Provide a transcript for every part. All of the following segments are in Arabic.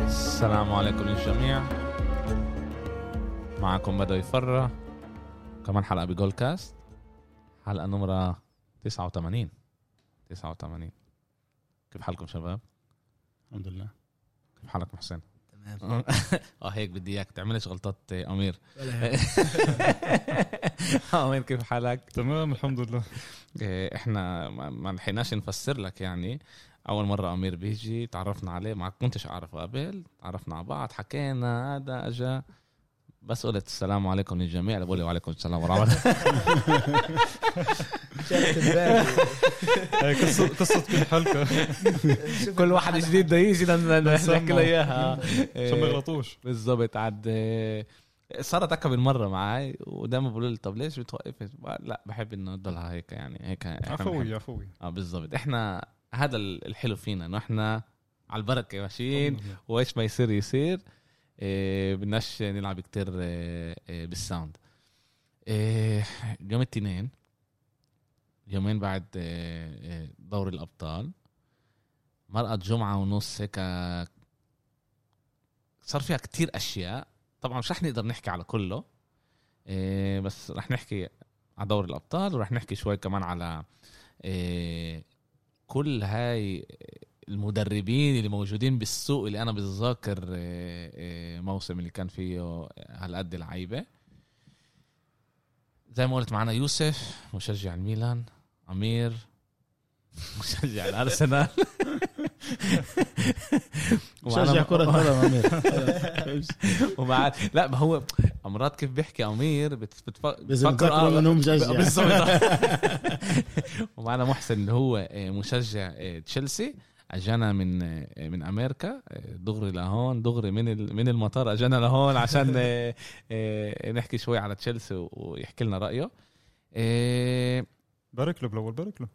السلام عليكم للجميع معكم بدو يفرى كمان حلقة بجول كاست حلقة نمرة 89 89 كيف حالكم شباب؟ الحمد لله كيف حالك محسن؟ تمام آه. اه هيك بدي اياك تعملش غلطات آه، امير امير آه. كيف حالك؟ تمام الحمد لله إيه، احنا ما- ما لحقناش نفسر لك يعني اول مره امير بيجي تعرفنا عليه ما كنتش اعرفه قبل تعرفنا على بعض حكينا هذا اجا بس قلت السلام عليكم للجميع بقول لي وعليكم السلام ورحمه الله شلت الباقي هي قصه قصه إيه، كل إيه. حلقه شوف كل واحد جديد بده يجي نحكي نسمعه. له اياها عشان ما إيه، يغلطوش بالضبط عاد إيه، صارت اكثر من مره معي ودائما بقولوا لي طب ليش بتوقف لا بحب انه تضلها هيك يعني هيك إحنا بنحب- عفوي عفوي اه بالضبط احنا هذا ال- الحلو فينا انه احنا على البركه ماشيين الحمد لله. وايش ما يصير يصير إيه بدناش نلعب كتير إيه إيه بالساوند إيه يوم الاثنين يومين بعد إيه إيه دوري الابطال مرقت جمعه ونص هيك صار فيها كتير اشياء طبعا مش رح نقدر نحكي على كله إيه بس رح نحكي على دوري الابطال ورح نحكي شوي كمان على إيه كل هاي المدربين اللي موجودين بالسوق اللي انا بتذاكر إيه، إيه، موسم اللي كان فيه هالقد لعيبه زي ما قلت معنا يوسف مشجع الميلان امير مشجع الارسنال شجع ومعنا- كرة قدم أمير ومع لا ما هو مرات كيف بيحكي امير بت- بتف- لازم بتفكر تذكروا آه، إنه مشجع بالضبط ومعنا محسن اللي هو آه، مشجع آه، تشيلسي اجانا من آه، من امريكا آه، دغري لهون دغري من ال- من المطار اجانا لهون عشان آه، آه، نحكي شوي على تشيلسي و- ويحكي لنا رايه آه، بارك له بالاول بارك له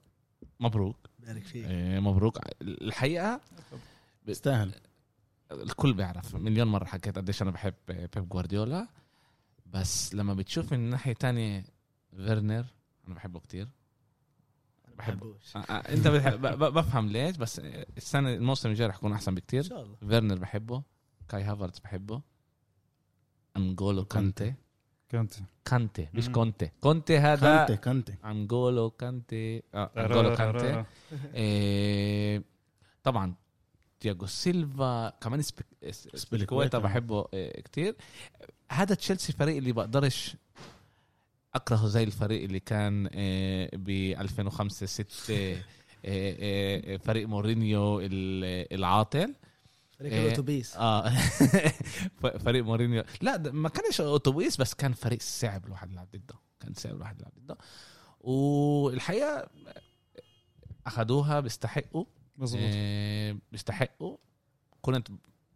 مبروك بارك فيك آه، مبروك الحقيقه استاهل الكل بيعرف مليون مره حكيت قديش انا بحب بيب جوارديولا بس لما بتشوف من ناحيه تانية فيرنر انا بحبه كتير أنا بحبوش آه، آه، انت بتحب ب- ب- بفهم ليش بس السنه الموسم الجاي رح يكون احسن ان بكتير شاء الله فيرنر بحبه كاي هافرتز بحبه انجولو كانتي كانت كانتي مش مم. كونتي كونتي هذا كانتي كانتي انجولو كانتي اه انجولو كانتي إيه، طبعا تياجو سيلفا كمان سبك... اس- سبيليكويتا بحبه إيه، كتير هذا تشيلسي فريق اللي بقدرش اكرهه زي الفريق اللي كان إيه، ب 2005 6 إيه، إيه، فريق مورينيو ال- العاطل فريق إيه. الاتوبيس اه ف- فريق مورينيو لا ده ما كانش اتوبيس بس كان فريق صعب الواحد يلعب ضده كان صعب الواحد يلعب ضده والحقيقه اخذوها بيستحقوا مظبوط إيه، بيستحقوا كنت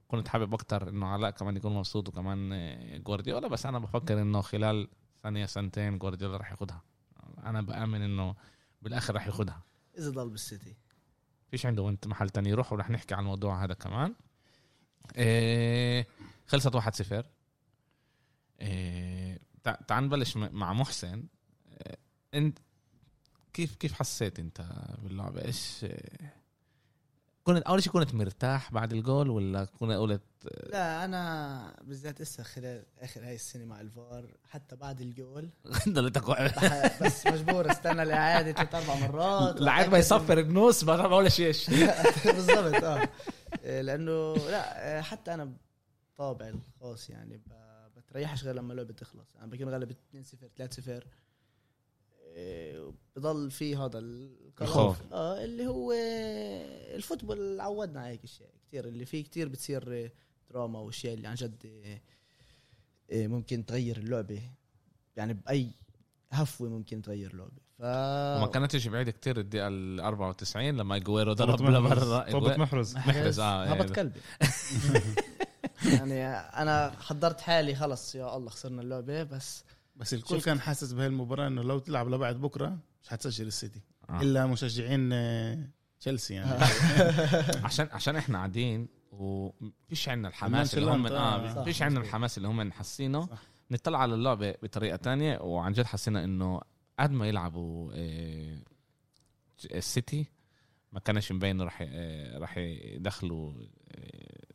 كنت حابب اكتر انه علاء كمان يكون مبسوط وكمان إيه، جوارديولا بس انا بفكر انه خلال ثانيه سنتين جوارديولا راح ياخدها انا بامن انه بالاخر راح ياخدها اذا ضل بالسيتي فيش عنده وانت محل تاني يروح ورح نحكي عن الموضوع هذا كمان إيه خلصت 1-0 إيه تع- تعال نبلش م- مع محسن إيه انت كيف كيف حسيت انت باللعبه ايش إيه، كنت اول شيء كنت مرتاح بعد الجول ولا كنت قلت لا انا بالذات اسا خلال اخر هاي السنه مع الفار حتى بعد الجول ضليتك واقف؟ بح- بس مجبور استنى الاعاده ثلاث اربع مرات العيد ما يصفر بنص ما بقول شيء بالضبط اه إيه، لانه لا إيه، حتى انا طابع الخاص يعني ب- بتريحش غير لما اللعبه تخلص انا بكون غالب 2 0 3 0 إيه، بضل في هذا القرار. الخوف. اه اللي هو الفوتبول عودنا على هيك اشياء كثير اللي فيه كثير بتصير إيه، دراما واشياء اللي عن جد إيه، إيه، ممكن تغير اللعبه يعني باي هفوه ممكن تغير لعبه ف وما كانتش بعيدة كتير الدقيقة ال 94 لما جويرو ضرب طابت لبرا محرز إيه. محرز اه هبط كلبي يعني انا حضرت حالي خلص يا الله خسرنا اللعبه بس بس الكل شفت. كان حاسس بهي المباراة انه لو تلعب لبعد بكرة مش حتسجل السيتي آه. الا مشجعين آه، تشيلسي يعني عشان عشان احنا قاعدين وفيش عندنا الحماس اللي هم نونشلانت، اه آه. فيش صح. عندنا الحماس اللي هم حاسينه صح. نطلع على اللعبه بطريقه تانية وعن جد حسينا انه قد ما يلعبوا آه، السيتي ما كانش مبين راح آه، راح يدخلوا آه،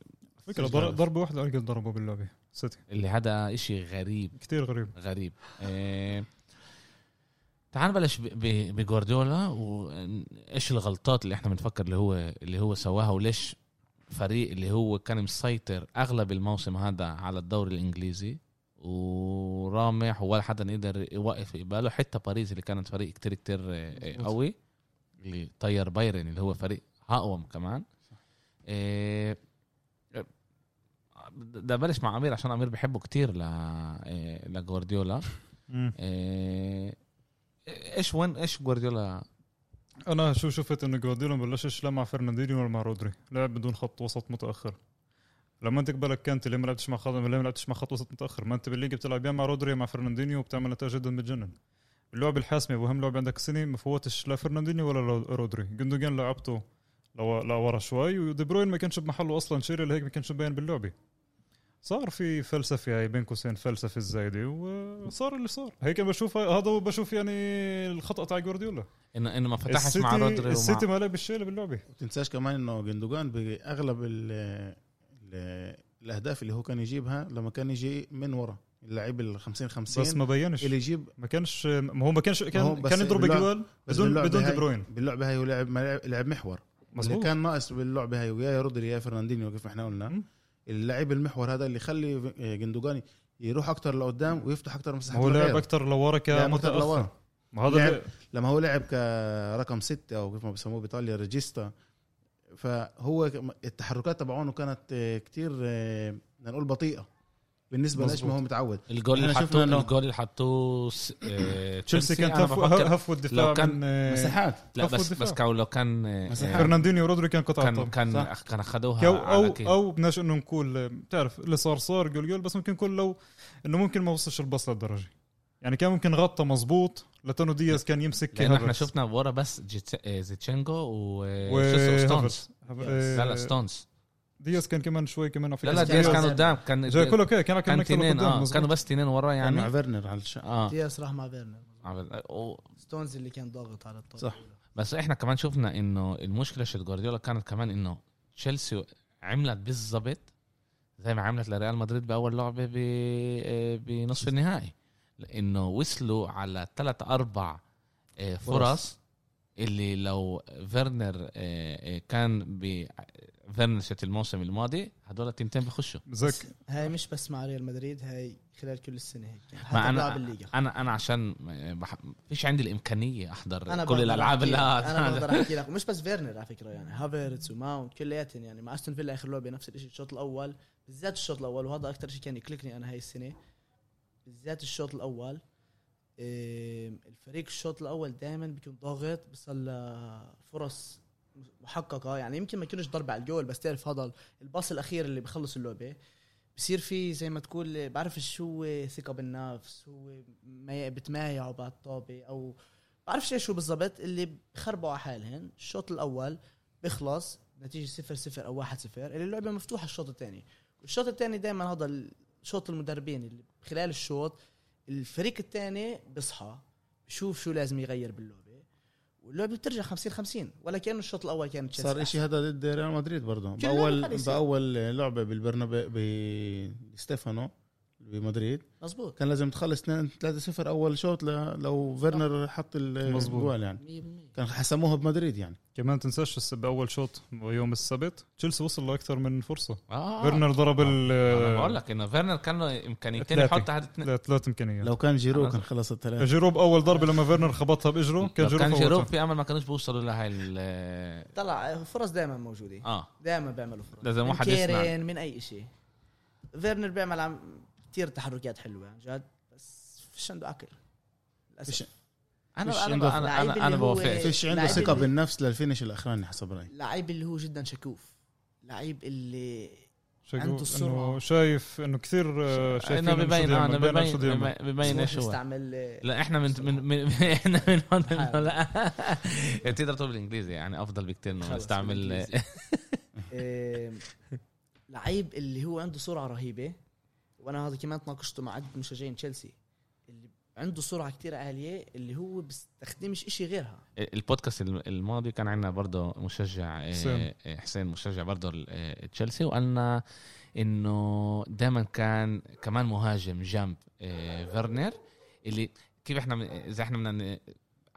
فكره ضر- ضربه واحده ارجل ضربه باللعبه سيتي اللي هذا إشي غريب كثير غريب غريب إيه، تعال نبلش ب- ب- بجوارديولا وايش الغلطات اللي احنا بنفكر اللي هو اللي هو سواها وليش فريق اللي هو كان مسيطر اغلب الموسم هذا على الدوري الانجليزي ورامح ولا حدا يقدر يوقف يقباله حتى باريس اللي كانت فريق كتير كتير إيه، قوي اللي طير بايرن اللي هو فريق اقوم كمان إيه، بدي ابلش مع امير عشان امير بحبه كتير ل إيه، لجوارديولا إيه، ايش وين ايش جوارديولا انا شو شفت انه جوارديولا ما بلشش لا مع فرناندينيو ولا مع رودري لعب بدون خط وسط متاخر لما انت قبلك كانت ليه ما لعبتش مع خط ليه ما لعبتش مع خط وسط متاخر ما انت بالليج بتلعب يا مع رودري يا مع فرناندينيو وبتعمل نتائج جدا بتجنن اللعب الحاسمه واهم لعب عندك السنه ما فوتش لا فرناندينيو ولا رو- رودري جندوجان لعبته لو لورا شوي ودي بروين ما كانش بمحله اصلا شيري لهيك ما كانش مبين باللعبه صار في فلسفه هاي بين قوسين فلسفه الزايده وصار اللي صار هيك بشوف هذا هو بشوف يعني الخطا تاع جوارديولا انه انه ما فتحش مع رودري السيتي ومع ما لعب الشيء اللي باللعبه ما تنساش كمان انه جندوجان باغلب ال ال الاهداف اللي هو كان يجيبها لما كان يجي من ورا اللعيب ال 50 بس يعني 50 ما بينش اللي يجيب ما كانش ما هو ما كانش هو كان بس كان يضرب باللعب- جوال بس بدون باللعبة بدون دي هاي- بروين باللعبه هي ولعب ما لعب لعب محور اللي مظبوط كان ناقص باللعبه هي ويا يا رودري يا فرناندينيو كيف ما احنا قلنا مم. اللاعب المحور هذا اللي يخلي جندوجان يروح اكتر لقدام ويفتح اكتر ما مساحات هو لعب للغير. اكثر لورا لعب أكتر كمتاخر لورا. ما هذا لعب. اللي- لما هو لعب كرقم ستة او كيف ما بيسموه بايطاليا ريجيستا فهو كم- التحركات تبعونه كانت آه، كتير آه، بدنا نقول بطيئه بالنسبه لايش ما مظبوط. هو متعود الجول اللي إحنا شفنا حطوه إنه- الجول اللي حطوه س- آه، تشيلسي كان أنا هف- بفكر- هفو الدفاع لو كان من آه، مساحات لا هفو بس الدفاع. بس كان- لو كان آه، مساحة. آه، فرناندينيو ورودري كان قطع كان الطب كان صح. أخ- كان اخذوها او على او كيف. او بدناش انه نقول آه، بتعرف اللي صار صار جول جول بس ممكن نقول لو انه ممكن ما وصلش الباص للدرجه يعني كان ممكن غطى مظبوط لتونو دياز كان يمسك لانه احنا هافرتز. شفنا ورا بس جيتس- آه، زيتشينجو و- وستونز هافرتز. هاف- لا لا آه، ستونز دياز كان كمان شوي كمان على لا فكرة. لا دياز كان قدام كان جاي كله اوكي كان كان كان تنين اه مظبوط. كانوا بس تنين ورا يعني مع يعني فيرنر على الشقة اه دياس راح مع فيرنر أو- ستونز اللي كان ضاغط على الطاوله صح. بس احنا كمان شفنا انه المشكله شت جوارديولا كانت كمان انه تشيلسي عملت بالظبط زي ما عملت لريال مدريد باول لعبه ب- آه، بنصف النهائي لانه وصلوا على ثلاث اربع آه، فرص اللي لو فيرنر آه، آه، كان ب فيرنر شت الموسم الماضي هدول التنتين بخشوا زك هاي مش بس مع ريال مدريد هاي خلال كل السنه هيك يعني مع حتى انا بلعب الليغا انا انا عشان بح... فيش عندي الامكانيه احضر انا كل بقدر الالعاب أحكي اللي لك- انا هذا. بقدر احكي لك مش بس فيرنر على فكره يعني هافيرتس وماونت كلياتهم يعني مع استون فيلا اخر لعبه نفس الشيء الشوط الاول بالذات الشوط الاول وهذا اكثر شيء كان يكلكني انا هاي السنه بالذات الشوط الاول إيه، الفريق الشوط الاول دائما بيكون ضاغط بصل فرص محققه يعني يمكن ما يكونش ضربه على الجول بس تعرف هذا الباص الاخير اللي بخلص اللعبه بصير في زي ما تقول بعرفش هو ثقه بالنفس هو ما بتمايعوا بعد الطابه او بعرفش شو بالضبط اللي بخربوا على حالهن الشوط الاول بخلص نتيجه 0 0 او 1 0 اللي اللعبه مفتوحه الشوط الثاني والشوط الثاني دائما هذا الشوط المدربين اللي خلال الشوط الفريق الثاني بصحى بشوف شو لازم يغير باللعبه واللعبه بترجع 50 50 ولا كانه الشوط الاول كان تشيلسي صار أحسن. إشي هذا ضد ريال مدريد برضه كل لعبة باول هذا يصير. يعني. باول لعبه بالبرنابي بستيفانو بمدريد مزبوط كان لازم تخلص 2 3 0 اول شوط ل- لو فيرنر حط ال- مظبوط. الجوال يعني 100% كان حسموها بمدريد يعني كمان تنساش الس- باول شوط يوم السبت تشيلسي وصل لاكثر من فرصه آه. فيرنر ضرب انا بقول ال لك انه فيرنر كان له امكانيتين أه، ثلاثة. يحط هذا اثنين لا- ثلاث امكانيات لو كان جيرو خلاص. كان خلص الثلاثه جيرو باول ضربه لما فيرنر خبطها باجره كان لو جيرو كان جيروب فوتها في امل ما كانوش بيوصلوا لهي ال- طلع فرص دائما موجوده اه دائما بيعملوا فرص لازم من واحد يصنع. كيرين، من اي شيء فيرنر بيعمل عم كثير تحركات حلوه عن جد بس فيش عنده عقل فيش- للاسف انا فيش انا عنده- انا لعيب انا, أنا اللي هو- بوافق فيش عنده لعيب ثقه إيه. اللي- بالنفس للفينش الاخراني حسب رايي لعيب اللي هو جدا شكوف لعيب اللي شايف عنده إنه السرعة. شايف انه كثير آه، شايفين انه إنه شو ببين بده آه، يعمل، انه بين شو بده ببين يعمل. ببين ايش هو استعمل لا احنا من من, من احنا من هون إنه حاول. لا تقدر تقول بالانجليزي يعني افضل بكتير انه نستعمل آه، لعيب اللي هو عنده سرعه رهيبه وانا هذا كمان تناقشته مع عدد من مشجعين تشيلسي اللي عنده سرعه كتير عاليه اللي هو بيستخدمش إشي غيرها البودكاست الم- الماضي كان عندنا برضه مشجع آه، حسين. آه، حسين مشجع برضه ال- آه، تشيلسي وقالنا انه دائما كان كمان مهاجم جنب آه، فيرنر اللي كيف احنا من- اذا احنا بدنا ن-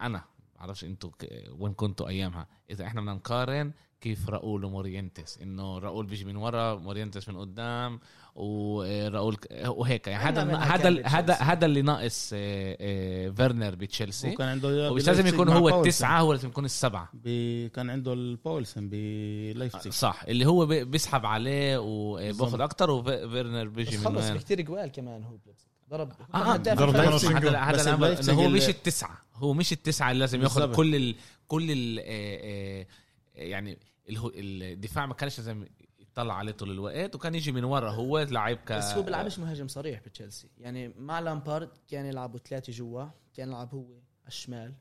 انا بعرفش انتوا ك- وين كنتوا ايامها اذا احنا بدنا نقارن كيف راؤول ومورينتس انه راؤول بيجي من ورا مورينتس من قدام وراؤول ك- وهيك يعني إحنا هذا عملنا هذا كان هذا بتشيلسي. هذا اللي ناقص آه، آه، فيرنر بتشيلسي وكان عنده ومش لازم بلايبزيج يكون مع هو باولسن. التسعه هو لازم يكون السبعه بي... كان عنده الباولسن بلايبزيج صح اللي هو بي- بيسحب عليه وباخذ آه. بالظبط. اكتر وفيرنر بس بيجي من خلص وين بكتير جوال كمان هو بلبسك ضرب اه كان ضرب هداف ضرب. هذا هذا بس الأمر اللايف إنه هو ستايل مش ال- التسعه هو مش التسعه اللي لازم ياخذ بالظبط. كل ال كل ال آه، آه، يعني الهو- الدفاع ما كانش لازم يطلع عليه طول الوقت وكان يجي من ورا هو لعيب ك بس هو بيلعبش مهاجم صريح بتشيلسي يعني مع لامبارد كان يلعبوا ثلاثه جوا كان يلعب هو على الشمال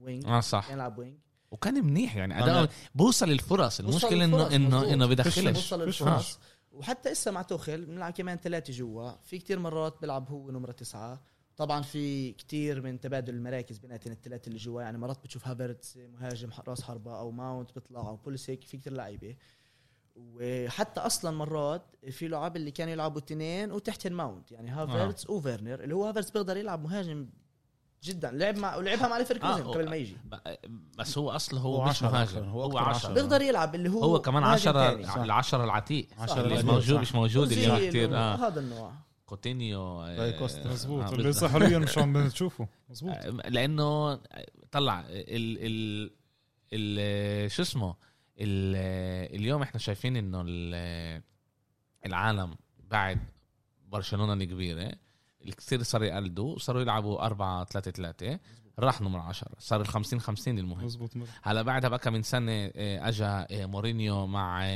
وينج اه صح كان يلعب وينج وكان منيح يعني أنا- اداؤه بوصل الفرص وصل المشكله للفرص انه انه مظبوط. انه بدخلش وصل فيش الفرص وحتى اسا مع توخيل بنلعب كمان ثلاثه جوا في كتير مرات بيلعب هو نمره تسعه طبعا في كتير من تبادل المراكز بيناتهم الثلاثه اللي جوا يعني مرات بتشوف هافرتس مهاجم ح- راس حربه او ماونت بيطلع او بولسيك في كتير لعيبه وحتى اصلا مرات في لعاب اللي كانوا يلعبوا اثنين وتحت ماونت يعني آه. هافرتس وفيرنر اللي هو هافرتس بيقدر يلعب مهاجم جدا لعب مع ولعبها مع ليفركوزن آه، قبل ما يجي بس هو اصله هو هو مش عشرة مهاجم أكتر، هو, هو هو أكتر عشرة عشرة. بيقدر يلعب اللي هو آه. هو كمان مهاجم عشرة تاني. صح. العشرة العتيق عشرة مش العتيق، موجود صح. آه. مش موجود اللي هو أوزيل كتير اه وهذا آه. النوع كوتينيو آه، باي كوستا. مزبوط آه، اللي بالظبط. لسه حاليا مش عم بتشوفه مزبوط آه، لانه آه، طلع ال ال ال آه، شو اسمه ال آه، اليوم احنا شايفين انه ال- آه، العالم بعد برشلونه الكبيره الكثير صاروا يقلدوا صاروا يلعبوا 4 3 3 راح نمر 10 صار ال 50 50 المهم مزبوط هلا بعدها بقى من سنه آه، اجى آه، مورينيو مع آه،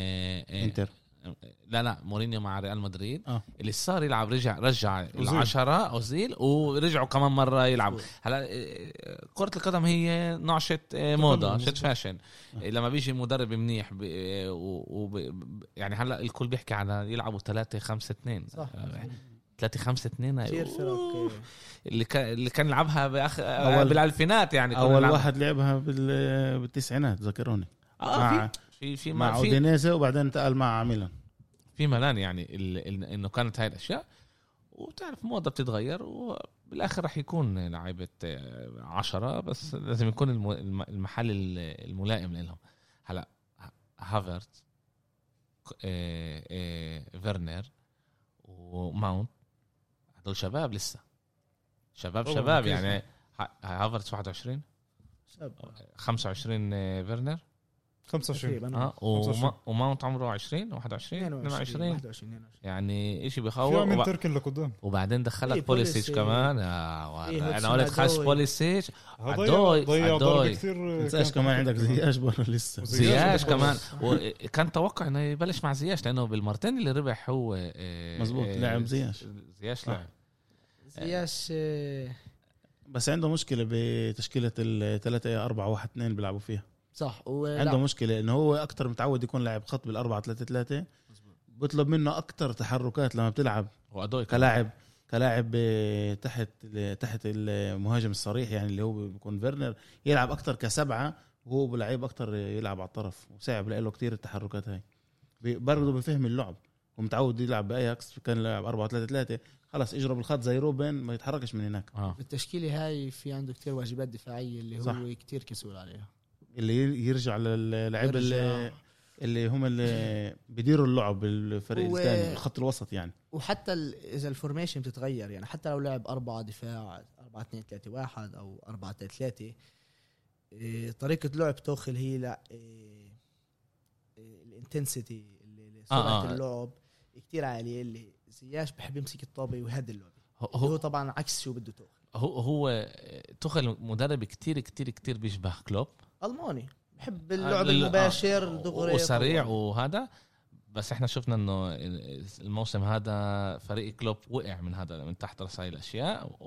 آه، انتر لا لا مورينيو مع ريال مدريد آه. اللي صار يلعب رجع رجع أوزيل. العشرة اوزيل ورجعوا كمان مره يلعبوا هلا إيه، كرة القدم هي نوع شت إيه، موضة شت فاشن آه. إيه، لما بيجي مدرب منيح ب... إيه، و... وب... ب- يعني هلا الكل بيحكي على يلعبوا 3 5 2 صح 3 5 كثير 2 فرق آه، آه، اللي كان اللي كان يلعبها بأخ... أول- بالالفينات يعني كنا اول نلعب- واحد لعبها بال... بالتسعينات ذكروني اه مع- في في في, مع في... اودينيزي وبعدين انتقل مع ميلان في ملان يعني ال- ال- انه كانت هاي الاشياء وتعرف موضة بتتغير وبالاخر راح يكون لعيبه آه، عشرة بس لازم يكون الم- الم- المحل ال- الملائم لهم هلا ه- هافرت ك- آه، آه، فيرنر وماونت هدول شباب لسه شباب طبعاً، شباب أكيد. يعني ه- هافرتس 21 25 آه، فيرنر 25 اه وما- وماونت عمره 20 21 22 يعني شيء بخوف في وب- من تركن لقدام وبعدين إيه، دخلك بوليسيتش بوليسيتش. كمان آه، إيه، انا هودسون قلت خش عدوي. بوليسيتش عدوي، ضيع ضيع عدوي. ضربه كثير تنساش كمان عندك زياش برا لسه زياش. زياش زياش كمان وكان توقع انه يبلش مع زياش لانه بالمرتين اللي ربح هو آه، مزبوط، آه، لاعب زياش. زياش صح. لعب آه. زياش آه، بس عنده مشكله بتشكيله ال 3 4 1 2 بيلعبوا فيها صح و عنده مشكله انه هو اكتر متعود يكون لاعب خط بال 4 3 3 بطلب منه اكتر تحركات لما بتلعب وادوي كلاعب كلاعب آه، تحت ال- تحت المهاجم الصريح يعني اللي هو بيكون فيرنر يلعب اكتر كسبعه وهو بلعيب اكتر يلعب على الطرف وصعب له كتير التحركات هاي بي- برضه بفهم اللعب ومتعود يلعب باياكس كان يلعب 4 3 3 خلص اجرب الخط زي روبن ما يتحركش من هناك اه التشكيله هاي في عنده كتير واجبات دفاعيه اللي صح. هو كتير كسول عليها اللي ي- يرجع للعيب اللي, يرجع. اللي هم اللي بيديروا اللعب بالفريق هو- الثاني الخط الوسط يعني وحتى ال- اذا الفورميشن بتتغير يعني حتى لو لعب أربعة دفاع أربعة اثنين ثلاثة واحد او أربعة ثلاثة ثلاثة إيه، طريقه لعب توخل هي لا إيه، إيه، الانتنسيتي اللي- آه، آه. سرعه اللعب كتير عاليه اللي زياش بحب يمسك الطابه ويهدي اللعب هو هو هو- طبعا عكس شو بده توخل هو هو تخل مدرب كتير كتير كتير بيشبه كلوب الماني بحب اللعب ال- المباشر آه، دغري وسريع طبعاً. وهذا بس احنا شفنا انه الموسم هذا فريق كلوب وقع من هذا من تحت رأس هاي الاشياء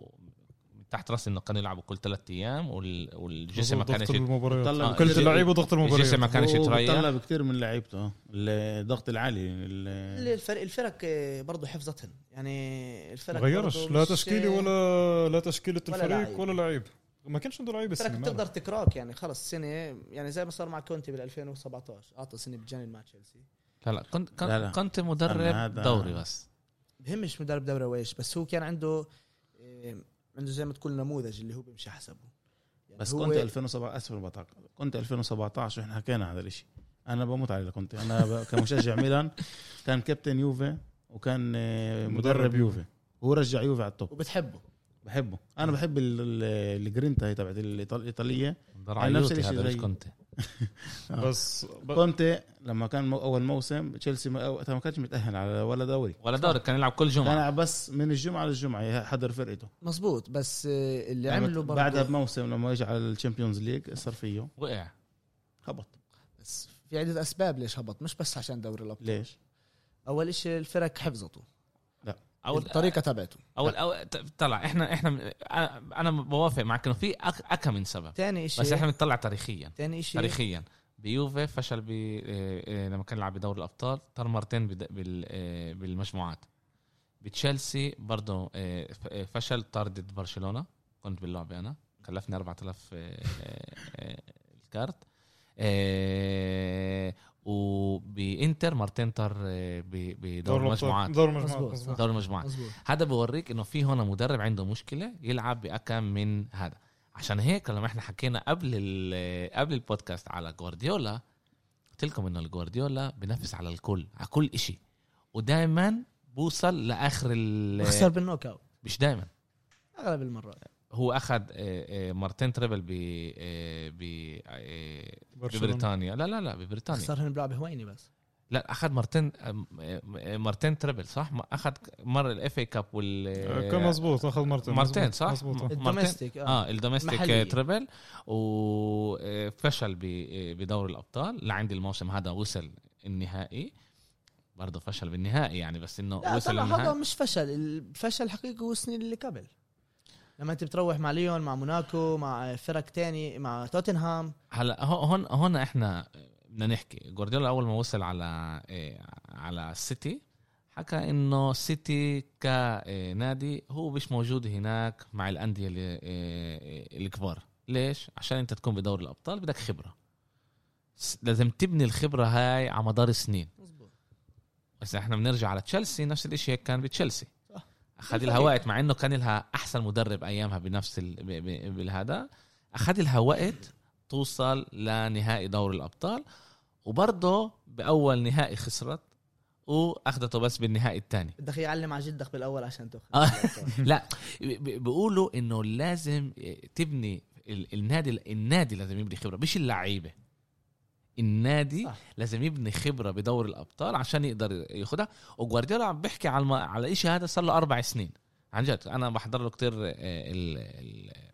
تحت راسي انه كانوا يلعبوا كل ثلاث ايام وال- والجسم آه، ما ضغط كانش يت- المباريات بتطلع- كل اللعيبه ضغط الجسم ما المباريات كانش يتريح طلب كتير من لعيبته آه. الضغط العالي ال- الفرق الفرق آه، برضه حفظتهم يعني الفرق غيرش برضه لا مش- تشكيلي ولا لا تشكيله ولا الفريق لعيب. ولا لعيب ما كانش عنده لعيب الفرق السنه بتقدر مالها. تكراك يعني خلص السنه يعني زي ما صار مع كونتي بال 2017 اعطى سنه بجنن مع تشيلسي لا لا كنت كنت, لا، لا. كنت أنا مدرب هذا- دوري بس بهمش مدرب دوري ويش بس هو كان عنده آه، عنده زي ما تقول نموذج اللي هو بيمشي حسبه يعني بس هو كنت 2007 اسف البطاقة كنت 2017 واحنا حكينا هذا الاشي انا بموت على كنت انا ب- كمشجع ميلان كان كابتن يوفي وكان آه، مدرب مدرب يوفي هو رجع يوفي على التوب وبتحبه بحبه انا بحب ال- ال- الجرينتا هي تبعت الإيطال- الايطاليه يعني نفس ضرعيوتي الاشي هذا مش زي- كنت آه. بس ب- كونتي لما كان مو- اول موسم تشيلسي ما وقتها ما كانش متاهل على ولا دوري ولا دوري كان يلعب كل جمعه كان بس من الجمعه للجمعه حضر فرقته يعني مزبوط بس آه، اللي لما- عمله برضه بعدها بموسم لما اجى على الشامبيونز ليج صار فيه وقع خبط بس في عده اسباب ليش هبط مش بس عشان دوري الابطال ليش؟ اول شيء الفرق حفظته أو اول الطريقه تبعته اول اول طلع احنا احنا أنا- انا بوافق معك انه في أك- اكا من سبب ثاني شيء بس احنا بنطلع تاريخيا ثاني شيء تاريخيا بيوفي فشل ب آه، آه، لما كان يلعب بدوري الابطال طار مرتين بد- بال- آه، بالمجموعات بتشيلسي برضه آه، ف- آه، فشل طار ضد برشلونه كنت باللعبه انا كلفني 4000 آه، آه، آه، الكارت آه، وبانتر مرتين طار آه، ب- بدور دور المجموعات المجموعات دور المجموعات مظبوط. مظبوط. دور المجموعات مزبوط هذا بوريك انه في هنا مدرب عنده مشكله يلعب باكم من هذا عشان هيك لما احنا حكينا قبل ال- قبل البودكاست على جوارديولا قلت لكم انه الجوارديولا بنفس على الكل على كل إشي ودائما بوصل لاخر خسر ال بالنوك اوت مش دائما اغلب المرات هو اخذ آه، آه، مرتين تريبل ب آه، ب آه، برشلونة. ببريطانيا لا لا لا ببريطانيا خسرهن بلعب هويني بس لا اخذ مرتين آه، آه، مرتين تريبل صح ما اخذ مره الاف اي إيه كاب آه، وال كان مظبوط اخذ مرتين مرتين مظبوط. صح؟ مظبوط آه. مرتين. الدوميستيك اه اه الدوميستيك محلية. تريبل آه، وفشل بدوري الابطال لعند الموسم هذا وصل النهائي برضه فشل بالنهائي يعني بس انه لا وصل طلع هذا النهائي مش فشل الفشل الحقيقي هو السنين اللي قبل لما انت بتروح مع ليون مع موناكو مع فرق تاني مع توتنهام هلا هو- هون هون احنا بدنا نحكي جوارديولا اول ما وصل على إيه، على السيتي حكى انه السيتي كنادي هو مش موجود هناك مع الانديه ال- إيه، الكبار ليش عشان انت تكون بدوري الابطال بدك خبره س- لازم تبني الخبره هاي على مدار سنين مزبوط بس احنا بنرجع على تشيلسي نفس الشيء هيك كان بتشيلسي صح. اخذ لها الفريق. وقت مع انه كان لها احسن مدرب ايامها بنفس ال... ب... ب... بالهذا اخذ لها وقت توصل لنهائي دوري الابطال وبرضه باول نهائي خسرت واخذته بس بالنهائي الثاني بدك يعلم على جدك بالاول عشان آه. تاخذ لا ب- ب- بيقولوا انه لازم تبني ال- النادي النادي لازم يبني خبره مش اللعيبه النادي صح. لازم يبني خبره بدور الابطال عشان يقدر ياخدها وجوارديولا عم بيحكي على الم... على الشيء هذا صار له اربع سنين عن جد انا بحضر له آه، كثير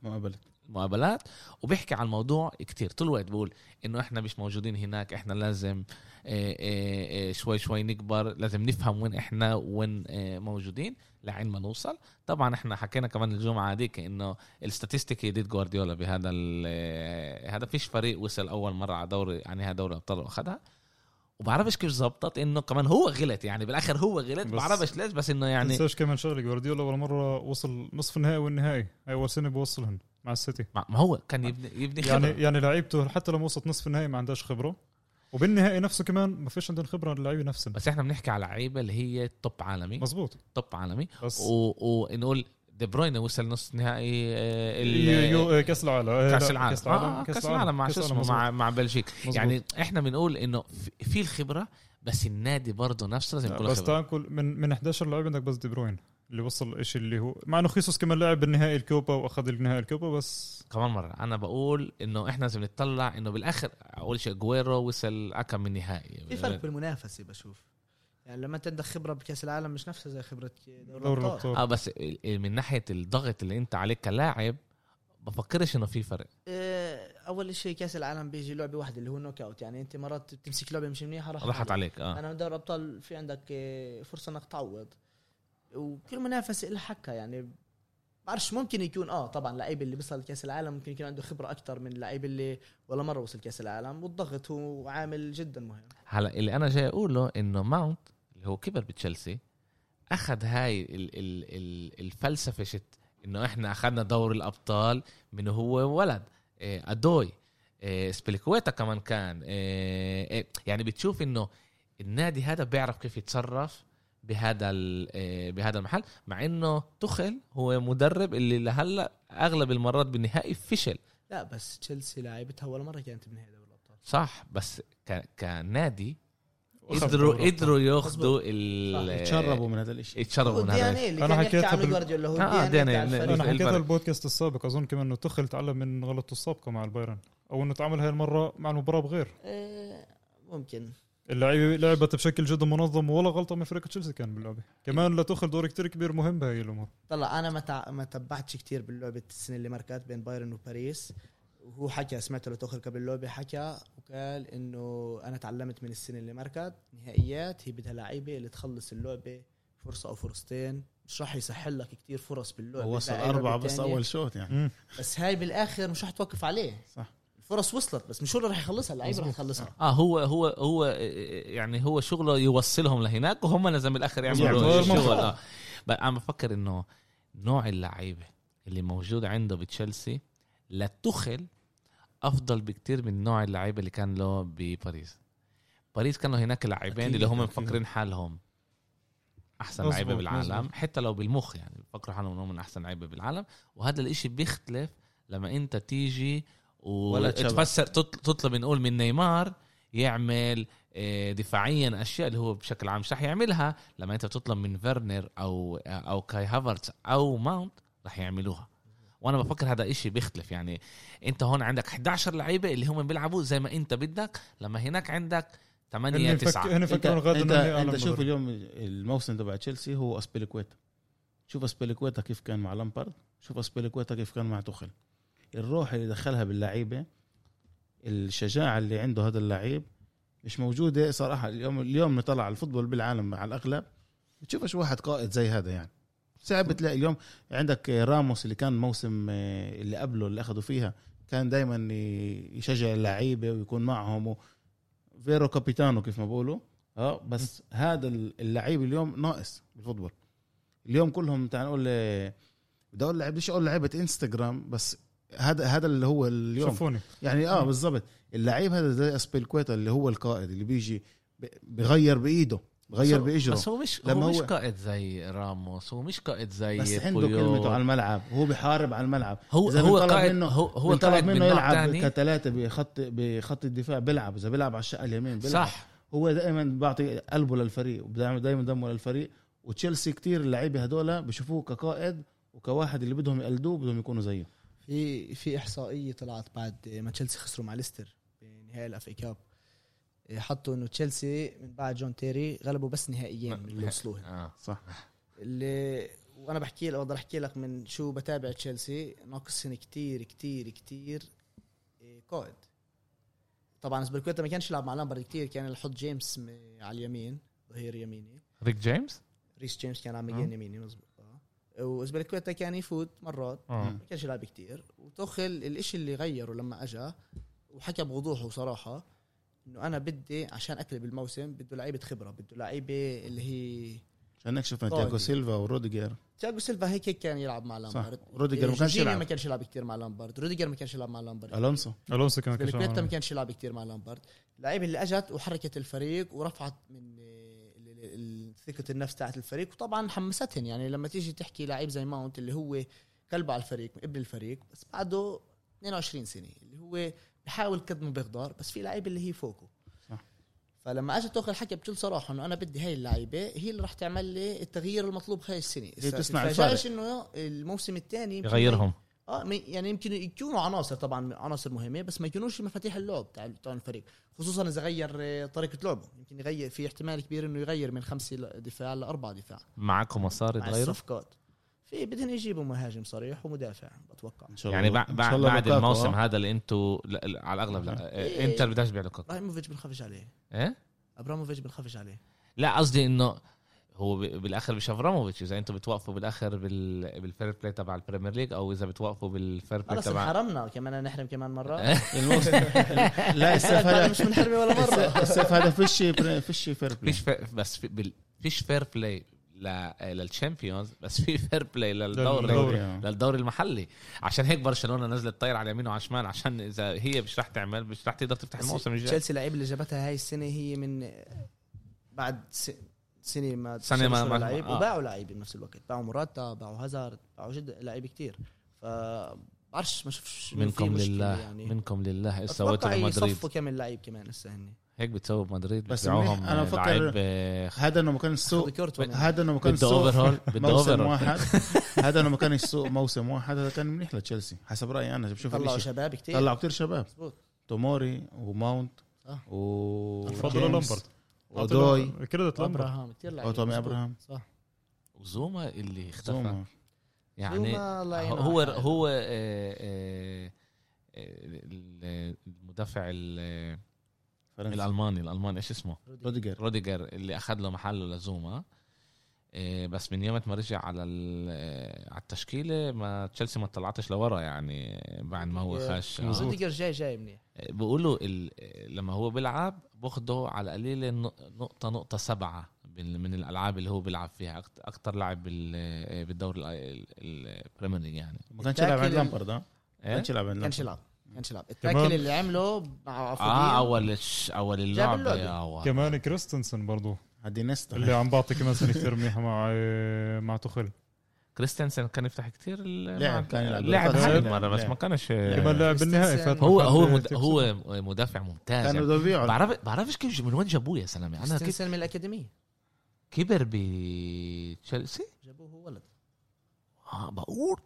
مقابله المقابلات وبيحكي على الموضوع كتير طول الوقت بقول انه احنا مش موجودين هناك احنا لازم آه، آه، آه، شوي شوي نكبر لازم نفهم وين احنا وين آه، موجودين لعين ما نوصل طبعا احنا حكينا كمان الجمعه هذيك انه الاستاتستيكي ديت جوارديولا بهذا ال- آه، هذا فيش فريق وصل اول مره على دوري يعني هذا دوري الابطال واخذها وبعرفش كيف زبطت انه كمان هو غلط يعني بالاخر هو غلط بس- بعرفش ليش بس انه يعني تنساش كمان شغله جوارديولا ولا مره وصل نصف النهائي والنهائي اول سنه بوصلهم مع السيتي ما ما هو كان يبني يبني يعني خبرة. يعني لعيبته حتى لما وصلت نصف النهائي ما عندهاش خبره وبالنهائي نفسه كمان ما فيش عندهم خبره اللعيبه نفسهم بس احنا بنحكي على لعيبه اللي هي توب عالمي مزبوط توب عالمي بس و- ونقول دي بروين وصل نص نهائي آه، ال- يو- يو- كاس العالم آه، كاس لا، العالم كاس العالم آه، كاس العالم مع كأس شو اسمه العالم، مع مع بلجيك مزبوط. يعني احنا بنقول انه في- في الخبره بس النادي برضه نفسه لازم لا، يكون له بس خبره تاكل من من 11 لاعب عندك بس دي بروين اللي وصل الشيء اللي هو مع انه خيسوس كمان لعب بالنهائي الكوبا واخذ النهائي الكوبا بس كمان مره انا بقول انه احنا لازم نتطلع انه بالاخر اول شيء جويرو وصل اكم من نهائي في فرق بالمنافسه بشوف يعني لما انت عندك خبره بكاس العالم مش نفسها زي خبره دوري دوري الابطال الابطال اه بس ال- من ناحيه الضغط اللي انت عليك كلاعب بفكرش انه في فرق آه، اول شيء كاس العالم بيجي لعبه واحده اللي هو النوك اوت يعني انت مرات بتمسك لعبه مش منيحه راحت راحت عليك. عليك اه انا دوري الابطال آه، في عندك آه، فرصه انك تعوض وكل منافسه لها حقها يعني بعرفش ممكن يكون اه طبعا لعيب اللي بيصل كاس العالم ممكن يكون عنده خبره اكثر من لعيب اللي ولا مره وصل كاس العالم والضغط هو عامل جدا مهم هلا اللي انا جاي اقوله انه ماونت اللي هو كبر بتشيلسي اخذ هاي ال ال ال الفلسفه شت انه احنا اخذنا دور الابطال من هو ولد إيه ادوي إيه سبليكويتا كمان كان إيه إيه يعني بتشوف انه النادي هذا بيعرف كيف يتصرف بهذا ال- إيه بهذا المحل مع انه تخل هو مدرب اللي لهلا اغلب المرات بالنهائي فشل لا بس تشيلسي لاعبتها ولا مره كانت بنهائي دوري الابطال صح بس ك- كنادي وأخذ قدروا دوري قدروا ياخذوا مظبوط. ال آه، يتشربوا من هذا الشيء يتشربوا من هذا والديانيه إيه اللي أنا كان يحكي حكيتها عنه بال- جوارديولا هو آه، الديانيه DNA بتاع اللي- انا الفريق. حكيت الفرق. البودكاست السابق اظن كمان انه تخل تعلم من غلطه السابقه مع البايرن او انه تعامل هاي المره مع المباراه بغير آه، ممكن اللعيبه لعبت بشكل جدا منظم ولا غلطه من فريق تشيلسي كان باللعبه كمان لتخل دور كتير كبير مهم بهي الامور طلع انا ما تع... ما تبعتش كثير باللعبه السنه اللي مركت بين بايرن وباريس وهو حكى سمعت له تاخر قبل اللعبه حكى وقال انه انا تعلمت من السنه اللي مركت نهائيات هي بدها لعيبه اللي تخلص اللعبه فرصه او فرصتين مش راح يسهل لك كثير فرص باللعبه هو وصل لا أي لعبة اربعه بس تانية. اول شوط يعني بس هاي بالاخر مش راح توقف عليه صح. الفرص وصلت بس مش هو اللي راح يخلصها اللعيبه راح يخلصها اه هو هو هو يعني هو شغله يوصلهم لهناك وهم لازم بالاخر يعملوا يعملوا الشغل الموضوع. اه بقى انا بفكر انه نوع اللعيبه اللي موجود عنده بتشيلسي لتخل افضل بكتير من نوع اللعيبه اللي كان له بباريس باريس كانوا هناك لاعبين أكيد، اللي هم أكيد. مفكرين حالهم احسن مظبوط، لعيبه بالعالم مظبوط. حتى لو بالمخ يعني بفكروا حالهم انهم من احسن لعيبه بالعالم وهذا الاشي بيختلف لما انت تيجي ولا تشبع. وتفسر تط- تطلب نقول من نيمار يعمل آه، دفاعيا اشياء اللي هو بشكل عام مش رح يعملها لما انت تطلب من فيرنر او او كاي هافرتس او ماونت رح يعملوها وانا بفكر هذا إشي بيختلف يعني انت هون عندك 11 لعيبه اللي هم بيلعبوا زي ما انت بدك لما هناك عندك 8 هن فك- 9 هن انت فكروا غدا انت, انه هي أعلى انت شوف مدرب. اليوم الموسم تبع تشيلسي هو اسبيليكويتا شوف اسبيليكويتا كيف كان مع لامبارد شوف اسبيليكويتا كيف كان مع توخل الروح اللي دخلها باللعيبه الشجاعه اللي عنده هذا اللعيب مش موجوده صراحه اليوم اليوم نطلع على الفوتبول بالعالم على الاغلب بتشوفش واحد قائد زي هذا يعني صعب تلاقي اليوم عندك راموس اللي كان موسم آه، اللي قبله اللي اخذوا فيها كان دائما يشجع اللعيبه ويكون معهم و- فيرو كابيتانو كيف ما بقولوا اه بس هذا اللعيب اليوم ناقص بالفوتبول اليوم كلهم تعال نقول آه، بدي اقول لعيب بديش اقول لعيبه انستغرام بس هذا هذا اللي هو اليوم شوفوني يعني اه بالضبط اللعيب هذا زي اسبيلكويتا اللي هو القائد اللي بيجي ب- بغير بايده بغير باجره بس هو مش لما هو مش هو- قائد زي راموس هو مش قائد زي بس عنده كلمته على الملعب هو بيحارب على الملعب هو إذا هو بنطلب قائد منه- هو هو هو طلب قائد منه من نوع يلعب تاني كثلاثه بخط بخط الدفاع بيلعب اذا بيلعب على الشقه اليمين بيلعب صح هو دائما بيعطي قلبه للفريق ودائما دائما دمه للفريق وتشيلسي كتير اللعيبه هدول بشوفوه كقائد وكواحد اللي بدهم يقلدوه بدهم يكونوا زيه في في احصائيه طلعت بعد ما تشيلسي خسروا مع ليستر بنهائي الاف اي كاب حطوا انه تشيلسي من بعد جون تيري غلبوا بس نهائيين من اللي وصلوهم آه. صح اللي وانا بحكي لك بقدر احكي لك من شو بتابع تشيلسي ناقصهم كتير كتير كتير إيه، قائد طبعا سبيلكويتا ما كانش يلعب مع لامبرد كتير كان يحط جيمس م- على اليمين ظهير يميني ريك جيمس ريس جيمس كان عم آه. يجين يميني مزبوط آه. وسبيلكويتا كان يفوت مرات آه. ما كانش يلعب كتير وتوخل الاشي اللي غيره لما اجا وحكى بوضوح وصراحه انه انا بدي عشان اقلب الموسم بده لعيبه خبره بده لعيبه اللي هي عشان هيك شفنا قائد. تياجو سيلفا وروديجر تياجو سيلفا هيك هيك كان يلعب مع لامبارد روديجر ما كانش جورجينيو يلعب. ما كانش يلعب كثير مع لامبارد روديجر ما كانش يلعب مع لامبارد الونسو الونسو كمان كان فيليكويتا ما شغال. كانش يلعب كثير مع لامبارد اللعيبه اللي اجت وحركت الفريق ورفعت من آه، ال- ال- ال- ثقه النفس تاعت الفريق وطبعا حمستهم يعني لما تيجي تحكي لعيب زي ماونت اللي هو كلب على الفريق ابن الفريق بس بعده 22 سنه اللي هو بحاول قد ما بيقدر بس في لعيبه اللي هي فوقه صح. فلما اجى توخل حكى بكل صراحه انه انا بدي هاي اللعيبه هي اللي راح تعمل لي التغيير المطلوب هاي السنه هي بتصنع تتفاجئش انه الموسم الثاني يغيرهم اه م- يعني يمكن يكونوا عناصر طبعا عناصر مهمه بس ما يكونوش مفاتيح اللعب تاع تاع الفريق خصوصا اذا غير آه، طريقه لعبه يمكن يغير في احتمال كبير انه يغير من خمسه ل- دفاع لاربعه دفاع معكم مصاري مع تغيروا الصفقات في بدهم يجيبوا مهاجم صريح ومدافع بتوقع ان شاء يعني الله بع- بع- الله بعد لوكاكو، الموسم آه. هذا اللي انتوا لا- لا، على الاغلب لا إيه. آه، انتر بدهاش يبيع لوكاكو ابراهيموفيتش بنخافش عليه ايه ابراموفيتش بنخافش عليه لا قصدي انه هو ب- بالاخر بشفرموفيتش اذا انتم بتوقفوا بالاخر بال... بالفير بلاي تبع البريمير ليج او اذا بتوقفوا بالفير بلاي خلص تبع إيه؟ انحرمنا كمان نحرم كمان مره الموسم لا السيف بعد هذا مش منحرمه ولا مره السيف هذا فيش فيش فير بلاي فيش فير... بس في... بال... فيش فير بلاي ل... للشامبيونز بس في فير بلاي للدوري للدوري. للدوري المحلي عشان هيك برشلونه نزلت طاير على يمين وعلى شمال عشان اذا هي مش رح تعمل مش رح تقدر تفتح الموسم الجاي تشيلسي اللعيبه اللي جابتها هاي السنه هي من بعد س- سنه ما سنة ما- ما- لعيب آه. وباعوا لعيبه بنفس الوقت باعوا موراتا باعوا هازارد باعوا جد لعيبه كتير ف بعرفش ما شفتش إنه في منكم مشكلة لله يعني. منكم لله ايش سويتوا اتوقع بمدريد يصفوا كم لعيب كمان هسه هن هيك بتسووا بمدريد بس بتبيعوهم منيح، أنا بفكر- لعيب آه، هذا انه ما كان السوق ذكرت هذا انه ما كان بده السوق اوفرهول بده موسم اوفرهول واحد هذا انه ما كان السوق موسم واحد هذا كان منيح لتشيلسي حسب رايي انا بشوف طلعوا الاشي شباب كتير طلعوا كثير شباب مزبوط. توموري وماونت آه. و فضلوا جيمس لامبرد ودوي كريدت لامبرد ابراهام كثير لعيبه وتومي مزبوط. ابراهام صح وزوما اللي اختفى زوما. يعني زوما الله يعينه هو على حاله. هو آه، آه، آه، المدافع ال- فرنسي. الالماني الالماني ايش اسمه روديجر روديجر اللي اخذ له محله لزوما آه، بس من يوم ما رجع على ال- آه، على التشكيله ما تشيلسي ما طلعتش لورا يعني بعد ما هو روديجر. خش آه. مزبوط. روديجر جاي جاي منيح بيقولوا ال... لما هو بيلعب باخده على قليلة نق- نقطة نقطة سبعة بال- من الألعاب اللي هو بيلعب فيها أكت- أكتر لاعب بال... بالدوري البريمير ليج يعني ما كانش يلعب عند التاكل- لامبرد ها ما إيه؟ كانش يلعب عند كانش لامبرد يلعب كانش يلعب كمان- التاكل اللي عمله مع عفودية. آه أول ش... أول اللعبة اللعبة. يا أول كمان كريستنسن برضو هدي نيستا اللي عم بعطي كمان سنه كثير منيحه مع مع تخل كريستنسن كان يفتح كتير ال- لعب، مع- كان يلعب. لعب لعب. هاي المرة بس لعب. ما كانش كمان لاعب بالنهائي كريستنسن. فات هو فات- هو فات- مد... هو مدافع ممتاز يعني. كانوا بده بعرف بعرفش كيف من وين جابوه يا زلمة أنا كيف كريستنسن من الاكاديميه كبر بتشيلسي جابوه هو ولد آه بقول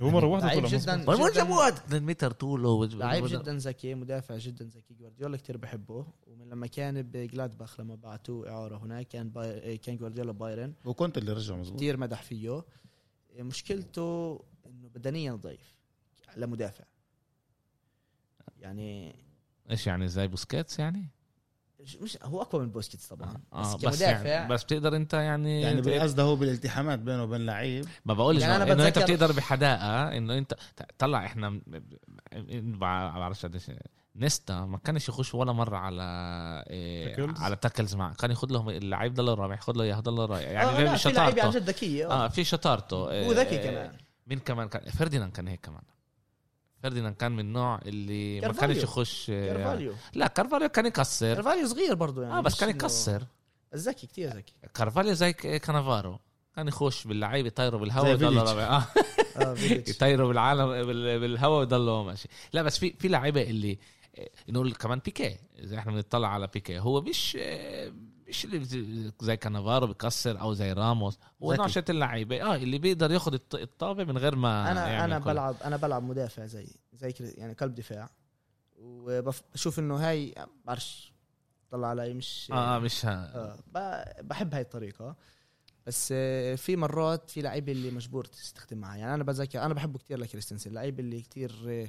هو مره واحده لعيب طلع جدا مظبوط. من وين جداً- جابوه 2 متر طوله لعيب جدا ذكي مدافع جدا ذكي جوارديولا كتير بحبه ومن لما كان بجلادباخ لما بعتوه اعاره هناك كان باي... كان جوارديولا بايرن وكنت اللي رجع مظبوط كتير مدح فيه مشكلته انه بدنيا ضعيف لمدافع يعني ايش يعني زي بوسكيتس يعني؟ مش هو اقوى من بوسكيتس طبعا آه بس بس كمدافع يعني بس بتقدر انت يعني, يعني ت- بالقصد هو بالالتحامات بينه وبين لعيب ما بقولش يعني أنا يعني انه انت بتذكر- بتقدر بحداقه انه انت ت- طلع احنا م- م- ما بعرفش قديش نيستا ما كانش يخش ولا مره على إيه تاكلز؟ على تاكلز مع كان ياخد لهم اللعيب ده للرابع ياخد له اياه ده للرابع يعني آه، لا، فاهم في لعيبه عن شطارته جد ذكيه آه. اه في شطارته هو إيه، ذكي إيه، كمان مين كمان كان فرديناند كان هيك كمان فرديناند كان من النوع اللي ما كارفاليو. كانش يخش إيه، كارفاليو لا كارفاليو كان يكسر كارفاليو صغير برضه يعني اه بس مش كان إنه- يكسر ذكي كتير ذكي كارفاليو زي ك- كانافارو كان يخش باللعيبه يطيروا بالهواء زي ويضلوا فيديتش. رابع. آه، اه فيديتش. يطيروا بالعالم بال- بالهواء ويضلوا ماشي لا بس في في لعيبه اللي آه، نقول كمان بيكي اذا احنا بنطلع على بيكي هو مش آه، مش اللي بت- زي كانافارو بيكسر او زي راموس هو ذكي. نعشة اللعيبه اه اللي بيقدر ياخذ الط- الطابه من غير ما انا يعمل انا كل- بلعب انا بلعب مدافع زي زي كري- يعني قلب دفاع وبشوف انه هاي بعرفش طلع علي مش اه آه، مش ها. آه، ب- بحب هاي الطريقه بس آه، في مرات في لعيبه اللي مجبور تستخدم معها يعني انا بذكر انا بحبه كتير لكريستنسن لعيب اللي كتير آه،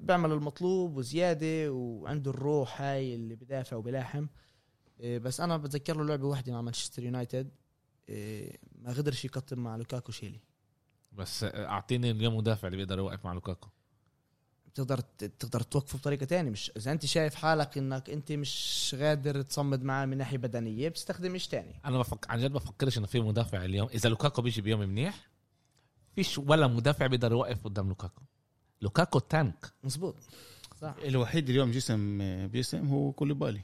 بيعمل المطلوب وزياده وعنده الروح هاي اللي بدافع وبلاحم آه، بس انا بتذكر له لعبه واحده مع مانشستر يونايتد آه، ما قدرش يقطم مع لوكاكو شيلي بس آه، اعطيني اليوم مدافع اللي بيقدر يوقف مع لوكاكو بتقدر تقدر توقفه بطريقه تانية مش اذا انت شايف حالك انك انت مش قادر تصمد معاه من ناحيه بدنيه بتستخدم ايش تاني انا بفكر عن جد بفكرش انه في مدافع اليوم اذا لوكاكو بيجي بيوم منيح فيش ولا مدافع بيقدر يوقف قدام لوكاكو لوكاكو تانك مزبوط صح الوحيد اليوم جسم آه، بيسم هو كوليبالي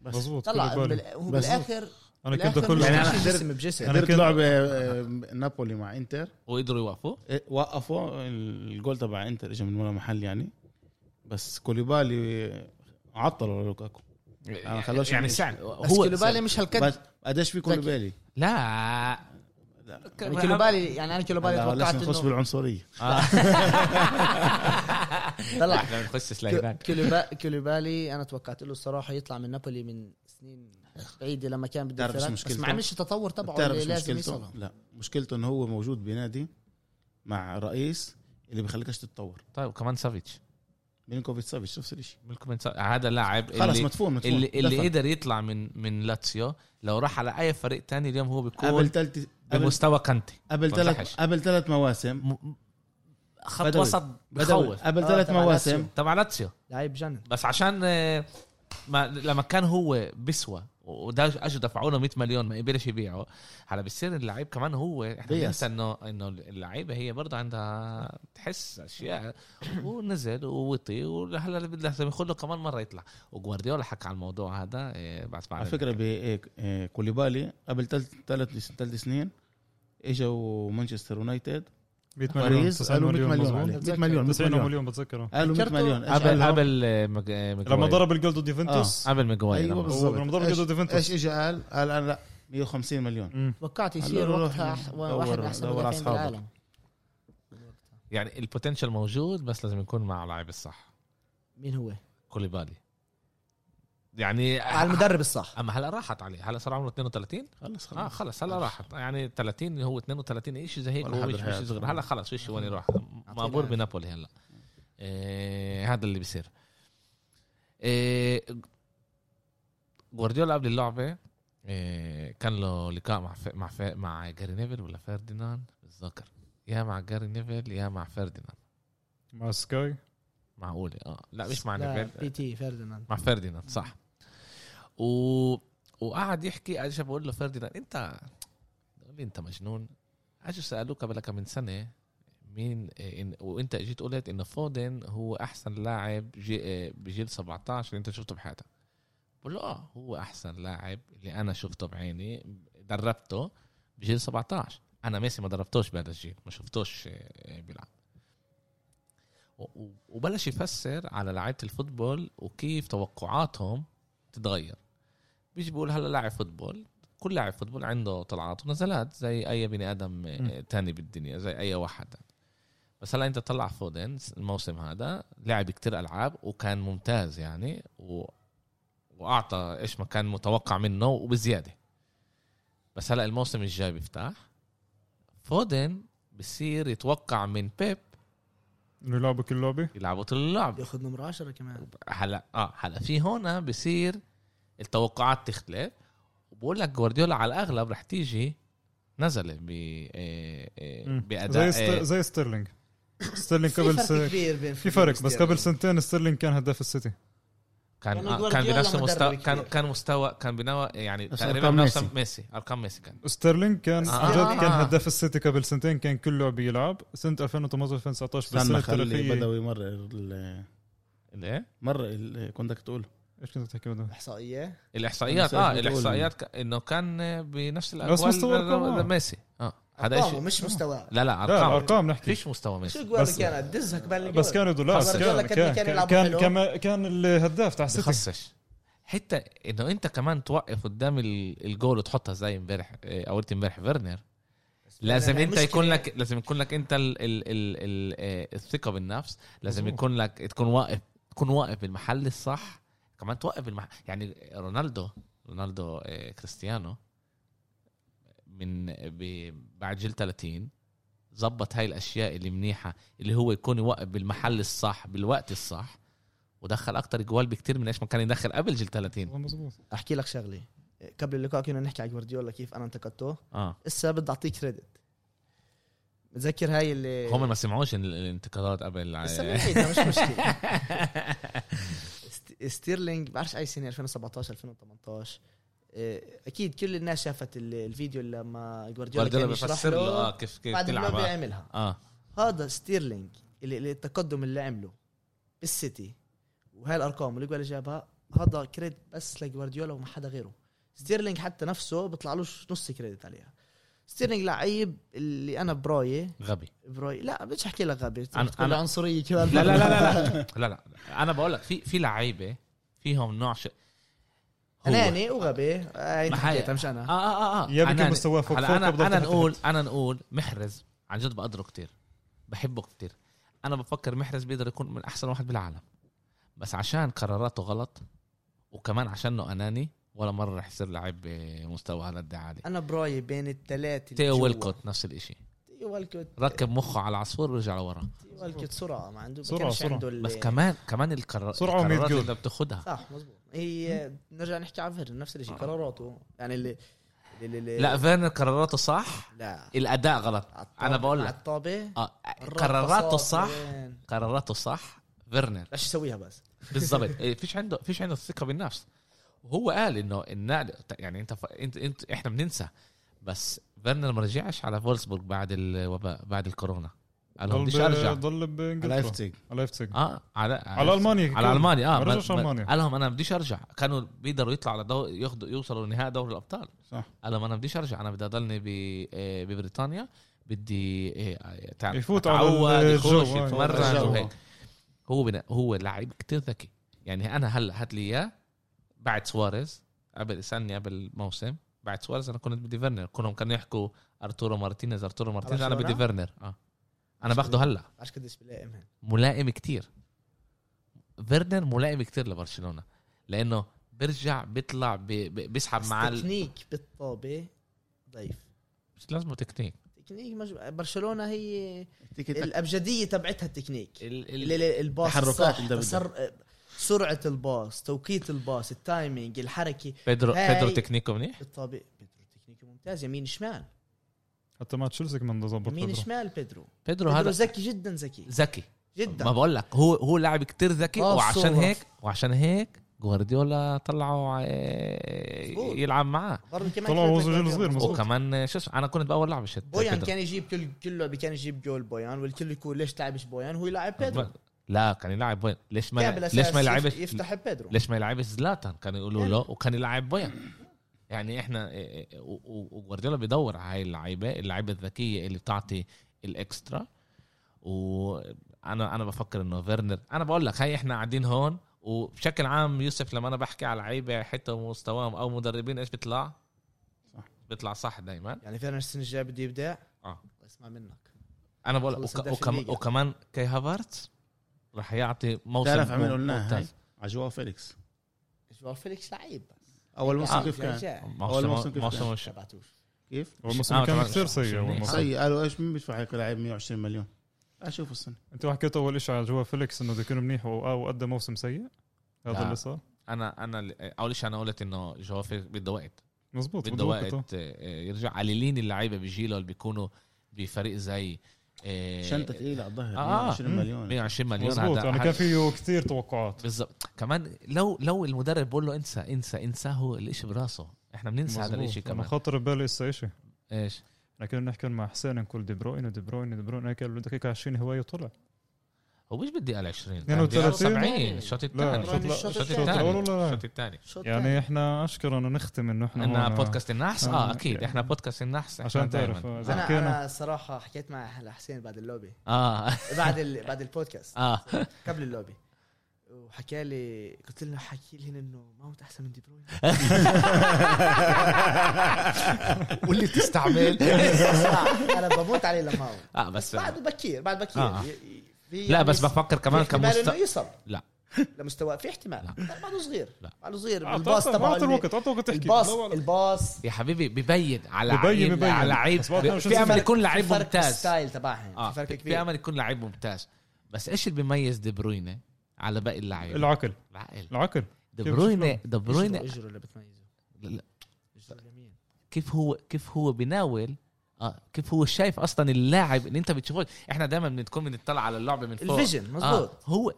بس مظبوط طلع كوليبالي. بال- هو بس بالاخر انا كنت بالاخر كله مش يعني أنا ماشي قدرت- جسم بجسم أنا قدرت كنت- لعبه آه، نابولي مع انتر وقدروا يوقفوه إيه، وقفوا الجول تبع انتر اجى من ولا محل يعني بس كوليبالي عطلوا لوكاكو ما خلوش يعني يمشي. سعر بس هو كيلوبالي مش هالقد بس قديش في كوليبالي؟ لا يعني كيلوبالي يعني انا كيلوبالي هلا توقعت بلشنا نخش انه بالعنصريه آه. طلع احنا بنخش كيو- هناك كيلوبا- كيلوبالي انا توقعت له الصراحه يطلع من نابولي من سنين بعيده لما كان بده بتعرف شو الفرق، بس مشكلته؟ ما عملش التطور تبعه بتعرف اللي شو لازم مشكلته؟ يوصله لا مشكلته انه هو موجود بنادي مع رئيس اللي بخليكش تتطور طيب وكمان سافيتش ميلينكوفيتش سافيتش نفس الشيء ملكم إنسا- هذا لاعب خلص اللي مدفون مدفون اللي, اللي دفن. قدر يطلع من من لاتسيو لو راح على اي فريق تاني اليوم هو قبل بيكون ثلاث قبل بمستوى كانتي قبل مزحش. ثلاث قبل ثلاث مواسم م- خط بدوي. وسط بدوي. بخوف قبل آه، ثلاث تبع مواسم لاتسيو. تبع لاتسيو لعيب جنن بس عشان آه، ما لما كان هو بسوى وده اجوا دفعوا له 100 مليون ما قبلش يبيعه هلا بصير اللعيب كمان هو احنا بيأس. بننسى انه انه اللعيبه هي برضه عندها تحس اشياء ونزل ووطي وهلا لازم ياخذ له كمان مره يطلع وجوارديولا حكى على الموضوع هذا آه، بعد ما على فكره ب إيه، إيه، كوليبالي قبل ثلاث ثلاث ثلاث سنين اجوا مانشستر يونايتد 100 مليون باريس 90 قالوا 100 مليون مظبوط. عليه. 100 مليون 90 مليون مليون بتذكر آه. قالوا 100 فكرته مليون إيش قبل قالوا؟ قبل آه، لما ضرب الجول ضد يوفنتوس قبل ماجواي ايوه لما- بالظبط رمضان إيش- ضد يوفنتوس. ايش اجى قال؟ قال انا لا 150 مليون مم. توقعت هلا يصير روح يعني. وقتها أح- دور- واحد من احسن دور على مدافعين أصحابك. بالعالم يعني البوتنشال موجود بس لازم يكون مع اللاعب الصح مين هو؟ كوليبالي يعني مع المدرب الصح اما هلا راحت عليه هلا صار عمره 32 خلص خلص اه خلص هلا راحت يعني 30 هو 32 شيء زي هيك ولا هو حد مش رح مش يعرف. صغير هلا خلص فيش وين يروح مأمور العافية. بنابولي هلا إيه هذا اللي بيصير إيه جوارديولا قبل اللعبه إيه كان له لقاء مع ف... مع ف... مع جاري نيفل ولا فرديناند بتذكر يا مع جاري نيفل يا مع فرديناند مع سكاي معقوله اه لا مش مع لا، نيفل بي تي فيرديناند مع فرديناند صح و... وقعد يحكي اجى بقول له فرديناند انت بقول لي انت مجنون اجوا سالوك قبل كم من سنه مين إن... وانت اجيت قلت انه فودن هو احسن لاعب جي... بجيل 17 اللي انت شفته بحياتك بقول له اه هو احسن لاعب اللي انا شفته بعيني دربته بجيل 17 انا ميسي ما دربتوش بهذا الجيل ما شفتوش آه، بيلعب و- و- وبلش يفسر على لعيبه الفوتبول وكيف توقعاتهم تتغير بيجي بيقول هلا لاعب فوتبول كل لاعب فوتبول عنده طلعات ونزلات زي اي بني ادم آه، م. تاني بالدنيا زي اي واحد بس هلا انت طلع فودن الموسم هذا لعب كتير العاب وكان ممتاز يعني و... واعطى ايش ما كان متوقع منه وبزياده بس هلا الموسم الجاي بيفتح فودن بصير يتوقع من بيب انه يلعبوا كل لعبه يلعبوا طول اللعب ياخذ نمره 10 كمان هلا اه هلا في هون بصير التوقعات تختلف وبقول لك جوارديولا على الاغلب رح تيجي نزله ب إيه، إيه، مم. باداء زي ست- زي ستيرلينج ستيرلينج في قبل فرق س- كبير بين في فرق بس قبل سنتين ستيرلينج كان هداف السيتي كان يعني آه، كان جوارديولا بنفس المستوى مدرب كان كبير. كان مستوى كان بنوع يعني بس تقريبا أرقام نفس ميسي. ميسي ارقام ميسي كان ستيرلينج كان آه. عن جد كان آه. هداف السيتي قبل سنتين كان كل لعبه يلعب سنه 2018 2019 بالسنه استنى خلي التاريخيه بدوي مرة ال- الايه مرة ال- كنت بدك تقول ايش كنت تحكي بدوي؟ احصائيه الاحصائيات أنا اه مش عارف الاحصائيات ك- انه كان آه، بنفس مستوى الأرقام، آه. الاجوال ميسي اه هذا هذا شيء مش مستواه لا لا لا ارقام الارقام نحكي فيش مستوى ميسي شو جوال بس- كانت دزها قبل بس كان يدو- لا بس كان رجولك كان قد كان كان يلعبوا كان, حلو. كان, كان الهداف تاع السيتي بخصش حتى انه انت كمان توقف قدام ال- الجول وتحطها زي امبارح آه، او قلت امبارح فيرنر لازم انت يكون لك لازم يكون لك انت ال ال ال ال آه، الثقه بالنفس لازم مظبوط. يكون لك تكون واقف تكون واقف بالمحل الصح كمان توقف بالمحل يعني رونالدو رونالدو آه، كريستيانو من ب- بعد جيل 30 ظبط هاي الاشياء اللي منيحه اللي هو يكون يوقف بالمحل الصح بالوقت الصح ودخل اكتر جوال بكتير من ايش ما كان يدخل قبل جيل 30 مظبوط احكي لك شغله قبل اللقاء كنا نحكي على جوارديولا كيف انا انتقدته اه هسه بدي اعطيه كريدت متذكر هاي اللي آه. هم ما سمعوش ال- الانتقادات قبل آه، لسه بعيدة، مش مشكله است- ستيرلينج بعرفش اي سنه 2017 2018 إيه، اكيد كل الناس شافت ال- الفيديو اللي لما جوارديولا جوارديولا كان يشرح بيفسر له اه له كيف كيف بعد تلعب اللعبه آه. عملها اه هذا ستيرلينج اللي اللي التقدم اللي عمله بالسيتي وهاي الارقام اللي جوارديولا جابها هذا كريدت بس لجوارديولا وما حدا غيره ستيرلينج حتى نفسه بيطلعلوش نص كريدت عليها ستيرلينج لعيب اللي انا برايي غبي برايي لا بديش احكي لك غبي أنا- بتقول أنا- لي عنصريه كمان لا لا لا لا لا, لا, لا. انا بقول لك في في لعيبه فيهم نوع ش... هو- اناني وغبي آه، انت ما هي- حكيتها مش اه انا اه اه يا بكي أناني. مستواه فوق هلا فوق انا وبضل انا تحت نقول انا نقول محرز عن جد بقدره كتير بحبه كتير انا بفكر محرز بيقدر يكون من احسن واحد بالعالم بس عشان قراراته غلط وكمان عشان انه اناني ولا مره رح يصير لعيب بمستوى هالقد عالي انا برايي بين الثلاثه تيو ويلكوت نفس الاشي يبغى الكت ركب مخه على عصفور ورجع لورا يبغى الكت سرعه ما عنده ما سرعة- كانش سرعة. عنده ال- بس كمان كمان القرار سرعة ومية القرارات جول. اللي بتاخدها صح مظبوط هي نرجع نحكي عن فيرن نفس الشيء قراراته يعني اللي, اللي, اللي آه. لا فيرنر قراراته صح لا الاداء غلط عالطابة- أنا بقول لك. عالطابه آه. مرات قراراته بساط صح وين. قراراته صح فيرنر لا شو يسويها بس بالضبط إيه، فيش عنده فيش عنده الثقه بالنفس وهو قال انه النقل يعني انت ف... انت انت احنا بننسى بس فيرنر ما رجعش على فولسبورغ بعد الوباء بعد الكورونا قال لهم بديش ارجع ضل على بانجلترا افتك على افتك اه على على المانيا على المانيا اه ما ما- رجعش ما- ألمانيا. قال لهم انا بديش ارجع كانوا بيقدروا يطلعوا على دور ياخذوا يوصلوا لنهائي دوري الابطال صح. قال لهم انا بديش ارجع انا بدي اضلني ب- آه، ببريطانيا بدي آه، تع- يفوت على أتعود، الجو، يخش آه، يتمرن الجو. وهيك هو بنا هو لعيب كتير ذكي يعني انا هلا هات لي اياه بعد سواريز قبل اسالني قبل موسم بعد سواريز انا كنت بدي فيرنر كلهم كانوا يحكوا ارتورو مارتينيز ارتورو مارتينيز انا بدي برشلونة؟ فيرنر اه انا باخده هلا عشان قديش بلاقي مهم ملائم كتير فيرنر ملائم كتير لبرشلونه لانه بيرجع بيطلع بي- بي- بيسحب مع ال... تكنيك بالطابه ضعيف مش لازم تكنيك تكنيك مش... برشلونه هي تيكي الابجديه تبعتها التكنيك ال- ال... ال... ال- الباص تحركات الصح، اللي بدك. تسر... سرعه الباص توقيت الباص التايمينج الحركه بيدرو هاي- بيدرو تكنيكه منيح بالطابع بيدرو تكنيكه ممتاز يمين شمال حتى مع تشيلسي كمان ده ظبط يمين بيدرو. شمال بيدرو بيدرو بيدرو هذا ذكي جدا ذكي ذكي جدا ما بقول لك هو هو لاعب كتير ذكي آه، وعشان صورة. هيك وعشان هيك جوارديولا طلعه آه، مظبوط. يلعب معاه برضه كمان طلعوا كيف بدك وزن تقول صغير، كمان. مظبوط. وكمان آه، شو اسمه انا كنت باول لعبه شت بويان بيدرو. كان يجيب كل كل لعبه كان يجيب جول بويان والكل يقول ليش لعبش بويان هو يلعب بيدرو لا كان يلعب بويان ليش كان آه، ما بالأساس ليش ما يف- يلعبش يفتح بيدرو ليش ما يلعبش زلاتان كانوا يقولوا إيه. يعني. له وكان يلعب بويان يعني احنا إيه، إيه، و- و- وجوارديولا بيدور على هاي اللعيبه اللعيبه الذكيه اللي بتعطي الاكسترا وانا انا بفكر انه فيرنر انا بقول لك هاي احنا قاعدين هون وبشكل عام يوسف لما انا بحكي على لعيبه حتى مستواهم او مدربين ايش بيطلع؟ بيطلع صح دائما يعني فعلا السنه الجايه بدي ابداع آه. اسمع منك انا بقول خلص وك... هداف وكم... الليجا. وكمان كي هافرت رح يعطي موسم تعرف عمين قلناها هاي ممتاز. على جواو فيليكس جوار فيليكس لعيب بس يعني اول موسم آه. كيف كان؟ أول موسم موسم كيف موسم كان؟ مش... تبعتوش كيف؟ هو آه، الموسم كان طبعاً. كثير سيء هو الموسم. سيء قالوا ايش مين بيدفع هيك لاعب 120 مليون؟ اشوف السنه انت حكيت اول شيء على جوا فيليكس انه بده يكون منيح و- آه، وادى موسم سيء هذا لا. اللي صار انا انا ال- اول شيء انا قلت انه جواو فيليكس بده وقت مزبوط بده وقت آه. آه، آه، يرجع قليلين اللعيبه بجيله اللي بيكونوا بفريق زي آه، شنطه ثقيله على آه، الظهر 120 مم. مليون 120 مليون مزبوط هذا يعني هذا- كان فيه كثير توقعات بالظبط كمان لو لو المدرب بقول له انسى انسى انسى هو الاشي براسه احنا بننسى هذا مزبوط. الاشي انا كمان خاطر ببالي هسه شيء ايش احنا كنا بنحكي مع حسين نقول دي بروين دي بروين دي بروين هيك الدقيقه 20 هوايه طلع هو مش بدي قال 20 32. 70 الشوط لا الثاني الشوط- لا، الشوط الشوط الثاني. الاول ولا لا الشوط الثاني شو يعني احنا اشكر انه نختم انه احنا احنا هون- بودكاست النحس اه آه، اكيد احنا بودكاست النحس عشان إحنا تعرف دايماً. آه، اذا انا حكينا انا الصراحه حكيت مع هلا حسين بعد اللوبي اه بعد ال... بعد البودكاست اه قبل اللوبي وحكى لي قلت له حكي لي انه ماونت احسن من دي بروين واللي تستعمل انا بموت عليه لماونت اه بس بس بعد بكير بعد بكير آه. ي- ي- لا يعني بس يص- بفكر كمان في احتمال كمست انه يصل لا. لمستوى في احتمال بعده صغير لا. بعده صغير الباص تبعه اعطي اللي- الوقت اعطي الوقت تحكي الباص لا ولا- الباص يا حبيبي ببين على ببين- عيب ببين. على لعيب بس واحد مش في امل فرق- يكون لعيب فرق ممتاز الستايل تبعهم اه في فرق في كبير امل يكون لعيب ممتاز بس ايش اللي بيميز دي بروينه على باقي اللعيبه؟ العقل العقل العقل دي كيف بروينه دي اجره بروينه إجره اللي بتميزه لا، إجره اليمين كيف هو كيف هو بناول اه كيف هو شايف اصلا اللاعب اللي انت بتشوفه احنا دائما بنكون بنطلع على اللعبه من فوق الفيجن مزبوط آه هو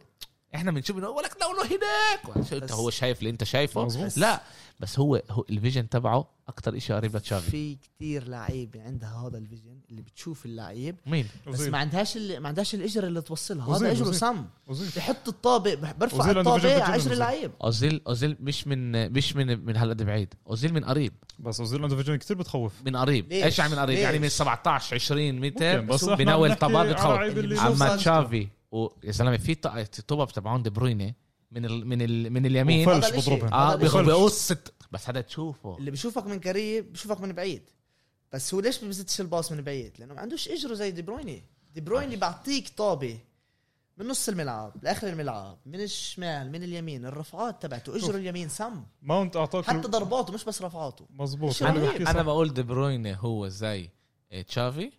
احنا بنشوف انه ولك لونه هناك شو انت بس- هو شايف اللي انت شايفه مظبوط. لا بس هو, هو الفيجن تبعه اكتر شيء قريب لتشافي في كتير لعيبه عندها هذا الفيجن اللي بتشوف اللعيب مين بس أوزيل. ما عندهاش اللي ما عندهاش الاجر اللي توصلها وزيل- هذا اجره وزيل. سم وزيل. بحط الطابه بح- برفع وزيل عنده فيجن الطابه جداً على اجر وزيل. اللعيب اوزيل اوزيل مش من مش من من هلا دي بعيد اوزيل من قريب بس اوزيل عنده فيجن كثير بتخوف من قريب ليش؟ ايش يعني من قريب ليش؟ يعني من 17 20 متر ممكن، بس بس احنا بناول بنحكي طابات على بتخوف لعيب اللي اما يوصل. تشافي ويا زلمه في ط- طوبه تبعون دي بروينه من ال من ال من اليمين وفرش هذا الإشي. بضربها اه هذا بيخ- وفرش. بيقص الت- بس هذا تشوفه اللي بشوفك من قريب بشوفك من بعيد بس هو ليش ما بيزتش الباص من بعيد لانه ما عندوش اجره زي دي برويني دي برويني بعطيك طابه من نص الملعب لاخر الملعب من الشمال من اليمين الرفعات تبعته اجره اليمين سم ماونت اعطاك حتى ضرباته مش بس رفعاته مزبوط شو أنا رأيك؟ بحكي صح. انا بقول دي بروينه هو زي آه، تشافي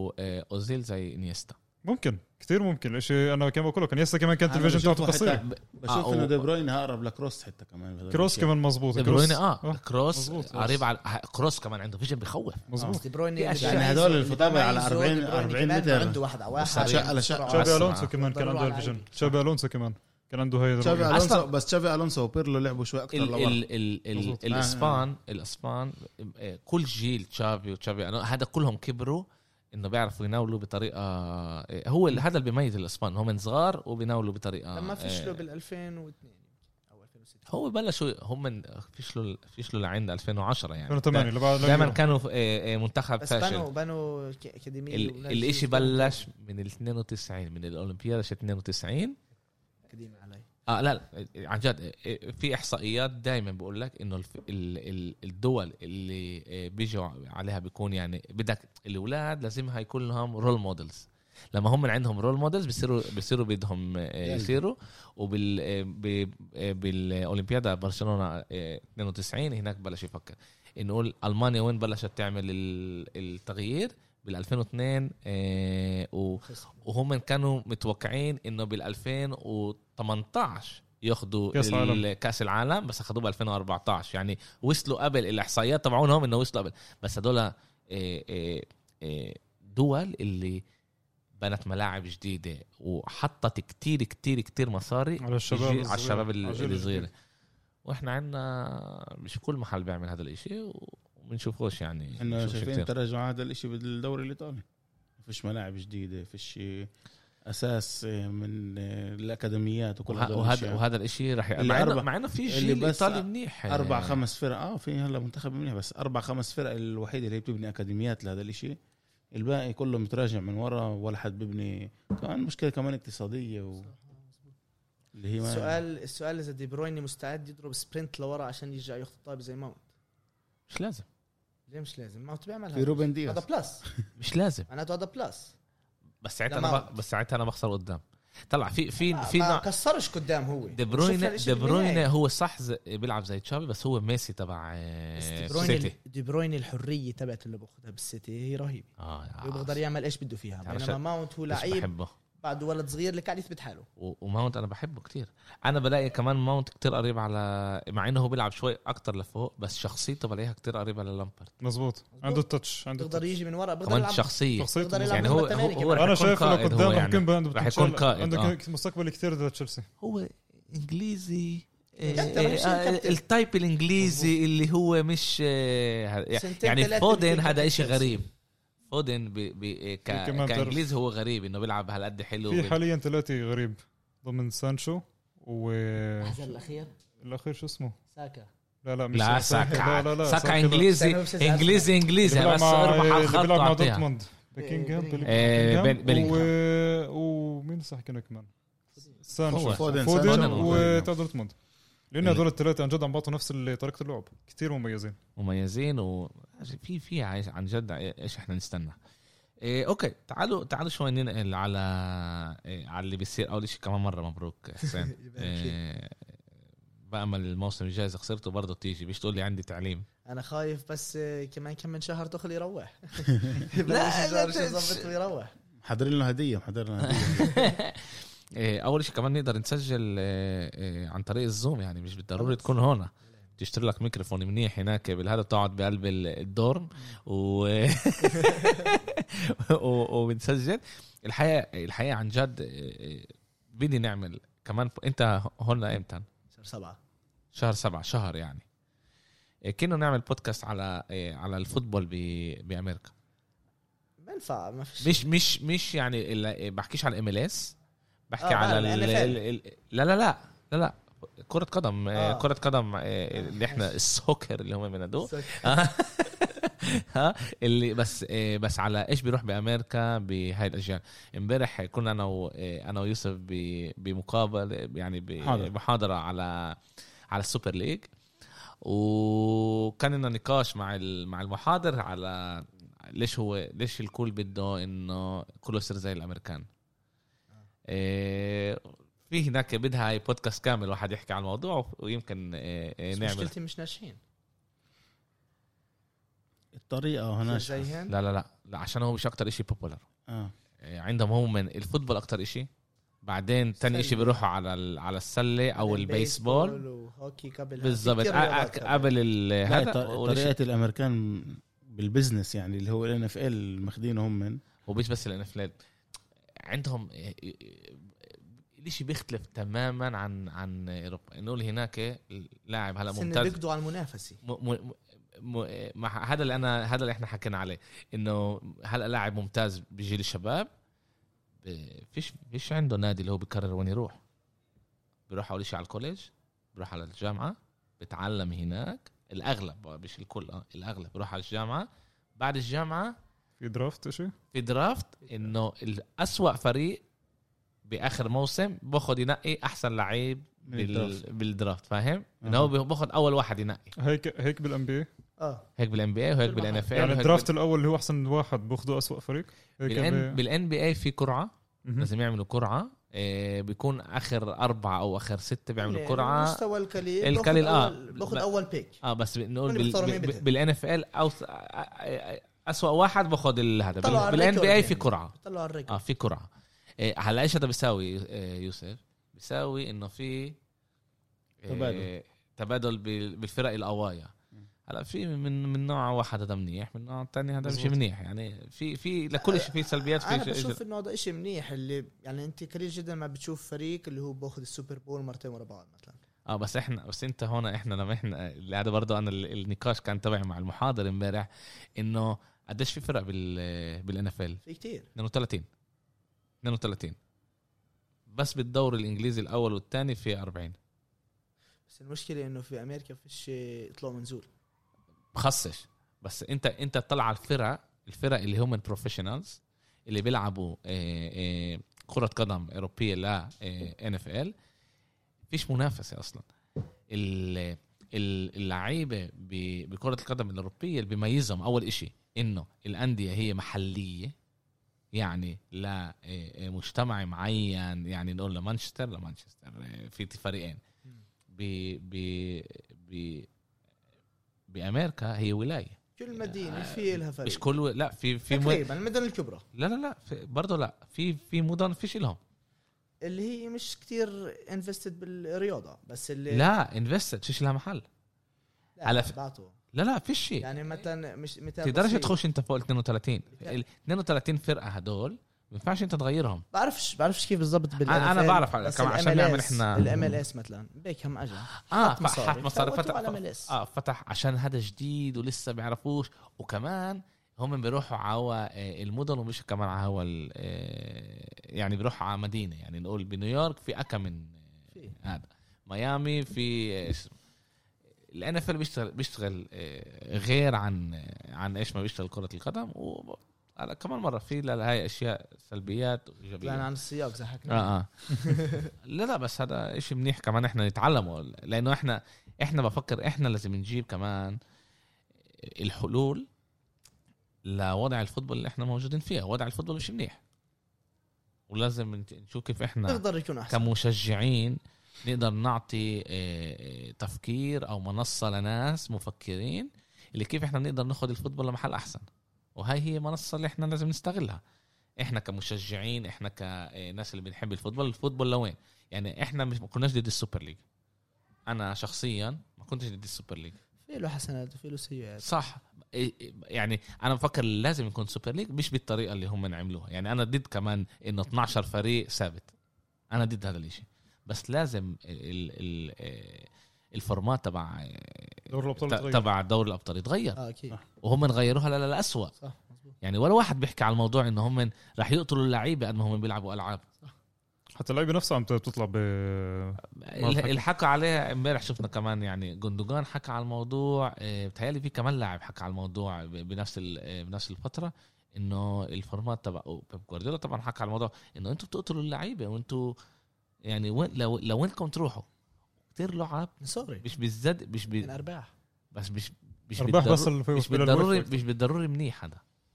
واوزيل زي انيستا ممكن كثير ممكن الشيء انا كمان بقول لك انيستا كمان كانت الفيجن بتاعته قصير بشوف آه، انه و- دي بروين اقرب لكروس حتى كمان كروس كمان مظبوط دي بروين كروس- آه، اه كروس مظبوط. قريب على كروس كمان عنده فيجن بيخوف مظبوط دي بروين يعني اللي يعني بيميزه- هدول اللي الفطابة بيميزه على دي 40 بروين 40 كمان متر. عنده واحدة واحد وسريع. على شق- بسرعة. تشابي أسرع. الونسو كمان كان ضربة عنده على الفيجن عيني. تشابي الونسو كمان كان عنده هاي تشافي الرؤية. أصلاً- الونسو بس تشافي الونسو وبيرلو لعبوا شوي اكثر ال لورا ال ال ال مظبوط. الاسبان الاسبان آه، كل جيل تشافي وتشافي أنا- هذا كلهم كبروا انه بيعرفوا يناولوا بطريقه آه، هو ال- هذا اللي بيميز الاسبان هم من صغار وبيناولوا بطريقه لما آه، فشلوا بال 2002 او 2006 هو بلشوا هم من فشلوا فشلوا لعند 2010 يعني 2008 اللي بعد دائما كانوا آه، آه، منتخب بس فاشل بنوا بنوا ك- اكاديميه ال- ونادي الاشي شيء بلش من ال 92 من الاولمبياد لش 92 اكاديمي علي اه لا, لا عن جد آه، في احصائيات دائما بقول لك انه الف- ال- ال- الدول اللي آه، بيجوا عليها بيكون يعني بدك الاولاد لازم هيكون لهم رول مودلز لما هم عندهم رول مودلز بيصيروا بيصيروا بدهم آه، يصيروا وبال آه، ب- آه، بالاولمبياده برشلونه آه، 92 هناك بلش يفكر نقول المانيا وين بلشت تعمل ال- التغيير بال 2002 آه، و- وهم كانوا متوقعين انه بال 2018 ياخذوا كأس العالم. كاس العالم بس اخذوه ب 2014 يعني وصلوا قبل الاحصائيات تبعونهم انه وصلوا قبل بس هدول آه، آه، آه، دول اللي بنت ملاعب جديده وحطت كتير كتير كتير مصاري على الشباب يجي- الصغير. على الشباب على الجيل ال- الجديد. الصغيره واحنا عندنا مش كل محل بيعمل هذا الاشي وبنشوفوش يعني احنا بنشوفوش كتير. شايفين تراجع هذا الاشي بالدوري الايطالي فيش ملاعب جديده فيش اساس من الاكاديميات وكل وه- هدول وهذا الأشياء. وهذا الاشي رح اللي مع انه أربع- مع انه في اللي جيل بس ايطالي منيح اربع خمس فرق اه في هلا منتخب منيح بس اربع خمس فرق الوحيده اللي هي بتبني اكاديميات لهذا الاشي الباقي كله متراجع من ورا ولا حد بيبني كمان مشكله كمان اقتصاديه و... اللي هي ما السؤال السؤال اذا دي بروين مستعد يضرب سبرنت لورا عشان يرجع ياخذ الطابه زي ماونت مش لازم ليه مش لازم ماونت بيعمل في هذا روبن هذا دياز بلس مش لازم معناته هذا بلس بس ساعتها لما- انا ب- بس ساعتها انا بخسر قدام طلع في في في ما نوع كسرش قدام هو دي شفنا بروين الإشي دي اللي بروين هناك. هو صح ز- بيلعب زي تشافي بس هو ميسي تبع آه، بس دي بروين سيتي دي بروين الحريه تبعته اللي باخذها بالسيتي هي رهيبه اه هو بيقدر آه، يعمل ايش بده فيها تعرف بينما شو- ماونت هو بس لعيب بحبه بعد ولد صغير اللي قاعد يثبت حاله و- وماونت انا بحبه كتير انا بلاقي كمان ماونت كتير قريب على مع انه هو بيلعب شوي اكتر لفوق بس شخصيته بلاقيها كتير قريبه للامبرد مظبوط عنده التاتش عنده بيقدر التاتش يجي من ورا بيقدر كمان يلعب شخصيه شخصيته بيقدر مظبوط. يلعب يعني مرة تانية كمان. هو هو, هو رح انا يكون شايف انه قائد هو قدام رح يكون يعني. عنده رح يكون potential- قائد، عنده آه. ك- مستقبل كثير ضد تشيلسي هو انجليزي إيه، كابتن، إيه، مش آه، الكابتن. التايب الانجليزي اللي هو مش آه، ه- سنتين يعني تلاتة فودن بيكون هذا إشي كابتن. غريب فودن بي بي ك... كمان بتعرف. كانجليزي هو غريب انه بيلعب هالقد حلو في وبي- حاليا ثلاثه غريب ضمن سانشو و هذا الاخير الاخير شو اسمه ساكا لا لا مش لا لا لا ساكا لا ساكا لا. انجليزي ساكا بيلعب- انجليزي انجليزي اللي بس اربح على اللي الخط بيلعب مع واعطيها دورتموند بيكينغهام بيلينغهام. يعني. إيه، بيلينغهام. بيل- بيلينغهام. و- ومين صح كنا كمان سانشو هو. فودن، فودن فودن سانشو. و- تاع دورتموند ال- لان هذول الثلاثه عن جد عم بعطوا نفس ال- طريقه اللعب كثير مميزين مميزين و في في عايش- عن جد ايش احنا نستنى إيه اوكي تعالوا تعالوا شوي ننقل على إيه على اللي بيصير اول شيء كمان مره مبروك حسين إيه بامل الموسم الجاي اذا خسرته برضه تيجي مش تقول لي عندي تعليم انا خايف بس آه، كمان كم من شهر تخل يروح لا، لا لا لا، يظبط ويروح محضرين له هديه محضرين له هديه إيه اول شيء كمان نقدر نسجل إيه إيه عن طريق الزوم يعني مش بالضروري تكون هون تشتري لك ميكروفون منيح هناك بالهذا بتقعد بقلب ال- الدورم و... و... وبنسجل الحقيقه الحقيقه عن جد إيه، إيه، بدي نعمل كمان انت هون امتى؟ شهر سبعة شهر سبعة شهر يعني إيه، كنا نعمل بودكاست على إيه، على الفوتبول ب... بامريكا بنفع ما فيش مش مش مش يعني ال- بحكيش على الام ال اس آه، بحكي على ال ال NFL. ال ال- لا لا لا لا لا كرة قدم آه. آه. كرة قدم آه، اللي احنا السوكر اللي هم بينادوه ها اللي بس آه، بس على ايش بيروح بامريكا بهاي الاشياء امبارح كنا انا و- آه، انا ويوسف ب- بمقابله يعني محاضرة. ب- بمحاضره على على السوبر ليج وكان لنا نقاش مع ال- مع المحاضر على ليش هو ليش الكل بده انه كله يصير زي الامريكان إيه، في هناك بدها هاي بودكاست كامل واحد يحكي عن آه، الموضوع ويمكن إيه، إيه، بس نعمل مشكلتي مش ناشئين الطريقه هنا زي هان لا لا لا, لا عشان هو مش اكتر شيء بوبولار اه آه، عندهم هم من الفوتبول اكتر شيء بعدين تاني شيء بيروحوا على ال- على السله او البيسبول يعني وهوكي قبل بالظبط أ- أ- قبل ال- لا، هذا ط- وليش- طريقه الامريكان بالبزنس يعني اللي هو الان اف ال ماخدينهم من ومش بس الانفلات عندهم الاشي بيختلف تماما عن عن اوروبا نقول هناك اللاعب هلا سن ممتاز بيقضوا على المنافسه م- م- م- مع هذا اللي انا هذا اللي احنا حكينا عليه انه هلا لاعب ممتاز بجيل الشباب ب- فيش فيش عنده نادي اللي هو بيقرر وين يروح بيروح اول شيء على الكوليج بيروح على الجامعه بتعلم هناك الاغلب مش الكل آه، الاغلب بيروح على الجامعه بعد الجامعه في درافت شيء في درافت انه الأسوأ فريق باخر موسم باخذ ينقي احسن لعيب من الدرافت. بال... بالدرافت فاهم؟ انه هو باخذ اول واحد ينقي هيك هيك بالان بي اه هيك بالان بي اي وهيك بالان اف اي يعني الدرافت الاول اللي هو احسن واحد باخذه اسوء فريق هيك ب- بالان بي اي في قرعه مهم. لازم يعملوا قرعه إيه، بيكون اخر اربعه او اخر سته بيعملوا يعني قرعه مستوى الكليل الكليل، الكليل آه. اه باخذ ب- اول بيك اه بس نقول كل بال... بيختاروا مين بال... بدهم. بالان اف ال او اسوء آه، واحد باخذ هذا طلعوا على بالان بي اي الريكورد في يعني. قرعه طلعوا على الريكورد اه في قرعه إيه، هلا ايش هذا بيساوي إيه، يوسف؟ بيساوي انه في إيه، تبادل. تبادل بال- بالفرق القوايا هلا في من من نوع واحد هذا منيح من نوع ثاني هذا مش منيح يعني في في لكل شيء في سلبيات في انا شيء- بشوف انه هذا شيء منيح اللي يعني انت قليل جدا ما بتشوف فريق اللي هو باخذ السوبر بول مرتين ورا بعض مثلا اه بس احنا بس انت هون احنا لما احنا اللي هذا برضه انا ال- النقاش كان تبعي مع المحاضر امبارح انه قديش في فرق بال بالان اف ال في كتير 32 32 بس بالدوري الانجليزي الاول والثاني في 40 بس المشكله انه في امريكا فيش اطلاع ونزول بخصش بس انت انت تطلع على الفرق الفرق اللي هم البروفيشنالز اللي بيلعبوا آه، آه، كرة قدم أوروبية لا آه، ان اف ال فيش منافسة أصلا ال- ال- اللعيبة ب- بكرة القدم الأوروبية اللي بيميزهم أول إشي إنه الأندية هي محلية يعني لا آه، آه، مجتمع معين يعني نقول لمانشستر لمانشستر آه، في فريقين ب ب ب بامريكا هي ولايه كل مدينه في لها فريق مش كل و... لا في في مد... تقريبا المدن الكبرى لا لا لا في... برضه لا في في مدن فيش لهم اللي هي مش كتير انفستد بالرياضه بس اللي لا انفستد فيش لها محل على ف- بعته لا لا فيش شيء يعني مثلا مش مثال تقدرش بسيط. تخش انت فوق ال 32 ال 32 فرقه هدول ما ينفعش انت تغيرهم بعرفش بعرفش كيف بالضبط بال أنا- أنا NFL بعرف على- بس كم- عشان ال نعمل MLS إحنا- الام ال اس مثلا بيكهام اجى اه حط مصاري. فحط مصاري فوتوا فتح على MLS. اه فتح عشان هذا جديد ولسه بيعرفوش وكمان هم بيروحوا على المدن ومش كمان على هو ال- آه، يعني بيروحوا على مدينه يعني نقول بنيويورك في اكا من في. هذا ميامي في الان اف بيشتغل بيشتغل آه، غير عن آه، عن ايش ما بيشتغل كره القدم و هلا كمان مره في لا- هاي اشياء سلبيات طلعنا وايجابيات عن السياق زحكنا اه اه لا لا بس هذا شيء منيح كمان احنا نتعلمه لانه احنا احنا بفكر احنا لازم نجيب كمان الحلول لوضع الفوتبول اللي احنا موجودين فيه وضع الفوتبول مش منيح ولازم نت- نشوف كيف احنا نقدر يكون احسن كمشجعين نقدر نعطي آه، آه، تفكير او منصه لناس مفكرين اللي كيف احنا بنقدر ناخذ الفوتبول لمحل احسن وهاي هي منصه اللي احنا لازم نستغلها احنا كمشجعين احنا كناس اللي بنحب الفوتبول الفوتبول لوين يعني احنا مش ما كناش ضد السوبر ليج انا شخصيا ما كنتش ضد السوبر ليج في له حسنات وفي له سيئات صح إيه- يعني انا بفكر لازم يكون سوبر ليج مش بالطريقه اللي هم عملوها يعني انا ضد كمان انه 12 فريق ثابت انا ضد هذا الاشي بس لازم ال ال ال- الفورمات تبع إيه، دور الابطال ت- تغير تبع دوري الابطال يتغير اه اكيد وهم غيروها لا لا لا أسوأ صح مزبوط يعني ولا واحد بيحكي على الموضوع انه هم رح يقتلوا اللعيبه قد ما هم بيلعبوا العاب حتى اللعيبه نفسها عم تطلع ب ال- الحكى عليها امبارح شفنا كمان يعني جندوجان حكى على الموضوع آه، بتهيألي في كمان لاعب حكى على الموضوع ب- بنفس ال- آه، بنفس الفتره انه الفورمات تبع بيب جوارديولا طبعا حكى على الموضوع انه انتوا بتقتلوا اللعيبه وانتوا يعني وين لو لوينكم تروحوا كتير لعب سوري مش بالزد مش من بال ارباح بس مش مش ارباح بالضرو- بس اللي في- مش في بالضروري الوقت. مش بالضروري منيح هذا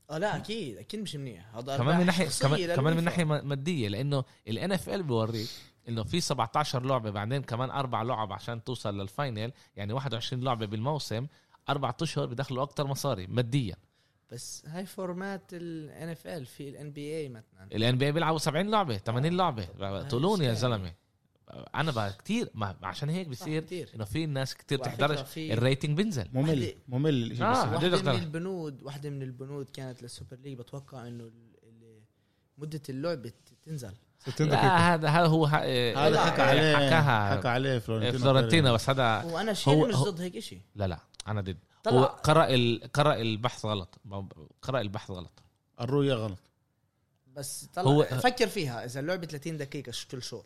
آه، اه لا اكيد اكيد مش منيح هذا كمان من ناحيه كمان, كمان من ناحيه ناحيه ماديه لانه الان اف ال بيوريك انه في 17 لعبه بعدين كمان اربع لعب عشان توصل للفاينل يعني 21 لعبه بالموسم اربع اشهر بدخلوا اكثر مصاري ماديا بس هاي فورمات الان اف ال في الان بي اي مثلا الان بي بيلعبوا 70 لعبه 80 لعبه طولون يا يعني. زلمه انا بقى كتير ما عشان هيك بصير كتير انه في ناس كتير وعلى فكرة بتحضرش في- الريتنج بينزل ممل ممل الشيء آه. بس. بدي واحدة أقترح. من البنود واحدة من البنود كانت للسوبر ليج بتوقع انه ال- ال- مدة اللعبة تنزل 60 دقيقة لا هذا هذا هو ه- إيه، هذا إيه، حكى عليه حكى حكاها عليه فلورنتينو فلورنتينا بس هذا وانا شيء آه، هو- مش هو- ضد هيك شيء لا لا انا ضد طلع. هو قرا ال... قرا البحث غلط قرا البحث غلط الرؤية غلط بس طلع هو- هو فكر فيها اذا اللعبة 30 دقيقة ش- كل شوط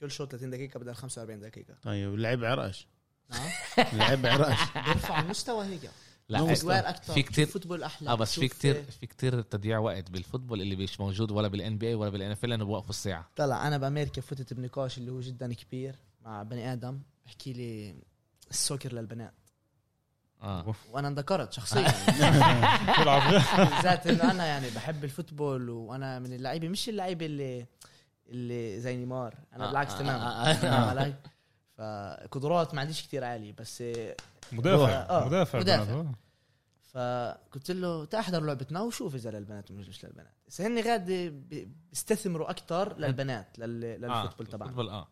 كل شوط 30 دقيقة بدل 45 دقيقة طيب لعب عرقش نعم لعب عرقش بيرفع المستوى هيك لا اجوار اكثر في كتير- فوتبول احلى اه بس في بتشوف- كتير في كتير تضييع وقت بالفوتبول اللي مش موجود ولا بالان بي اي ولا بالان اف ال لانه بوقفوا الساعه طلع انا بامريكا فتت بنقاش اللي هو جدا كبير مع بني ادم بحكي لي السوكر للبنات اه وانا انذكرت شخصيا تلعب بالذات انه انا يعني بحب الفوتبول وانا من اللعيبه مش اللعيبه اللي اللي زي نيمار انا آه، بالعكس آه، تماما آه، آه، فاهم علي؟ فقدرات ما عنديش كثير عاليه بس مدافع آه، مدافع مدافع. بنات، آه. فقلت له تحضر لعبتنا وشوف اذا للبنات مش مش للبنات بس هن غادي بي- بيستثمروا اكثر للبنات لل... للفوتبول تبعنا الفوتبول اه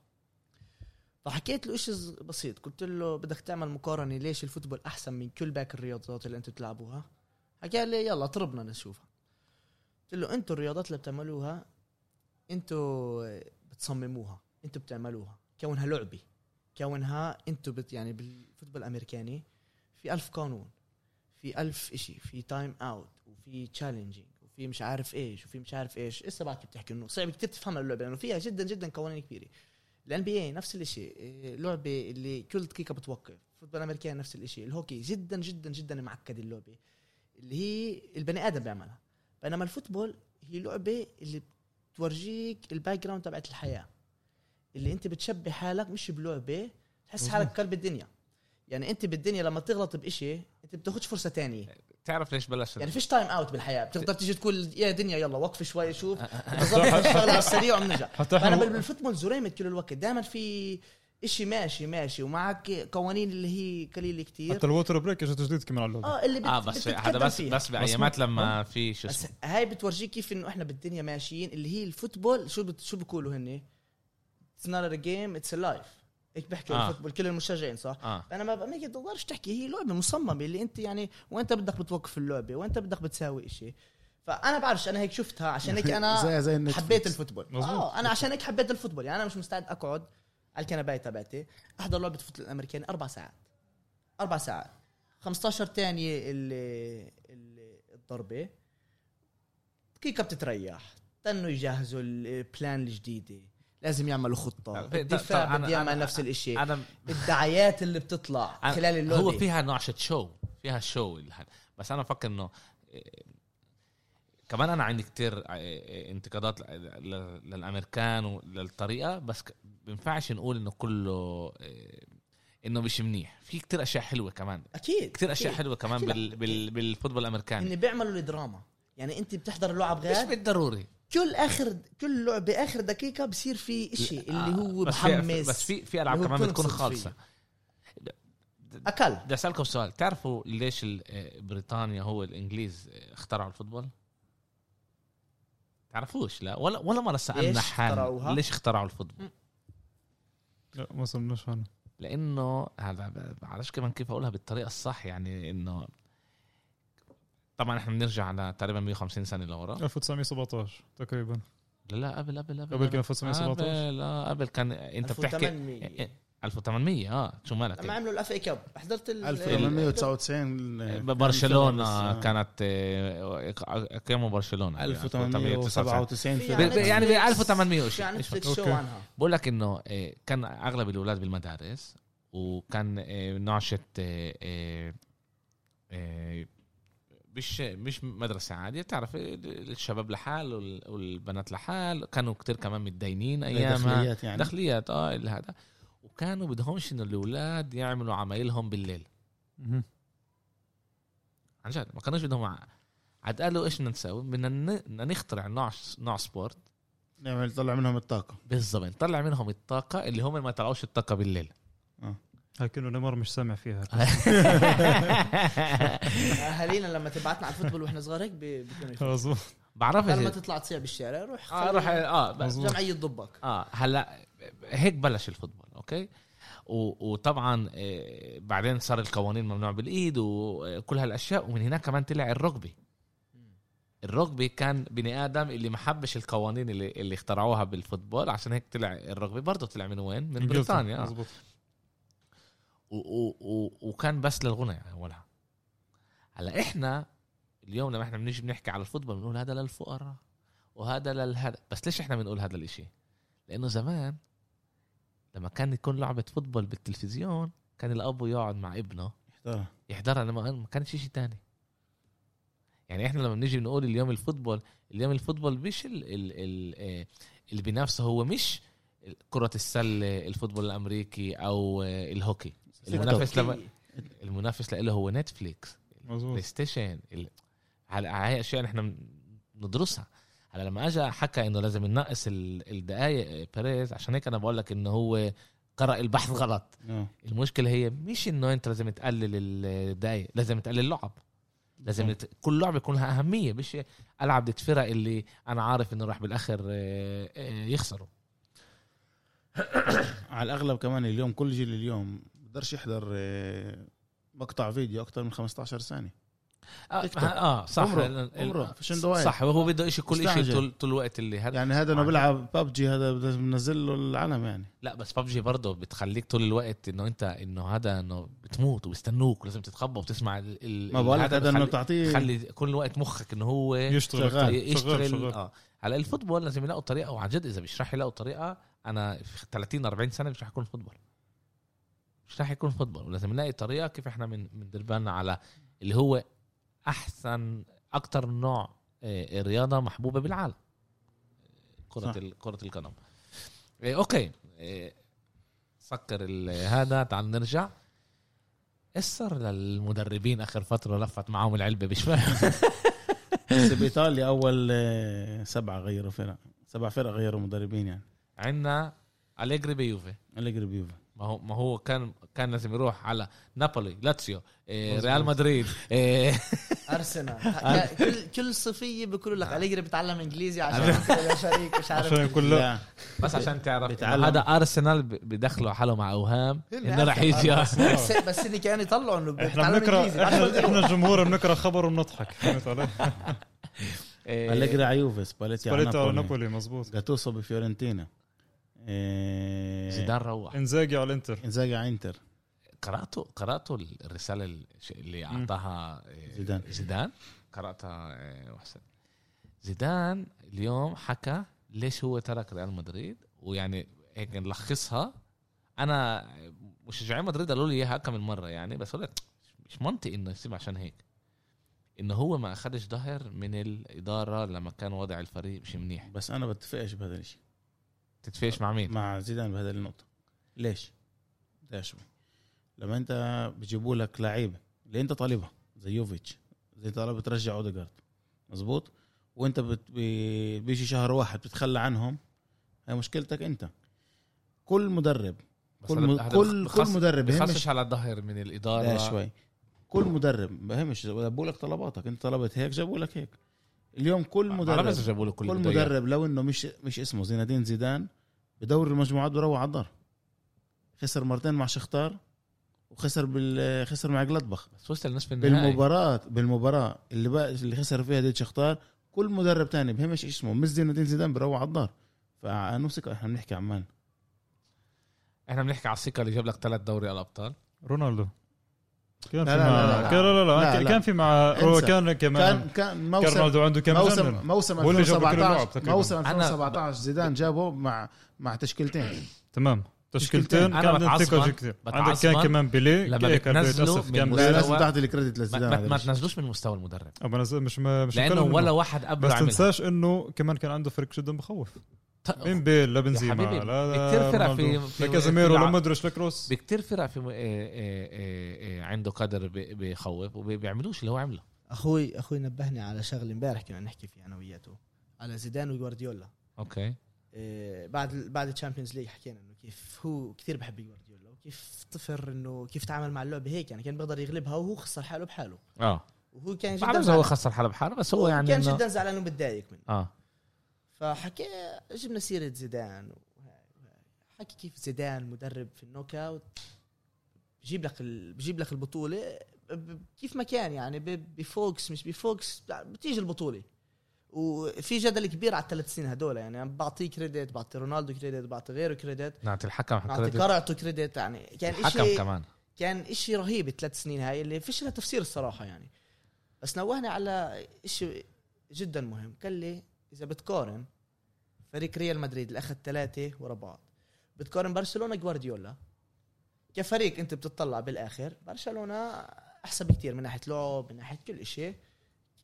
فحكيت له شيء بسيط قلت له بدك تعمل مقارنه ليش الفوتبول احسن من كل باقي الرياضات اللي انتم بتلعبوها حكى لي يلا طربنا نشوفها قلت له انتم الرياضات اللي بتعملوها انتم بتصمموها انتم بتعملوها كونها لعبه كونها انتم بت يعني بالفوتبول الامريكاني في ألف قانون في ألف إشي في تايم اوت وفي تشالنجينج وفي مش عارف ايش وفي مش عارف ايش لسه بعد بتحكي انه صعب كتير تفهم اللعبه لانه فيها جدا جدا قوانين كبيره الان بي اي نفس الشيء إيه، لعبه اللي كل دقيقه بتوقف فوتبول امريكان نفس الشيء الهوكي جدا جدا جدا معقده اللعبه اللي هي البني ادم بيعملها بينما الفوتبول هي لعبه اللي بتورجيك الباك جراوند تبعت الحياه اللي انت بتشبه حالك مش بلعبه تحس حالك كلب الدنيا يعني انت بالدنيا لما تغلط بإشي انت بتاخدش فرصه تانية تعرف ليش بلش يعني فيش تايم اوت بالحياه بتقدر تيجي تقول يا دنيا يلا وقف شوي شوف بالضبط الشغله على السريع وبنرجع حتى انا احنا بالفوتبول زريمة كل الوقت دائما في اشي ماشي ماشي ومعك قوانين اللي هي قليله كتير حتى الووتر بريك اجى تجديد كمان على اللعبه اه اللي بت... اه بس هذا بس بس بايامات لما في شو بس اسمه هاي بتورجيك كيف انه احنا بالدنيا ماشيين اللي هي الفوتبول شو بت... شو بيقولوا هن اتس نوت ا جيم اتس ا لايف هيك بيحكوا آه. آه. الفوتبول كل المشجعين صح اه انا ما ما بتقدرش تحكي هي لعبه مصممه اللي انت يعني وانت بدك بتوقف اللعبه وانت بدك بتساوي إشي فانا بعرفش انا هيك شفتها عشان هيك انا زي زي النتفليكس. حبيت الفوتبول مظبوط. اه انا عشان هيك حبيت الفوتبول يعني انا مش مستعد اقعد على الكنبايه تبعتي احضر لعبه فوتبول الامريكاني اربع ساعات اربع ساعات 15 ثانيه ال- ال- الضربه دقيقه بتتريح تنوا يجهزوا البلان الجديده لازم يعملوا خطه طب- طب- طب الدفاع أنا- بده يعمل أنا- نفس الشيء انا الدعايات اللي بتطلع أنا- خلال اللعبه هو فيها نعشة شو فيها شو الحد. بس انا بفكر انه إيه، كمان انا عندي كتير إيه، إيه، انتقادات ل- ل- للامريكان وللطريقه بس ك- بينفعش نقول انه كله إيه، انه مش منيح في كتير اشياء حلوه كمان اكيد كتير اشياء حلوه كمان أكيد. بال بال بالفوتبول الامريكاني ان بيعملوا الدراما يعني انت بتحضر اللعب مش غير بالضروري كل اخر كل لعبه اخر دقيقه بصير في إشي آه، اللي هو بس في- محمس بس في في العاب اللي هو كمان بتكون بتنصت فيه. خالصه اكل بدي اسالكم سؤال تعرفوا ليش ال- آه، بريطانيا هو الانجليز آه، اخترعوا الفوتبول تعرفوش لا ولا ولا مره ليش سالنا حالنا اخترعوها؟ ليش اخترعوا الفوتبول لا ما وصلناش هنا لانه هذا ب- بعرفش كمان كيف اقولها بالطريقه الصح يعني انه طبعا احنا بنرجع على تقريبا 150 سنه آه. لورا 1917 تقريبا لا لا قبل قبل قبل قبل كان 1917 قبل آه، قبل كان انت بتحكي إيه، 1800 1800 اه شو لما مالك عملوا الاف اي كاب إيه حضرت ال- إيه. 1899 برشلونه آه. إيه، كانت آه، قيموا برشلونه 1897 في في ب- ب- يعني ب نتفليكس. 1800 في وشيء عن إيش نتفليكس شو أوكي. عنها بقول لك انه آه، كان اغلب الاولاد بالمدارس وكان آه، نعشه آه، آه، آه، مش مش مدرسه عاديه تعرف ال- آه، الشباب لحال وال- والبنات لحال كانوا كتير كمان متدينين ايامها داخليات يعني داخليات اه اللي هذا وكانوا بدهمش انه الاولاد يعملوا عمايلهم بالليل مهم. عن جد ما كانوش بدهم ع- عاد قالوا ايش بدنا نسوي بدنا ن- بدنا نخترع نوع نوع سبورت نعمل طلع منهم الطاقة بالضبط طلع منهم الطاقه اللي هم ما طلعوش الطاقه بالليل آه. هاي كله نمر مش سامع فيها اهالينا آه، لما تبعتنا على الفوتبول واحنا صغار هيك بي- بيكونوا يفهموا. آه، مظبوط بعرفش لما تطلع تصيح بالشارع روح اه راح اه بس مظبوط. جمعيه ضبك اه هلا هيك بلش الفوتبول اوكي و- وطبعا آه، بعدين صار القوانين ممنوع بالايد وكل هالاشياء ومن هناك كمان طلع الركبي الركبي كان بني ادم اللي ما حبش القوانين اللي, اللي اخترعوها بالفوتبول عشان هيك طلع الركبي برضه طلع من وين؟ من بريطانيا آه. مظبوط و- و- و- وكان بس للغنى يعني اولها هلا احنا اليوم لما احنا بنيجي بنحكي على الفوتبول بنقول هذا للفقراء وهذا للهذا بس ليش احنا بنقول هذا الاشي لانه زمان لما كان يكون لعبه فوتبول بالتلفزيون كان الاب يقعد مع ابنه احترم. يحضرها لما ما كانش شيء تاني يعني احنا لما بنيجي بنقول اليوم الفوتبول اليوم الفوتبول مش ال ال ال آه، اللي بينافسه هو مش كرة السلة الفوتبول الامريكي او آه، الهوكي المنافس لما المنافس له هو نتفليكس بلاي مظبوط ستيشن ال- على هاي اشياء نحن بندرسها هلا لما اجى حكى انه لازم ننقص ال- الدقائق بيريز عشان هيك انا بقول لك انه هو قرأ البحث غلط آه. المشكله هي مش انه انت لازم تقلل الدقايق لازم تقلل اللعب لازم نت... كل لعبه يكون لها اهميه مش العب ضد فرق اللي انا عارف انه راح بالاخر آه، آه، يخسروا على الاغلب كمان اليوم كل جيل اليوم بقدرش يحضر آه، مقطع فيديو اكتر من 15 ثانيه اه, تيك توك. آه صح عمره- ال- ال- عمره، فشن دوايع. صح وهو بده شيء كل شيء مستعجل. طول, طول الوقت اللي هذا يعني هذا انه معك. بيلعب ببجي هذا لازم ننزل له العالم يعني لا بس ببجي برضه بتخليك طول الوقت انه انت انه هذا انه بتموت وبيستنوك ولازم تتخبى وتسمع ال... ال- ما بقول لك هذا انه بتخلي- بتعطيه خلي كل الوقت مخك انه هو يشتغل شغال. أكتر. يشتغل شغال شغال اه على الفوتبول لازم يلاقوا طريقه وعن جد اذا مش راح يلاقوا طريقه انا في 30 40 سنه مش راح يكون فوتبول مش راح يكون فوتبول ولازم نلاقي طريقه كيف احنا من من بالنا على اللي هو احسن اكتر نوع آه، رياضه محبوبه بالعالم كره صح. ال- كره القدم آه، اوكي آه، سكر ال- هذا تعال نرجع ايش صار للمدربين اخر فتره لفت معاهم العلبه مش فاهم بس بايطاليا اول آه، سبعه غيروا فرق سبع فرق غيروا مدربين يعني عندنا أليجري بيوفي اليجري بيوفا ما هو ما هو كان كان لازم يروح على نابولي لاتسيو إيه ريال مدريد إيه ارسنال كل كل صفيه بيقولوا لك اليجري بتعلم انجليزي عشان يا شريك مش عارف عشان يكون لا لا بس عشان تعرف بيتعلم. إنه هذا ارسنال ب- بدخلوا حاله مع اوهام انه راح يجي بس بس اللي كان يطلعوا انه احنا بتعلم بنقرا انجليزي احنا احنا الجمهور بنقرا خبر وبنضحك فهمت علي؟ إيه، اليجري على يوفي سباليتي على سباليتا على نابولي نابولي مظبوط جاتوسو بفيورنتينا آه، زيدان روح انزاجي على الانتر انزاجي على انتر قراته قراته الرساله ال- اللي مم. اعطاها إيه، زيدان. زيدان قراتها إيه، وحسن زيدان اليوم حكى ليش هو ترك ريال مدريد ويعني هيك نلخصها انا مشجعين مدريد قالوا لي اياها كم مره يعني بس قلت مش منطقي انه يسيب عشان هيك انه هو ما اخدش ظهر من الاداره لما كان وضع الفريق مش منيح بس انا بتفقش بهذا الشيء تتفاجئ مع مين مع زيدان بهذه النقطة ليش؟ ليش؟ لما انت بجيبوا لك لعيبة اللي انت طالبها زي يوفيتش زي طالب ترجع اوديجارد مزبوط وانت بت... بي- بيجي شهر واحد بتتخلى عنهم هي مشكلتك انت كل مدرب بس كل هذا- م... هذا كل كل بخص- مدرب بخصش بهمش على الظهر من لا الاداره شوي كل مدرب بهمش جابوا لك طلباتك انت طلبت هيك جابوا لك هيك اليوم كل مدرب مدرب جابوا له كل كل البدايات. مدرب لو انه مش مش اسمه زينادين زيدان بدور المجموعات بروح على الدار خسر مرتين مع شختار وخسر بال خسر مع جلادباخ بس وصل نصف النهائي بالمباراه بالمباراه اللي بقى اللي خسر فيها ديت شختار كل مدرب تاني بهمش ايش اسمه مش زينادين زيدان بروح على الدار فنمسك احنا بنحكي عمان احنا بنحكي على الثقه اللي جاب لك ثلاث دوري الابطال رونالدو كان لا، في لا، مع لا، لا. كان- لا لا لا، لا لا. كان في مع رو- انسى. كان كان كمان كان كان موسم رونالدو عنده كام موسم موسم موسم هو اللي جاب كل اللعب 2017 تقريباً. موسم أنا- 2017 زيدان جابه مع مع تشكيلتين تمام تشكيلتين. تشكيلتين أنا كان عندهم بتعصبن- ثقه كثير عندك بتعصبن كان كمان بيلي لما كان بده بتنزله يتأسف. من كان مستوى لا، بيلي- لازم تعطي الكريدت ما, لزيدان ما, هذا ما الشيء. تنزلوش من مستوى المدرب أبا أنا مش ما مش لانه مقلل منه. ولا واحد قبله بس عملها تنساش انه كمان كان عنده فريق جدا بخوف ط- من بيل لا يا بنزيما حبيبي، لا بكتير فرق في- رونالدو، في- لا كازيميرو لا في- مودريتش لا كروس بكتير فرق في م- إيه إيه إيه إيه عنده قدر بي- بيخوف وبيعملوش اللي هو عمله اخوي اخوي نبهني على شغله امبارح كنا نحكي فيها انا وياته على زيدان وجوارديولا اوكي إيه، بعد بعد الشامبيونز ليج حكينا انه كيف هو كثير بحب جوارديولا كيف طفر انه كيف تعامل مع اللعبه هيك يعني كان بيقدر يغلبها وهو خسر حاله بحاله اه وهو كان جدا بعرف هو زعلان. خسر حاله بحاله بس هو يعني كان إنه- جدا زعلان ومتضايق منه اه فحكي جبنا سيره زيدان وهاي وهاي. حكي كيف زيدان مدرب في النوك اوت بجيب لك ال... بجيب لك البطوله ب- كيف ما كان يعني ب- بفوكس مش بفوكس بتيجي البطوله وفي جدل كبير على الثلاث سنين هدول يعني أنا بعطيه كريدت بعطي رونالدو كريدت بعطي غيره كريدت نعطي الحكم بعطي حق قرعته كريدت يعني كان الحكم شيء كمان كان إشي رهيب الثلاث سنين هاي اللي فيش لها تفسير الصراحة يعني بس نوهنا على إشي جدا مهم قال لي إذا بتقارن فريق ريال مدريد اللي أخذ ثلاثة ورا بعض بتقارن برشلونة جوارديولا كفريق أنت بتطلع بالآخر برشلونة أحسن بكتير من ناحية لعب من ناحية كل إشي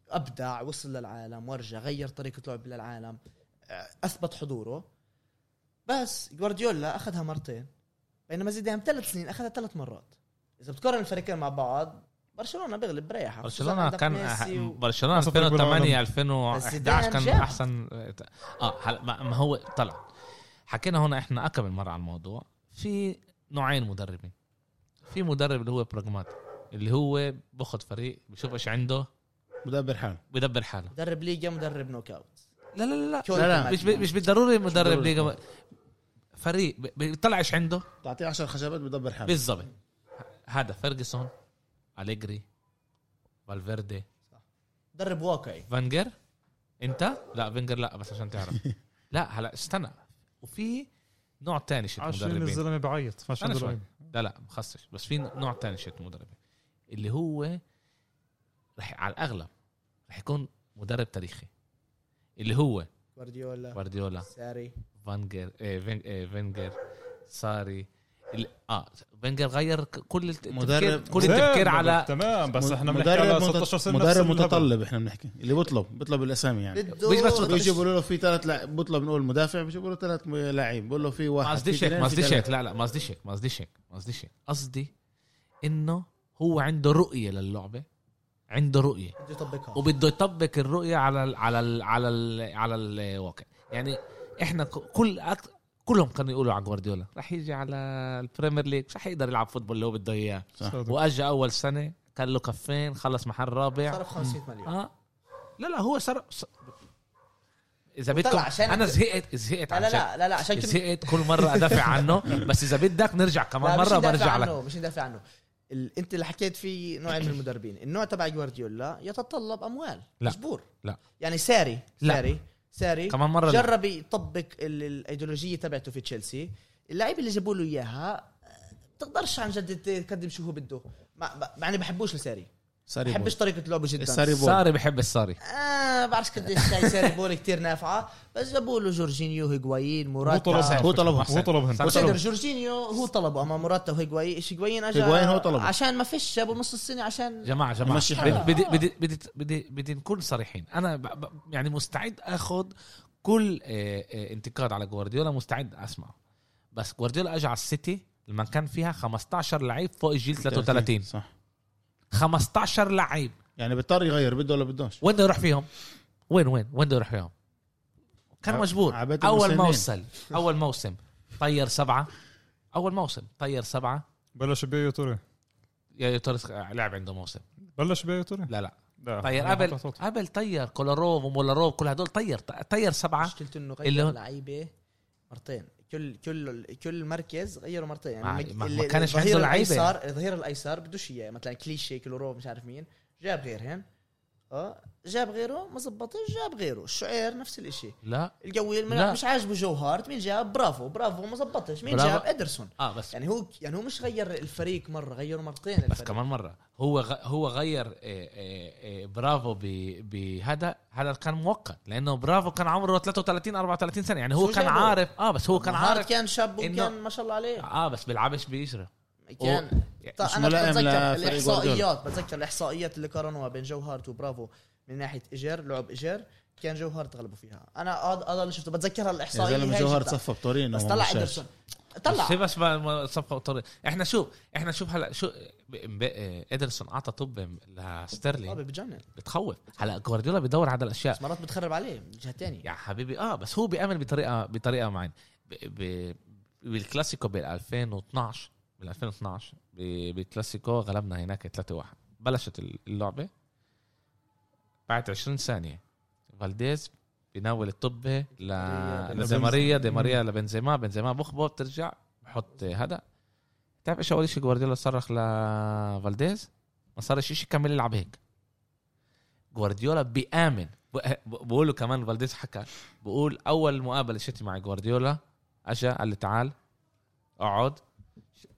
أبدع وصل للعالم ورجع غير طريقة لعب للعالم آه، أثبت حضوره بس جوارديولا أخذها مرتين بينما زيدان ثلاث سنين أخذها ثلاث مرات اذا بتقارن الفريقين مع بعض برشلونه بيغلب بريحه برشلونه كان أه- و... برشلونه أحسن فريق 2008 بالعالم. بس 2011 زيدان كان جاب. احسن اه هلا ما ما هو طلع حكينا هنا احنا اكم من مره على الموضوع في نوعين مدربين في مدرب اللي هو براجماتي اللي هو باخذ فريق بشوف ايش عنده مدبر حاله بدبر حاله مدرب ليجا مدرب نوك اوت لا لا لا لا، لا. مش مش بالضروري مدرب بالضروري. ليجا فريق ب- بيطلع ايش عنده نعم. تعطيه 10 خشبات بدبر حاله بالضبط هذا فيرجسون أليجري فالفيردي مدرب واقعي فانجر انت لا فانجر لا بس عشان تعرف لا هلا استنى وفي نوع تاني شت عشان مدربين الزلمه بعيط استنى شوي. فعشان لا لا بخصش بس في نوع تاني شت مدربين اللي هو رح على الاغلب رح يكون مدرب تاريخي اللي هو جوارديولا جوارديولا ساري فانجر إيه فين- إيه، فينجر ساري ال- اه فينجر غير ك- كل التفكير مدرب- كل التفكير على تمام بس احنا بنحكي مدرب على متط- 16 سنه نفس مدرب الهبل. متطلب احنا بنحكي اللي بيطلب بيطلب الاسامي يعني بده مش بس بيجي بيقولوا له في ثلاث لعيب بيطلب نقول مدافع بيجي بيقولوا ثلاث لعيب بقول له في واحد ما قصديش في هيك اثنين، ما في قصديش ثلاثة. هيك لا لا ما قصديش هيك ما قصديش هيك ما قصديش هيك قصدي انه هو عنده رؤيه للعبه عنده رؤيه بده يطبقها وبده يطبق الرؤيه على ال على ال على ال على الواقع يعني احنا ك- كل أكت... كلهم كانوا يقولوا على جوارديولا رح يجي على البريمير ليج مش رح يقدر يلعب فوتبول اللي هو بده اياه صادق. واجى اول سنه كان له كفين خلص محل رابع صرف 500 مليون اه لا لا هو صار ص- اذا بدكم وطلع عشان- انا زهقت زهقت لا عن لا جد. لا لا, لا عشان كده زهقت كل مره ادافع عنه بس اذا بدك نرجع لا، كمان مش مره ندافع برجع لك عنه مش ندافع عنه ال... انت اللي حكيت فيه نوعين من المدربين النوع تبع جوارديولا يتطلب اموال لا. مجبور لا. يعني ساري لا. ساري ساري كمان مره لا. جرب يطبق ال- الايديولوجيه تبعته في تشيلسي اللعيبه اللي جابوا له اياها آه، بتقدرش عن جد تقدم شو هو بده مع مع- مع اني بحبوش لساري ساري بول. بحبش طريقه لعبه جدا الساري بول ساري بحب الساري آه بعرفش قديش شاي ساري بول كتير نافعه بس جابوا له جورجينيو هيغوايين هو موراتا طلبها هو طلبها. هو طلبها صار- بس تقدر جورجينيو هو طلبه اما موراتا وهيغوايين ايش هيغوايين اجى هيغوايين هو طلبه. عشان ما فيش جابوا نص السنه عشان جماعه جماعه ماشي حالك. بدي بدي بدي بدي بدي نكون صريحين انا ب- ب- يعني مستعد اخذ كل آه، آه، انتقاد على جوارديولا مستعد اسمعه بس جوارديولا اجى على السيتي لما كان فيها 15 لعيب فوق الجيل 33 صح 15 لعيب يعني بيضطر يغير بده ولا بدوش وين بده يروح فيهم؟ وين وين وين بده يروح فيهم؟ كان ع- مجبور عباد اول المسنين. موسم اول موسم طير سبعه اول موسم طير سبعه بلش بيه يا ترى يا توريس لعب عنده موسم بلش بيه يا ترى لا لا آه، لا طيب، طير قبل قبل طير كولاروف ومولاروف كل هدول طير طير سبعه مشكلته انه اللي هو- غير لعيبه مرتين كل كل كل مركز غيره مرتين مع- المج- ما- ما اللي- كانش الظهير عنده لعيبة. الايسر الظهير الايسر بدوش اياه مثلا كليشي كلورو مش عارف مين جاب غيرهن اه جاب غيره ما زبطش جاب غيره الشعير نفس الاشي لا القوي لا. الم- مش عاجبه جو هارت مين جاب برافو برافو ما زبطش مين برافو. جاب ادرسون اه بس يعني هو يعني هو مش غير الفريق مره غيره مرتين الفريق. بس كمان مره هو غ... هو غير آه، آه، آه، برافو ب... بهذا هذا كان مؤقت لانه برافو كان عمره 33 34 سنه يعني هو شو كان جابه؟ عارف اه بس هو كان ما هارت عارف كان شاب إنه- وكان ما شاء الله عليه اه بس بيلعبش بيشرب كان يعني طيب مش انا ملائم بتذكر لفريق جوارديولا. الاحصائيات بتذكر الاحصائيات اللي قارنوها بين جو هارت وبرافو من ناحيه اجر لعب اجر كان جو هارت غلبوا فيها انا هذا هذا اللي شفته بتذكرها يا الاحصائيه زلمه هاي جوهر شفتها. صفى بطورين بس طلع ادرسون طلع بس بس ما- ما صفقه طريق احنا شوف احنا شوف هلا شو ب- ب- آه، ادرسون اعطى طب آه، لستيرلينج بتجنن بتخوف هلا جوارديولا بيدور على الاشياء بس مرات بتخرب عليه من جهه ثانيه يا حبيبي اه بس هو بيامن بطريقه بطريقه معينه ب- ب- بالكلاسيكو بال 2012 بال 2012 ب- بالكلاسيكو غلبنا هناك 3-1 بلشت اللعبه بعد 20 ثانيه فالديز بناول الطبه ل لدي ماريا دي ماريا لبنزيما بنزيما بخبط بترجع بحط هذا تعرف ايش اول شيء جوارديولا صرخ لفالديز ما صارش شيء كمل يلعب هيك جوارديولا بيامن ب- ب- بقوله كمان فالديز حكى بقول اول مقابله شتي مع جوارديولا اجا قال لي تعال اقعد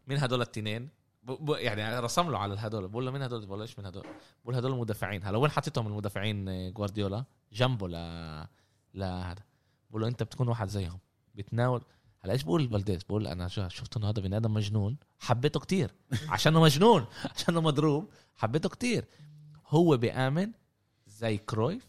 مين هدول التنين ب- ب- يعني رسم له على هدول بقول له مين هدول بقول له ايش من هدول بقول هدول المدافعين هلا وين حطيتهم المدافعين آه، جوارديولا جنبه ل لهذا بقول له انت بتكون واحد زيهم بتناول هلا ايش بقول فالديز بقول انا شو- شفت انه هذا بني ادم مجنون حبيته كتير عشانه مجنون عشانه مضروب حبيته كتير هو بيامن زي كرويف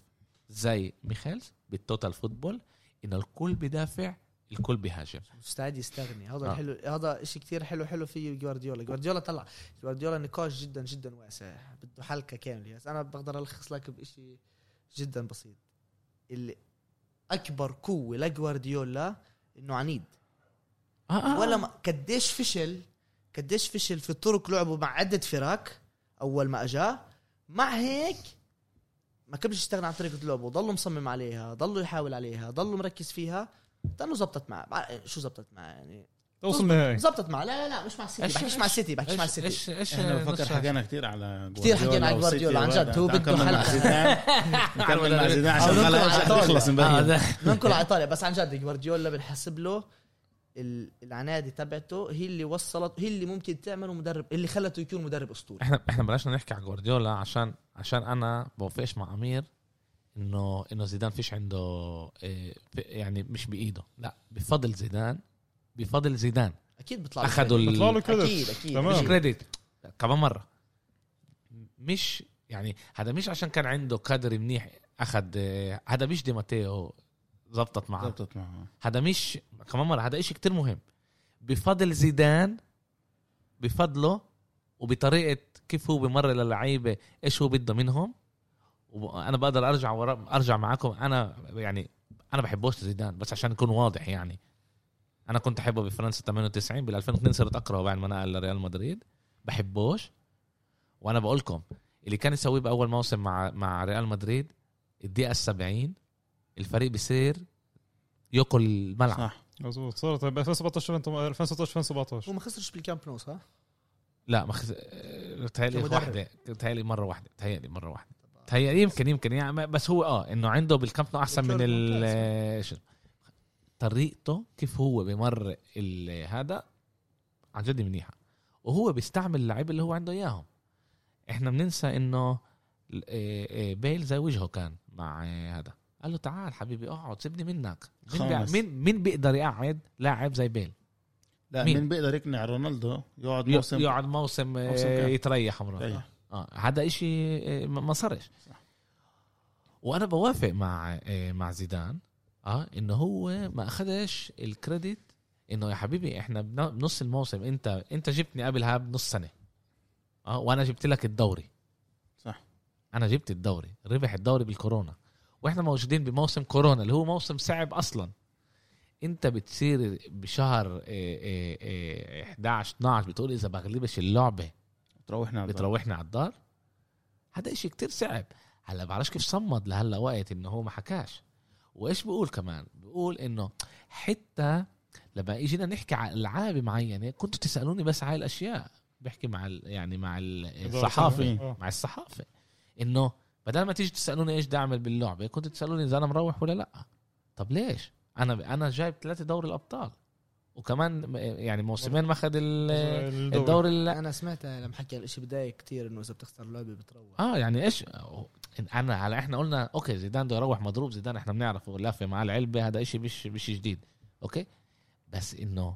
زي ميخيلز بالتوتال فوتبول انه الكل بيدافع الكل بيهاجم مستعد يستغني هذا آه. الحلو هذا شيء كثير حلو حلو فيه جوارديولا جوارديولا طلع جوارديولا نقاش جدا جدا واسع بده حلقه كامله بس انا بقدر الخص لك بشيء جدا بسيط اللي اكبر قوه لجوارديولا انه عنيد آه آه آه. ولا ما قديش فشل قديش فشل في طرق لعبه مع عدة فرق اول ما اجاه مع هيك ما كملش يستغنى عن طريقة لعبه ضله مصمم عليها ضله يحاول عليها ضله مركز فيها ضله زبطت معه بع- شو زبطت معه يعني توصل نهائي زبطت معه لا لا لا مش مع السيتي إيش- بحكيش مع السيتي بحكيش ايش مع السيتي ايش ايش احنا بفكر نص- حكينا كتير على إيه، كتير حكينا على وسيتي جوارديولا، عن وهذا. جد، هو تعال بده نكمل مع حلقة. زيدان. على نكمل مع المدرب. زيدان أو عشان ننقل خلاص على عشان إيطاليا. تخلص آه، امبارح ده- ننقل على ايطاليا بس عن جد جوارديولا بنحسب له ال- العنادي تبعته هي اللي وصلت هي اللي ممكن تعمله مدرب اللي خلته يكون مدرب اسطوري احنا احنا بلشنا نحكي على جوارديولا عشان عشان انا بوافقش مع امير انه انه زيدان فيش عنده إيه، ب- يعني مش بايده لا بفضل زيدان بفضل زيدان اكيد بيطلع له اخذوا كريدت. بيطلع له ال- كده اكيد اكيد تمام. مش أكيد. كريديت كمان مره مش يعني هذا مش عشان كان عنده كادر منيح اخذ إيه، هذا مش دي ماتيو زبطت معه زبطت معه هذا مش كمان مره هذا إشي كتير مهم بفضل زيدان بفضله وبطريقه كيف هو بمر للعيبه ايش هو بده منهم وانا بقدر ارجع ورا ارجع معاكم انا يعني انا بحبوش زيدان بس عشان نكون واضح يعني انا كنت احبه بفرنسا 98 بال 2002 صرت اكرهه بعد ما نقل لريال مدريد بحبوش وانا بقول لكم اللي كان يسويه باول موسم مع مع ريال مدريد الدقيقه 70 الفريق بيصير ياكل الملعب صح مظبوط صارت ب 2017 2016 2017 هو ما خسرش بالكامب نو صح؟ لا ما خز... آه، بتهيألي كمدرب. واحدة بتهيألي مرة واحدة بتهيألي مرة واحدة بتهيألي يمكن يمكن يعني بس هو اه انه عنده بالكامب نو احسن من دكتور ال ممتاز. آه، شو- طريقته كيف هو بمر ال- هذا عن جد منيحة وهو بيستعمل اللعيبة اللي هو عنده اياهم احنا بننسى انه ال- آه، آه، بيل زي وجهه كان مع آه، هذا قال له تعال حبيبي اقعد سيبني منك مين, بيع- خامس. مين مين بيقدر يقعد لاعب زي بيل لا مين؟ مين بيقدر يقنع رونالدو يقعد موسم موسم يقعد موسم, آه، موسم كامل. يتريح مرات طيب. اه هذا إشي آه، ما ما صارش وانا بوافق مع آه، مع زيدان اه انه هو ما اخذش الكريدت انه يا حبيبي احنا بن- بنص الموسم انت انت جبتني قبلها بنص سنه اه وانا جبت لك الدوري صح. انا جبت الدوري ربح الدوري بالكورونا واحنا موجودين بموسم كورونا اللي هو موسم صعب اصلا انت بتصير بشهر آه، آه، آه، 11 12 بتقول اذا بغلبش اللعبه تروحنا على الدار. بتروحنا على الدار هذا إشي كتير صعب هلا بعرفش كيف صمد لهلا وقت انه هو ما حكاش وايش بقول كمان بقول انه حتى لما اجينا نحكي على العاب معينه كنتوا تسالوني بس على الاشياء بحكي مع ال- يعني مع ال- الصحافه آه. مع الصحافه انه بدل ما تيجي تسالوني ايش بدي اعمل باللعبه كنت تسالوني اذا انا مروح ولا لا طب ليش انا انا جايب ثلاثه دوري الابطال وكمان يعني موسمين ما اخذ ال- الدوري ال- انا سمعت لما حكى الاشي بدايه كتير انه اذا بتخسر لعبه بتروح اه يعني ايش انا على احنا قلنا اوكي زيدان بده يروح مضروب زيدان احنا بنعرفه لافه مع العلبه هذا إشي مش مش جديد اوكي بس انه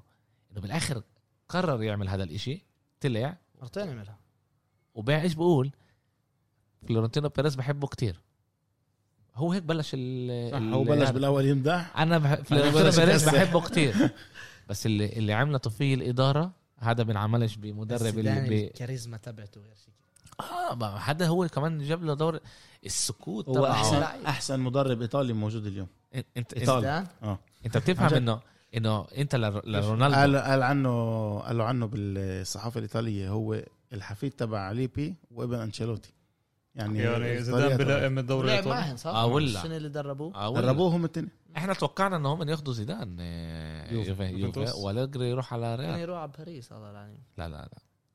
انه بالاخر قرر يعمل هذا الإشي طلع مرتين عملها وبيع ايش بقول فلورنتينو بيريز بحبه كتير هو هيك بلش ال صح ال- هو بلش هذا. بالاول يمدح انا بح... فلورنتينو بلش بيريز يكسر. بحبه كتير بس اللي اللي عملته فيه الاداره هذا بنعملش بمدرب اللي بي... الكاريزما تبعته غير شيء اه ما حدا هو كمان جاب له دور السكوت هو تبعه. احسن احسن مدرب ايطالي موجود اليوم انت انت إيطالي. زيدان انت بتفهم عن جد. انه انه انت لر- لرونالدو قال قال عنه قالوا عنه بالصحافه الايطاليه هو الحفيد تبع ليبي وابن انشيلوتي يعني يعني الطريقة زيدان بلا من الدوري لعب الايطالي معهم صح؟ آه، ولا. السنه اللي دربوه آه، ولا. دربوه هم التنين احنا توقعنا ان هم ياخذوا زيدان آه، يوفي. يوفي يوفنتوس. يوفي والاجري يروح على كان ريال يروح على باريس الله العظيم لا لا لا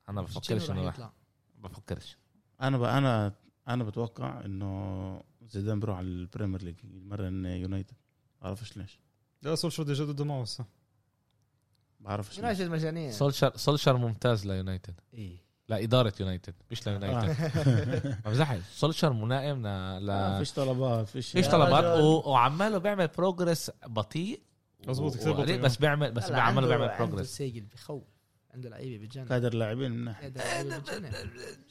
انا بفكرش راح انه راح- يطلع بفكرش انا بقى انا انا بتوقع انه زيدان بيروح على البريمير ليج يتمرن يونايتد بعرفش ليش لا سولشر يجددوا معه هسه بعرفش ليش يونايتد مجانيه سولشر سولشر ممتاز ليونايتد ايه لا اداره يونايتد مش ليونايتد ما بزحش سولشر ملائم ل آه، ل فيش طلبات فيش فيش يا طلبات رجل. و- وعماله بيعمل بروجرس بطيء مظبوط، و- كتير وقليل، بطيء. بس بيعمل بس طيب. لا، بيعمله عنده- بيعمل عنده بروجرس سجل بخوف عنده لعيبه بتجنن كادر لاعبين من ناحيه عنده لعيبة بتجنن.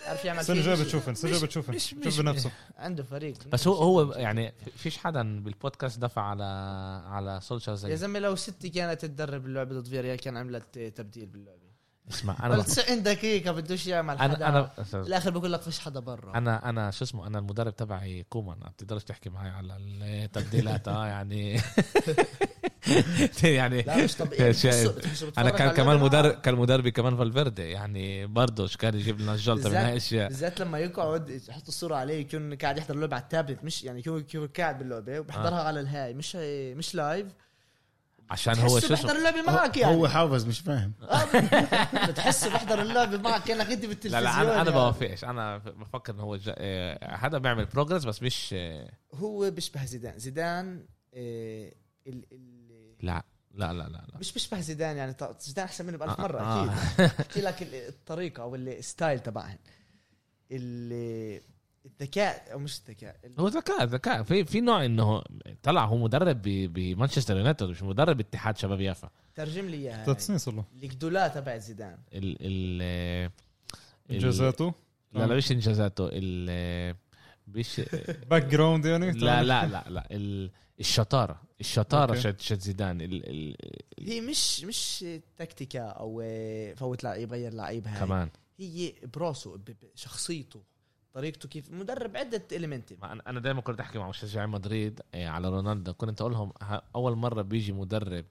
عارف يعمل السنه الجايه فيه بتشوف السنه الجايه بتشوف مش- مش- شوف بنفسه عنده فريق بس هو هو يعني فيش حدا بالبودكاست دفع على على سولشر يا زي زلمه لو ستي كانت تدرب اللعبه ضد فيريال كان عملت تبديل باللعبه اسمع انا انا بف- 90 دقيقه إيه، بدوش يعمل حدا انا انا انا بالاخر بقول لك فيش حدا برا انا انا شو اسمه انا المدرب تبعي كومان ما بتقدرش تحكي معي على التبديلات اه يعني يعني لا مش طبيعي شايف. بتحسه- بتحسه بتفرج انا على كان كمان اللعبة. مدرب كان مدربي كمان فالفيردي يعني برضه كان يجيب لنا الجلطه من بالذات- هاي الاشياء بالذات لما يقعد يحط الصوره عليه يكون قاعد يحضر اللعبه على التابلت مش يعني يكون يكون قاعد آه. باللعبه وبحضرها على الهاي مش مش لايف عشان هو تحسه شو اسمه بحضر اللعبه معك هو- يعني هو حافظ مش فاهم بتحسه بحضر اللعبه معك كانك انت لا بالتلفزيون لا انا انا يعني. بوافقش انا بفكر انه هو جا- آه، حدا بيعمل بروجرس بس مش آه، هو بيشبه زيدان زيدان إيه ال ال لا لا لا لا لا مش بيشبه زيدان يعني ط- زيدان احسن منه بألف آه، مره آه. اكيد احكي لك ال- الطريقه او الستايل تبعهم ال- الذكاء او مش الذكاء ال- هو ذكاء ذكاء في في نوع انه طلع هو مدرب ب- بمانشستر يونايتد مش مدرب اتحاد شباب يافا ترجم لي اياها ثلاث هاي. سنين صار له الجدوله تبع زيدان ال ال آه، ال- انجازاته لا لا مش انجازاته ال آه، مش باك جراوند يعني لا لا لا لا ال- الشطاره الشطاره أوكي. شت شت زيدان ال ال هي مش مش تكتيكا او فوت لعيب غير لعيب هاي كمان هي براسه ب- ب- شخصيته طريقته كيف مدرب عده اليمنت ما انا انا دائما كنت احكي مع مشجعين مدريد آه، على رونالدو كنت اقول لهم ه- اول مره بيجي مدرب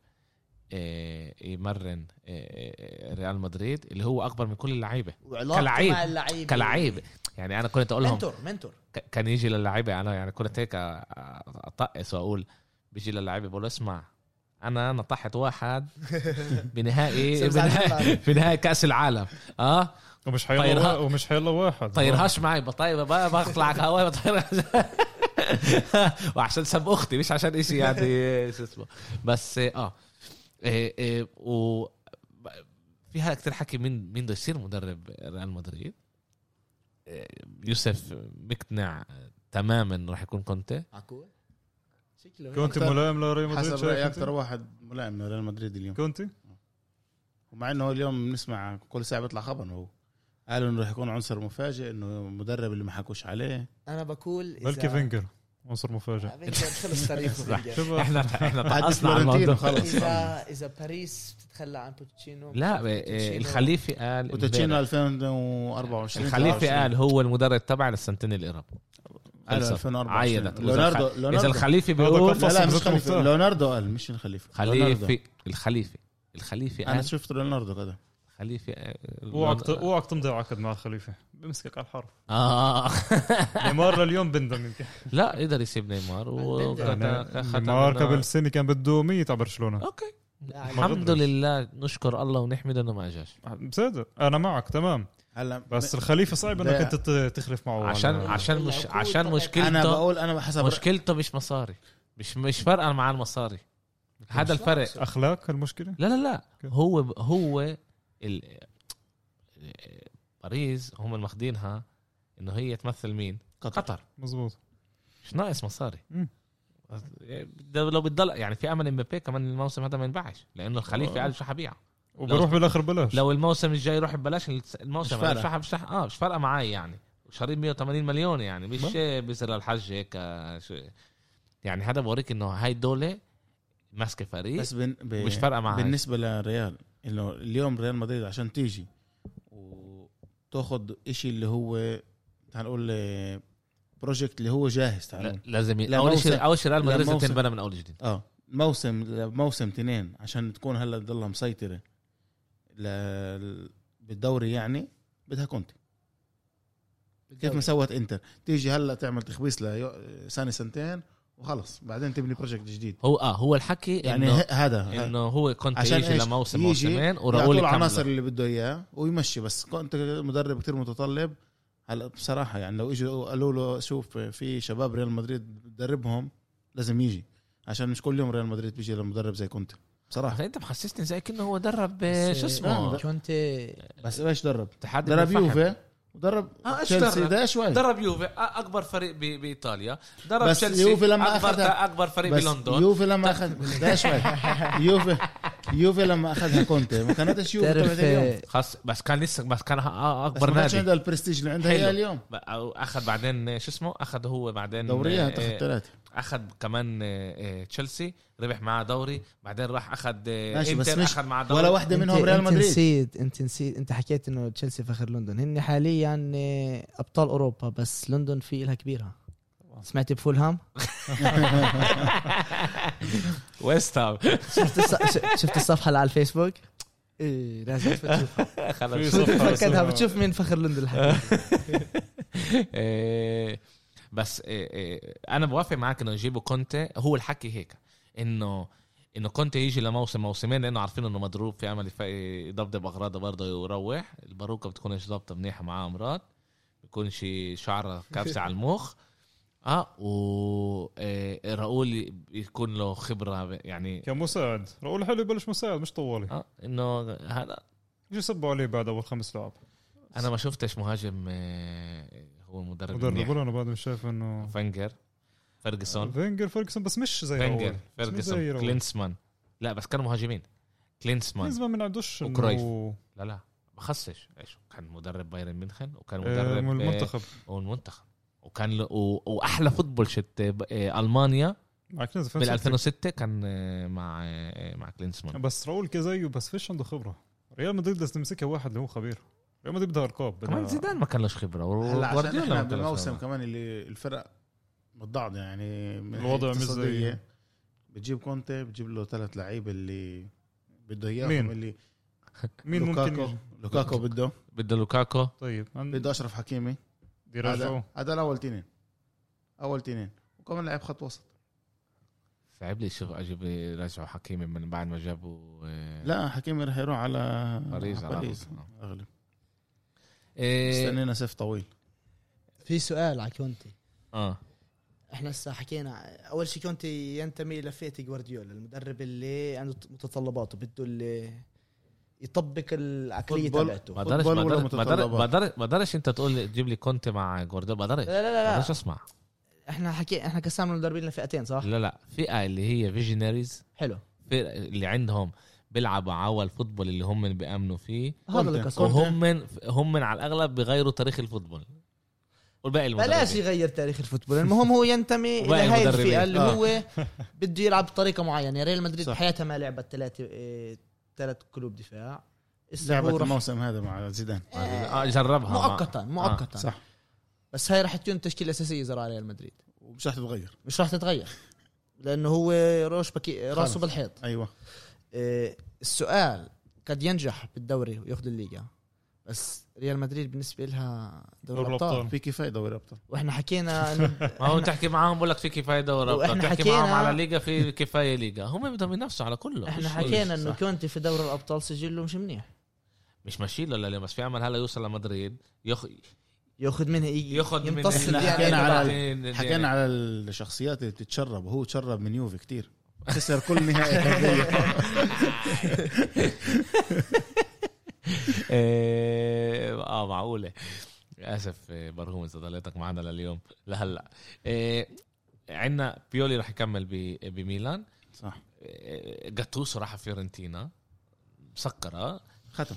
آه، يمرن آه، آه، ريال مدريد اللي هو اكبر من كل اللعيبه وعلاقته كلعيب. مع اللعيب كلعيبه يعني انا كنت اقول لهم منتور منتور ك- كان يجي للعيبه انا يعني كنت هيك أ- أ- اطقس واقول بيجي للعيبه بقول له اسمع انا نطحت واحد بنهائي صرت زعلان بنهائي, بعد. بنهائي كاس العالم اه ومش طيرها- حيلا وا- ومش حيلا واحد آه. طيرهاش معي بطيب بطلعك هواي بطيرهاش وعشان سب اختي مش عشان اشي يعني شو اسمه بس اه إيه إيه و في هلا كثير حكي مين مين بده يصير مدرب ريال مدريد إيه، يوسف مقتنع تماما راح يكون كونتي عكول شكله كنت أكتر- ملائم لريال مدريد حسب رايي شايف اكثر أنت؟ واحد ملائم لريال مدريد اليوم كنت ومع انه اليوم بنسمع كل ساعه بيطلع خبر هو قالوا انه رح يكون عنصر مفاجئ انه مدرب اللي ما حكوش عليه انا بقول إذا- بلكي فينجر عنصر مفاجئ فينجر خلص تاريخه فينجر. شو بقى؟ احنا احنا عدت طقسنا على الموضوع إيه. فلورنتينو خلص اذا اذا باريس بتتخلى عن بوتشينو لا إيه، الخليفي قال وتوتشينو امبارح. 2024 الخليفي قال هو المدرب تبع للسنتين القرب قالوا خلصت. 2024 عيدت ليوناردو اذا ليوناردو الخليفي هذا بيقول لا لا فصل مش ذاته خليفي مختار. ليوناردو قال مش الخليفي ليوناردو. خليفي الخليفي الخليفي انا قال شفت ليوناردو كده خليفي آه، اوعك اوعك تمضي عقد مع الخليفه بمسكك على الحرف اه نيمار لليوم بندم يمكن لا قدر يسيب نيمار يعني وخطأ نيمار قبل سنه كان بده 100 على برشلونه اوكي لا، الحمد ما لله نشكر الله ونحمد انه ما اجاش صدق انا معك تمام هلا بس الخليفه صعب انك ده- انت ت- تخلف معه عشان على- عشان مش العقود عشان طبعاً. انا مشكلته بقول انا حسب مشكلته مش مصاري مش مش فارقه معاه المصاري هذا الفرق اخلاق المشكله لا لا لا أوكي. هو هو ال... آه، باريس هم اللي ماخدينها انه هي تمثل مين؟ قطر. قطر مزبوط مش ناقص مصاري إيه، مم. ده لو بتضل يعني في امل امبابي كمان الموسم هذا ما ينباعش لانه الخليفه آه. قال شو حبيعه وبروح بالاخر بلاش لو الموسم الجاي يروح ببلاش الموسم مش هذا فارقة. مش مش اه مش فارقه معي يعني شارين 180 مليون يعني مش بيصير الحج هيك آه، شو- يعني هذا بوريك انه هاي الدوله ماسكه فريق بس بن... ب... مش فارقه معي بالنسبه للريال انه اليوم ريال مدريد عشان تيجي وتاخذ إشي اللي هو تعال نقول بروجكت اللي هو جاهز تعال لا- نقول لازم ي- لا اول موسم. شيء اول شيء ريال لا مدريد موسم. تنبنى من اول جديد اه موسم موسم اثنين عشان تكون هلا تضلها مسيطره ل- بالدوري يعني بدها كونتي كيف ما سوت انتر تيجي هلا تعمل تخبيص لسنه سنتين وخلص بعدين تبني بروجكت جديد هو اه هو الحكي يعني انه ه- هذا انه هو كنت عشان يجي إيش؟ لموسم يجي موسمين يعطوا وراؤول العناصر يكمل اللي بده اياه ويمشي بس كنت مدرب كتير متطلب هلا بصراحه يعني لو اجوا قالوا له شوف في شباب ريال مدريد بدربهم لازم يجي عشان مش كل يوم ريال مدريد بيجي لمدرب زي كنت بصراحه انت محسسني زي كانه هو درب آه، بس- شو اسمه كنت بس ايش درب؟ اتحاد درب الفحم. يوفي ودرب آه، إيش تشيلسي درب؟ ده شوي درب يوفي أ- اكبر فريق ب- بايطاليا درب بس تشيلسي يوفي لما اكبر أخذها- اكبر فريق بس بلندن يوفي لما اخذ ده شوي يوفي يوفي لما اخذها كنت ما كانتش يوفي تبعت اليوم تعرف آه، خلاص بس كان لسه بس كان ه- بس اكبر ما كانش نادي عندها البرستيج اللي عندها حلو. إياه اليوم بقى- أو اخذ بعدين شو اسمه اخذ هو بعدين دوريات آه، اخذ ثلاثه اخذ كمان آه، آه، تشيلسي ربح معاه دوري بعدين راح اخذ آه، ماشي، بس انتر مش- اخذ معاه دوري ولا واحده منهم ريال انت مدريد نسيت انت نسيت انت حكيت انه تشيلسي فخر لندن هن حاليا آه، ابطال اوروبا بس لندن في لها كبيره سمعت بفولهام ويست هام شفت الص- ش- شفت الصفحه اللي على الفيسبوك إيه، ايه لازم تشوفها خلص. في صفحة فكرتها اسمها- بتشوف مين فخر لندن آه. الحقيقي إيه، بس إيه، إيه، انا بوافق معاك انه يجيبوا كونتي هو الحكي هيك انه انه كونتي يجي لموسم موسمين لانه عارفين انه مضروب في امل يف- يضبضب اغراضه برضه يروح الباروكه بتكونش ضابطه منيحه معاه امراض بيكونش شعره كابسه على المخ اه و إيه، راؤول يكون له خبره يعني كمساعد راؤول حلو يبلش مساعد مش طوالي اه انه هذا شو يسبوا عليه بعد اول خمس لعب انا ما شفتش مهاجم إيه، هو مدرب مدرب منيح. ولا انا بعد مش شايف انه فنجر فيرجسون فينجر فيرجسون بس مش زي فينجر راؤول بس مش زي فيرجسون راؤول. كلينسمان لا بس كانوا مهاجمين من كلينسمان زمان ما بنعدوش وكرويف. انه لا لا بخصش ايش كان مدرب بايرن ميونخن وكان آه، مدرب من آه، المنتخب والمنتخب وكان له- و... واحلى فوتبول شت آه، المانيا مع كنز بال فينسنت. 2006 كان آه، مع آه، مع كلينسمان بس راؤول كزيه بس فيش عنده خبره ريال مدريد لازم تمسكها واحد اللي هو خبير ريال مدريد بدها ارقام كمان بدها زيدان ما كان لهش خبره هلا عشان وغوارديولا احنا ما كان لهش بالموسم خبرة. كمان اللي الفرق بتضعض يعني من الوضع مش اقتصادية. زي- بتجيب كونتي بتجيب له ثلاث لعيبه اللي بده اياهم مين؟ اللي مين ممكن لوكاكو يجي؟ لوكاكو بده بده لوكاكو طيب عن- بده اشرف حكيمي بيراجعوا هذا هذا الاول تنين اول تنين وكمان لعيب خط وسط صعب لي شوف اجيب رجعوا حكيمي من بعد ما جابوا آه، لا حكيمي رح يروح على باريس آه، على على باريس طول. اغلب إيه، استنينا سيف طويل في سؤال على كونتي اه احنا هسه حكينا اول شيء كونتي ينتمي لفئه جوارديولا المدرب اللي عنده متطلباته بده اللي يطبق العقليه فوتبول. تبعته ما قدرش فوتبول ما ولا قدرش- ما قدرش- متطلبات؟ ما قدرش- ما قدرش انت تقول لي تجيب لي كونتي مع جوارديولا ما قدرش لا لا ما لا, لا. قدرش اسمع احنا حكي احنا قسمنا المدربين لفئتين صح؟ لا لا فئه اللي هي فيجنريز حلو اللي عندهم بيلعبوا عوا الفوتبول اللي هم من بيامنوا فيه هذا كونتي. اللي قسمنا وهم من هم من على الاغلب بيغيروا تاريخ الفوتبول والباقي بلاش المدربين يغير تاريخ الفوتبول المهم هو ينتمي الى وباقي هاي المدربين. الفئه اللي آه. هو بده يلعب بطريقه معينه ريال مدريد صح. حياتها ما لعبت ثلاثه ثلاث قلوب دفاع هسه هو لعبت رح- الموسم هذا مع زيدان آه، جربها مع- مؤقتا مؤقتا صح بس هاي رح تكون التشكيله الاساسيه زراعه ريال مدريد ومش رح تتغير مش رح تتغير لانه هو روش بكي خلص. راسه بالحيط ايوه إيه، السؤال قد ينجح بالدوري وياخذ الليغا بس ريال مدريد بالنسبه لها دوري دوري الابطال الأبطال. في كفايه دوري ابطال واحنا حكينا انه ما هو تحكي معاهم بقول لك في كفايه دوري وإحنا ابطال تحكي حكينا- معاهم على ليجا في كفايه ليجا هم بدهم ينافسوا على كله احنا مش- حكينا انه صح. كونتي في دوري الابطال سجله مش منيح مش ماشي له لليوم بس في امل هلا يوصل لمدريد ياخ ياخذ منها ياخذ من يمتص إيه إحنا ال DNA حكينا على- بعض. إيه. يعني. حكينا على الشخصيات اللي بتتشرب وهو تشرب من يوفي كتير خسر كل نهائي أوروبية. إيه، اه معقوله اسف إيه، برهوم اذا ضليتك معنا لليوم لهلا إيه، عندنا بيولي رح يكمل ب- بميلان صح إيه، جاتوسو راح على فيورنتينا مسكرة ختم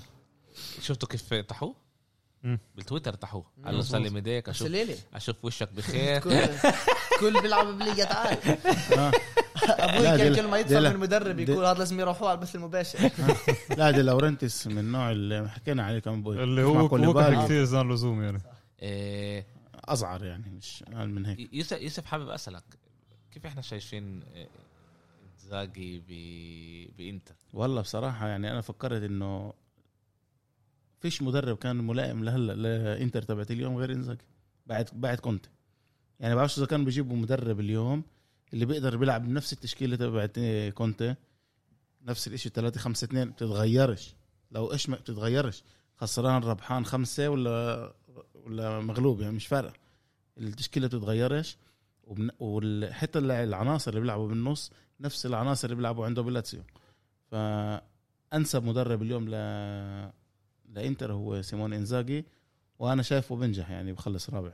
شفتوا كيف طحوه؟ مم. بالتويتر طحوه مم. قال له سلم ايديك بس اشوف ليلي اشوف وشك بخير كل كل بيلعب بليجا تعال آه. لا، ابوي كان دي- كل ما يدفع دي- من مدرب دي- يقول هذا لازم يروحوه على البث المباشر لا دي لورنتس من النوع اللي حكينا عليه كم بوي اللي هو كل هو كان بال كثير زان لزوم يعني إيه، اصعر يعني مش اقل من هيك يوسف يوسف حابب اسالك كيف احنا شايفين إيه، انزاجي ب... بانتر والله بصراحه يعني انا فكرت انه فيش مدرب كان ملائم لهلا لانتر تبعت اليوم غير انزاجي بعد بعد كونتي يعني ما بعرفش اذا كانوا بيجيبوا مدرب اليوم اللي بيقدر بيلعب بنفس التشكيله تبعت كونتي نفس الشيء 3 5 2 بتتغيرش لو ايش ما بتتغيرش خسران ربحان خمسه ولا ولا مغلوب يعني مش فارقه التشكيله بتتغيرش وبن... وحتى العناصر اللي بيلعبوا بالنص نفس العناصر اللي بيلعبوا عنده بلاتسيو فانسب مدرب اليوم ل لانتر هو سيمون انزاجي وانا شايفه بنجح يعني بخلص رابع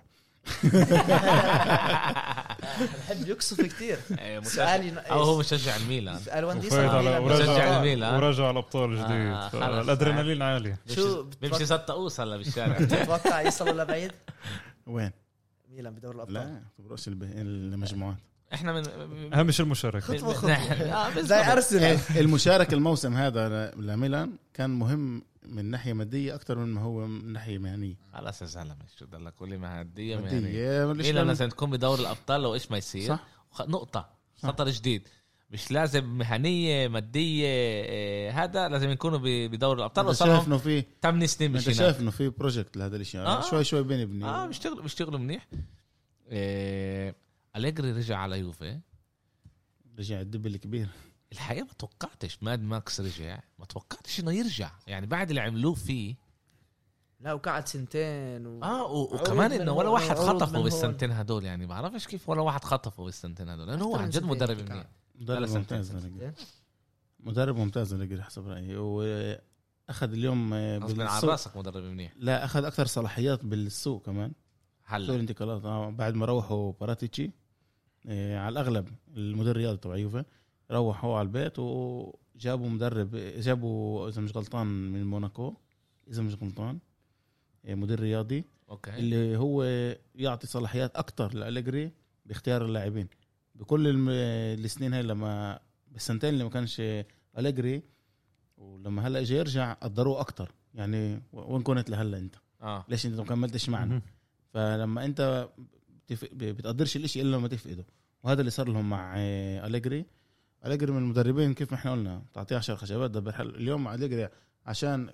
بحب يقصف كثير إيه، سؤالي سؤالي او هو مشجع الميلان سؤال طيب، وندي وفايت على بشجع ورجع الميلان. ورجع على الابطال آه، جديد خلص. الادرينالين عالي شو بيمشي بتتوقع- ست طقوس هلا بالشارع بتتوقع يوصلوا لبعيد؟ وين؟ ميلان بدور الابطال لا تبرقش الب- المجموعات احنا من أه؟ اهم شيء المشاركه خطوة خطوة. آه، بالضبط. زي ارسنال إيه، المشاركه الموسم هذا ل- لميلان كان مهم من ناحيه ماديه اكثر من ما هو من ناحيه مهنيه خلاص يا زلمه شو ضلك قول لي مهديه مهديه ماديه ليش يعني ميلان لم- لازم تكون بدور الابطال لو ايش ما يصير صح وخ- نقطة سطر جديد مش لازم مهنية مادية إيه، هذا لازم يكونوا ب- بدور الأبطال انت وصار شايف لهم انه في 8 سنين مش انت هناك شايف انه في بروجكت لهذا الشيء يعني آه. شوي شوي بنبني اه بيشتغلوا بيشتغلوا منيح إيه، أليجري رجع على يوفي رجع الدب الكبير الحقيقة ما توقعتش ماد ماكس رجع ما توقعتش إنه يرجع يعني بعد اللي عملوه فيه لا وقعد سنتين و... اه و- عروض وكمان من انه ولا هون، واحد عروض من خطفه هون. بالسنتين هدول يعني بعرفش كيف ولا واحد خطفه بالسنتين هدول لانه هو أكتر عن من جد سنتين مدرب كان. منيح مدرب ثلاث ممتاز أليجري. مدرب ممتاز أليجري حسب رايي واخذ اليوم آه، غصب عن بالسوق- راسك مدرب منيح لا اخذ اكثر صلاحيات بالسوق كمان سوق هلا الانتقالات آه، بعد ما روحوا باراتيتشي آه، على الاغلب المدير الرياضي تبع يوفا روح هو على البيت وجابوا مدرب جابوا اذا مش غلطان من موناكو اذا مش غلطان آه، مدير رياضي اوكي اللي هو يعطي صلاحيات اكتر لاليجري باختيار اللاعبين بكل الم- السنين هاي لما بالسنتين اللي ما كانش اليجري ولما هلا اجى يرجع قدروه اكتر يعني وين كنت لهلا انت؟ اه ليش انت ما كملتش معنا؟ فلما انت بتف- ب- بتقدرش الاشي الا لما تفقده وهذا اللي صار لهم مع آه، اليجري اليجري من المدربين كيف ما احنا قلنا تعطيه 10 خشبات دبر حل اليوم اليجري عشان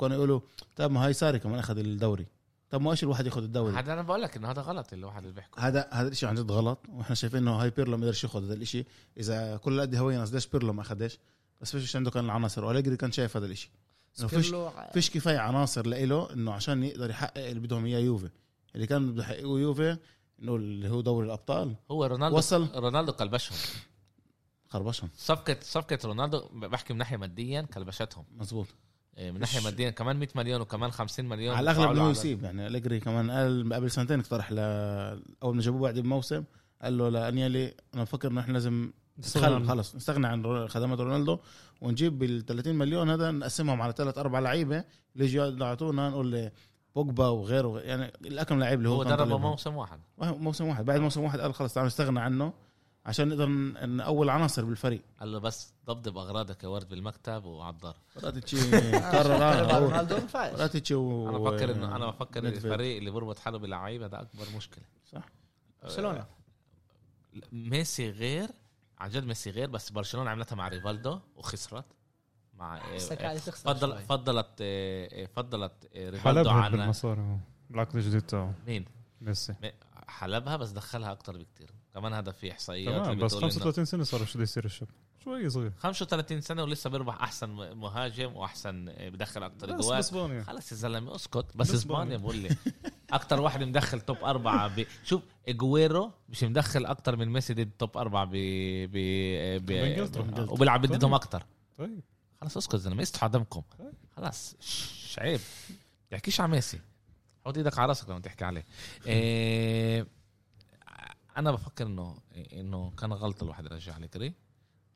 كانوا يقولوا طب ما هاي ساري كمان اخذ الدوري طب ما ايش الواحد ياخذ الدوري هذا انا بقول لك انه هذا غلط اللي واحد اللي بيحكوا هذا هذا الشيء عن جد غلط واحنا شايفين انه هاي بيرلو ما قدرش ياخذ هذا الشيء اذا كل قد هوينا ليش بيرلو ما اخذش بس فيش عنده كان العناصر واليجري كان شايف هذا الشيء إنه فيش سبيرلو فيش كفايه عناصر لإله انه عشان يقدر يحقق اللي بدهم اياه يوفي اللي كان بده يحققه يوفي انه اللي هو دوري الابطال هو رونالدو وصل رونالدو كلبشهم خربشهم صفقة صفقة رونالدو بحكي من ناحية ماديا كلبشتهم مزبوط إيه، من ناحية ماديا كمان 100 مليون وكمان 50 مليون على الاغلب دفعوا له انه على- يسيب يعني اليجري كمان قال قبل سنتين اقترح ل اول ما جابوه بعد بموسم قال له لانيلي انا بفكر انه احنا لازم نتخلى خلص نستغنى عن رو- خدمات رونالدو ونجيب بال 30 مليون هذا نقسمهم على ثلاث اربع لعيبه اللي يجوا يعطونا نقول لي بوجبا وغيره يعني الاكم لعيب اللي هو هو كان دربه طالبهم. موسم واحد موسم واحد بعد موسم واحد قال خلص تعالوا نستغنى عنه عشان نقدر نأول عناصر بالفريق قال له بس ضبضب اغراضك يا ورد بالمكتب وعالدار راتيتشي قرر آه، رونالدو ما ينفعش. راتيتشي و انا بفكر انه انا بفكر ندفد. الفريق اللي بربط حاله بلعيب هذا اكبر مشكله صح. برشلونة. آه، ميسي غير عن جد ميسي غير بس برشلونه عملتها مع ريفالدو وخسرت مع آه، حسك آه، عايز تخسر فضل شوي. فضلت آه، آه، فضلت آه، ريفالدو حلبها عن بالمصاري هو. بالعقد الجديد تاعه مين ميسي م- حلبها بس دخلها اكتر بكتير كمان هذا في احصائيات تمام اللي بس بتقول إنه 35 سنه صار شو بده يصير الشاب شوي صغير 35 سنه ولسه بيربح احسن مهاجم واحسن آه، بدخل اكتر بس يعني. جوال باسبانيا خلص يا زلمه اسكت بس بس اسبانيا بقول بقول. لي اكتر واحد مدخل توب اربعه ب... شوف اجويرو مش مدخل اكتر من ميسي ضد توب اربعه ب... ب... ب... بإنجلترا. وبيلعب ضدهم اكتر طيب خلص اسكت يا زلمه استحوا دمكم خلص ش- عيب تحكيش على ميسي حط ايدك على راسك لما تحكي عليه إيه... انا بفكر انه انه كان غلط الواحد يرجع لكري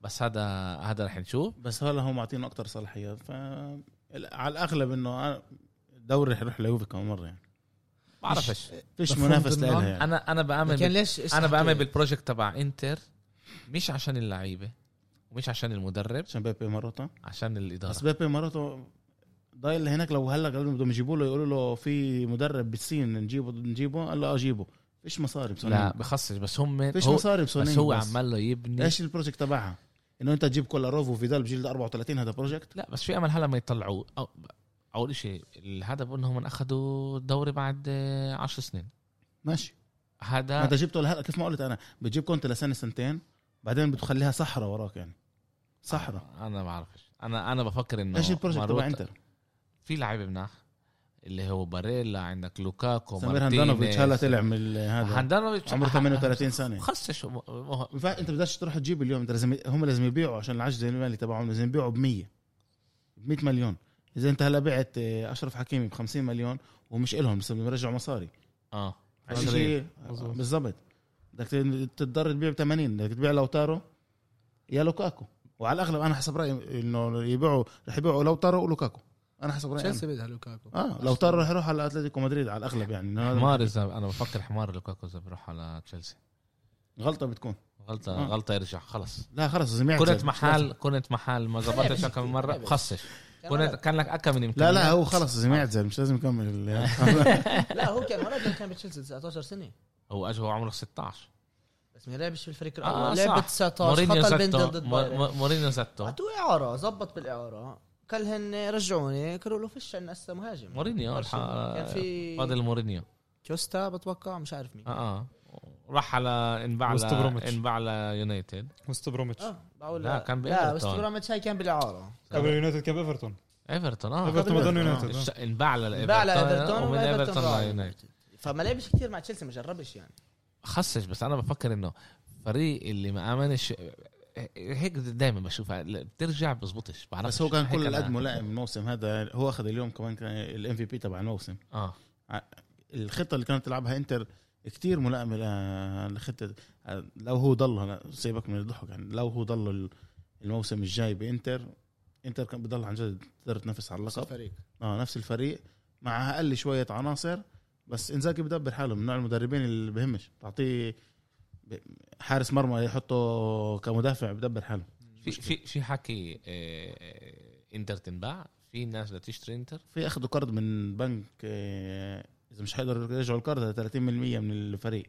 بس هذا هذا رح نشوف بس هلا هم معطينا اكثر صلاحيات ف على الاغلب انه أنا- الدوري حيروح ليوفي كمان مره يعني بعرفش فيش مفهوم منافس ضمنان. لها يعني انا انا بامن كان ليش إيش انا حكي؟ بعمل بالبروجكت تبع انتر مش عشان اللعيبه ومش عشان المدرب عشان بيبي مرته عشان الاداره بس بيبي مرته ضايل هناك لو هلا قبل ما بدهم يجيبوا له يقولوا له في مدرب بالصين نجيبه نجيبه قال له اجيبه فيش مصاري بصراحه لا بخصش بس هم فيش هو مصاري بس بسونين هو عمال له يبني ايش البروجكت تبعها؟ انه انت تجيب كولاروف وفيدال بجيل 34 هذا بروجكت لا بس في امل هلا ما يطلعوه أو اول شيء الهدف انهم اخذوا دوري بعد 10 سنين ماشي ما هذا انت جبته لهلا كيف ما قلت انا بتجيب كونتي لسنه سنتين بعدين بتخليها صحراء وراك يعني صحراء انا ما بعرفش انا انا بفكر انه ايش البروجكت آه. ماروتا- تبع انتر في لعيبه مناح اللي هو باريلا عندك لوكاكو سمير مارتينيز. هاندانوفيتش هلا طلع من ال- هذا هاندانوفيتش عمره 38 سنه خصش م- م- ما ينفع- انت بدكش تروح تجيب اليوم انت لازم هم لازم يبيعوا عشان العجز المالي تبعهم لازم يبيعوا ب 100 ب 100 مليون اذا انت هلا بعت آه، اشرف حكيمي ب 50 مليون ومش الهم بس بدهم يرجعوا مصاري اه عشان عشرين. شيء- مظبوط. بالضبط بدك تضطر تبيع ب 80 بدك تبيع لوتارو يا لوكاكو وعلى الاغلب انا حسب رايي انه يبيعوا رح يبيعوا لوتارو ولوكاكو انا حسب رايي أنا. تشيلسي بدها لوكاكو اه لوتارو رح يروح على اتلتيكو مدريد على الاغلب يعني إنه هذا حمار اذا انا بفكر حمار لوكاكو اذا بيروح على تشيلسي غلطه بتكون غلطه آه. غلطه يرجع خلص لا خلص لازم يعتذر. كنت محل كنت محل ما زبطتش كم من مره لعبت. خصش كان كنت ولد. كان لك اكم من لا لا إمكانيات. هو خلص لازم يعتذر مش لازم يكمل ال- لا هو كان ولد لما كان بتشيلسي 19 سنه هو اجى هو عمره 16 بس ما لعبش في الفريق آه، الاول صح. لعب 19 مورينيو خطا البندل زتو ضد مو- بايرن. مو- مورينيو زتو اعطوه اعاره زبط بالاعاره قال هن رجعوني قالوا له فيش عندنا هسه مهاجم مورينيو أرسنال. الحق- كان في فاضل مورينيو كوستا بتوقع مش عارف آه. مين اه اه راح على انباع وست على بروميتش. انباع على يونايتد وست بروميتش آه. اه باول لا، لا كان بإيفرتون. بس برامج هاي كان بالاعاره قبل يونايتد كان ايفرتون ايفرتون آه. اه ايفرتون بعدين يونايتد الش- آه. انباع على باع على ايفرتون ايفرتون ومن ايفرتون على يونايتد ويونايتد فما لعبش كثير مع تشيلسي ما جربش يعني خصش بس انا بفكر انه فريق اللي ما امنش هيك دائما بشوفها بترجع بزبطش بعرفش بس هو كان هيك كل أنا- اللي قدمه لاعب الموسم هذا هو اخذ اليوم كمان الام في بي تبع الموسم اه الخطه اللي كانت تلعبها انتر كتير ملائمه ل- لخطه لو هو ضل هلا سيبك من الضحك يعني لو هو ضل ال- الموسم الجاي بانتر انتر كان بضل عن جد تقدر تنافس على اللقب الفريق اه نفس الفريق مع اقل شويه عناصر بس انزاكي بدبر حاله من نوع المدربين اللي بهمش تعطيه ب- حارس مرمى يحطه كمدافع بدبر حاله في في في حكي آه، آه، انتر تنباع في ناس بدها تشتري انتر في اخذوا قرض من بنك آه، اذا مش حيقدروا يرجعوا القرض هذا 30% من الفريق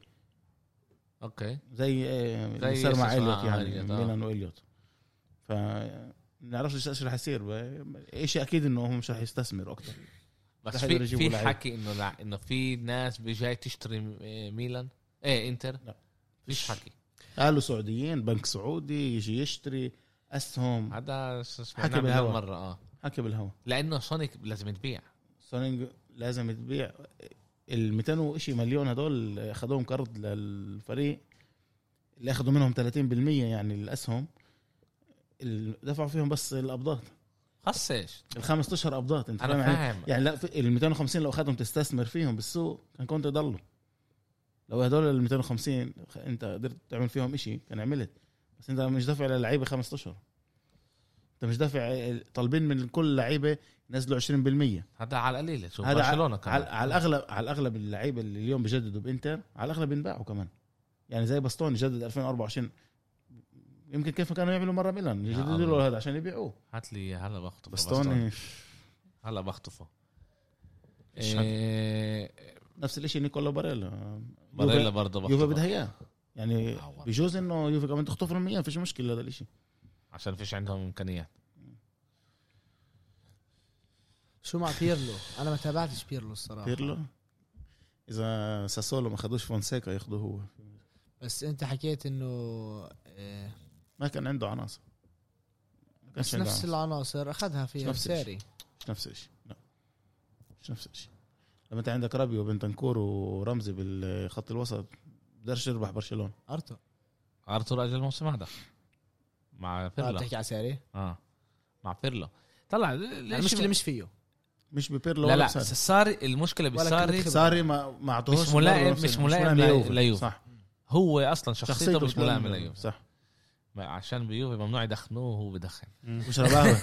اوكي زي آه، اللي زي صار مع إيسوس مع اليوت يعني إليوت، آه. ميلان واليوت ف نعرفش ايش ايش رح يصير شيء اكيد انه هم مش رح يستثمروا اكثر بس رح في يجيبوا في لعيب. حكي انه لا انه في ناس بجاي تشتري آه، ميلان ايه انتر لا. فيش حكي قالوا سعوديين بنك سعودي يجي يشتري اسهم هذا حكي سمعناه مليون بالهوا. مره اه حكي بالهوا لانه سونيك لازم تبيع سونينج لازم تبيع ال 200 وشي مليون هدول اخذوهم قرض للفريق اللي اخذوا منهم 30% يعني الاسهم اللي دفعوا فيهم بس القبضات خصش الخمس اشهر قبضات انت انا فاهم يعني فاهم يعني لا في- ال 250 لو اخذهم تستثمر فيهم بالسوق كان كنت ضلوا لو هدول ال 250 خ- انت قدرت تعمل فيهم إشي كان عملت بس انت مش دافع للعيبه خمس اشهر انت مش دافع طالبين من كل لعيبه نزلوا 20% هذا على القليله شوف هذا برشلونه كمان على, على الاغلب على الاغلب اللعيبه اللي اليوم بجددوا بانتر على الاغلب بينباعوا كمان يعني زي باستوني جدد 2024 يمكن كيف كانوا يعملوا مره ميلان يجددوا الله. له هذا عشان يبيعوه هات لي إياه، هلا بخطفه باستوني هلا بخطفه إيش إيه نفس الشيء نيكولا باريلا باريلا برضه بخطفه يوفي بدها اياه يعني آه، والله. بجوز انه يوفي كمان تخطف لهم اياه فيش مشكله هذا الشيء عشان فيش عندهم امكانيات شو مع بيرلو انا ما تابعتش بيرلو آه. الصراحه بيرلو اذا ساسولو ما خدوش فونسيكا ياخذوه هو بس انت حكيت انه آه، ما كان عنده عناصر ما كانش بس عنده نفس عناصر. العناصر اخذها في نفس الشيء. ساري مش نفس الشيء لا مش نفس الشيء لما انت عندك رابيو وبنتنكور ورمزي بالخط الوسط بقدرش يربح برشلونه ارتو ارتور اجل الموسم هذا مع آه، بيرلو بتحكي على ساري اه مع بيرلو طلع المشكله مش فيه مش ببيرلو لا ولا لا بساري. ساري المشكله ولا بساري كانت ساري ما ما اعطوهوش مش مرة ملائم- نفس- مش ملائم ليوفي. ليوفي. صح هو اصلا شخصيته مش ملائمه ليوفي صح عشان بيوفي ممنوع يدخنوه وهو بدخن بيشرب قهوه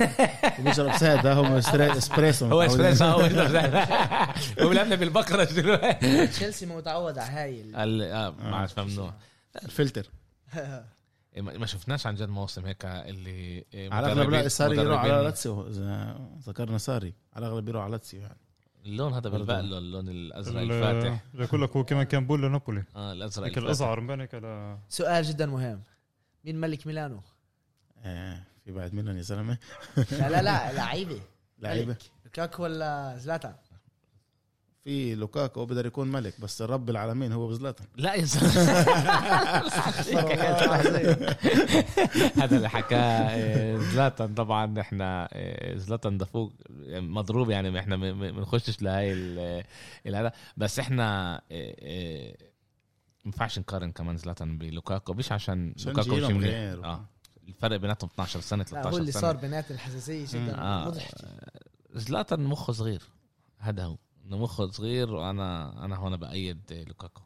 وبيشرب ساده هو استري- اسبريسو هو اسبريسو هو هو بيلعبنا بالبقره دلوقتي تشيلسي ما متعود على هاي ال- قال لي، اه ما عاد ممنوع الفلتر ما ما شفناش عن جد موسم هيك اللي على الاغلب لا مدربين- ساري يروح على مدربين لاتسيو اذا ذكرنا ساري على الاغلب يروح على لاتسيو يعني اللون هذا برضه. بالبقى له اللون الازرق ال- الفاتح بدي اقول لك هو كمان كان بول لنابولي اه الازرق هيك الفاتح الازعر مبين هيك على سؤال جدا مهم مين ملك ميلانو آه في بعد ميلان يا زلمه لا لا لا لعيبه لعيبه لوكاكو ولا زلاتان في لوكاكو بقدر يكون ملك بس رب العالمين هو بزلاتان لا يا زلمه هذا اللي حكاه آه، زلاتان طبعا احنا آه، زلاتان دفوق مضروب يعني احنا ما ما- ما نخشش لهي ال- آه، الهذا بس احنا آه، آه، ما ينفعش نقارن كمان زلاتان بلوكاكو مش عشان عشان لوكاكو مش جيلهم منيح. غير. اه الفرق بيناتهم 12 سنه لا هو 13 اللي سنه صار بينات الحساسيه جدا آه. مضحكه زلاتان مخه صغير هذا هو انه مخه صغير وانا انا هون بايد لوكاكو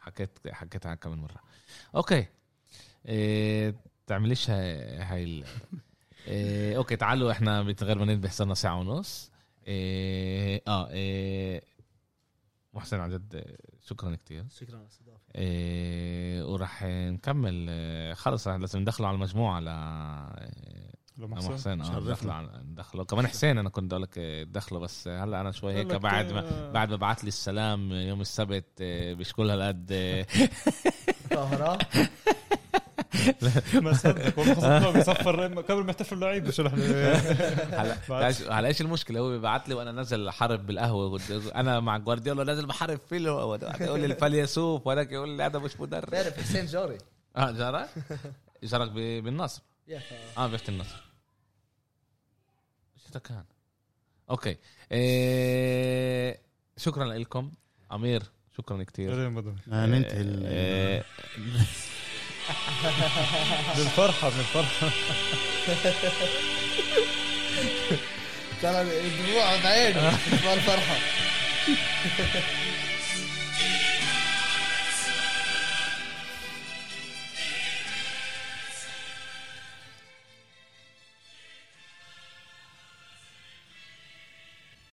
حكيت حكيت عنها كم من مره اوكي إيه تعمليش هاي, هاي ال... إيه اوكي تعالوا احنا بتغير ما ننبه صرنا ساعه ونص إيه اه إيه محسن عن جد شكرا كثير شكرا على الاستضافه إيه وراح نكمل إيه، خلص رح لازم ندخله على المجموعه ل إيه، لما ام حسين حسين اه شرفنا. دخله على- دخله كمان حسين انا كنت اقول لك دخله بس هلا انا شوي هيك بعد ما بعد ما بعت لي السلام يوم السبت آه، مش كل هالقد آه، طاهره ما صدق والله خصوصاً بيصفر قبل ما يحتفلوا اللعيبه شو هلا بعد- تعرف- هلا ايش المشكله هو بيبعت لي وانا نازل حارب بالقهوه قلت- انا مع جوارديولا نازل بحارب فيه اللي هو- يقول لي الفيلسوف وهذاك يقول لي هذا مش مدرب بتعرف حسين جوري اه جارك جارك ب- بالنصر يا خ- اه بيحكي النصر شو كان اوكي إيه شكرا لكم امير شكرا كثير آه، ننتهي ال- Eh, بالفرحه بالفرحه ترى الدموع بعيني من الفرحه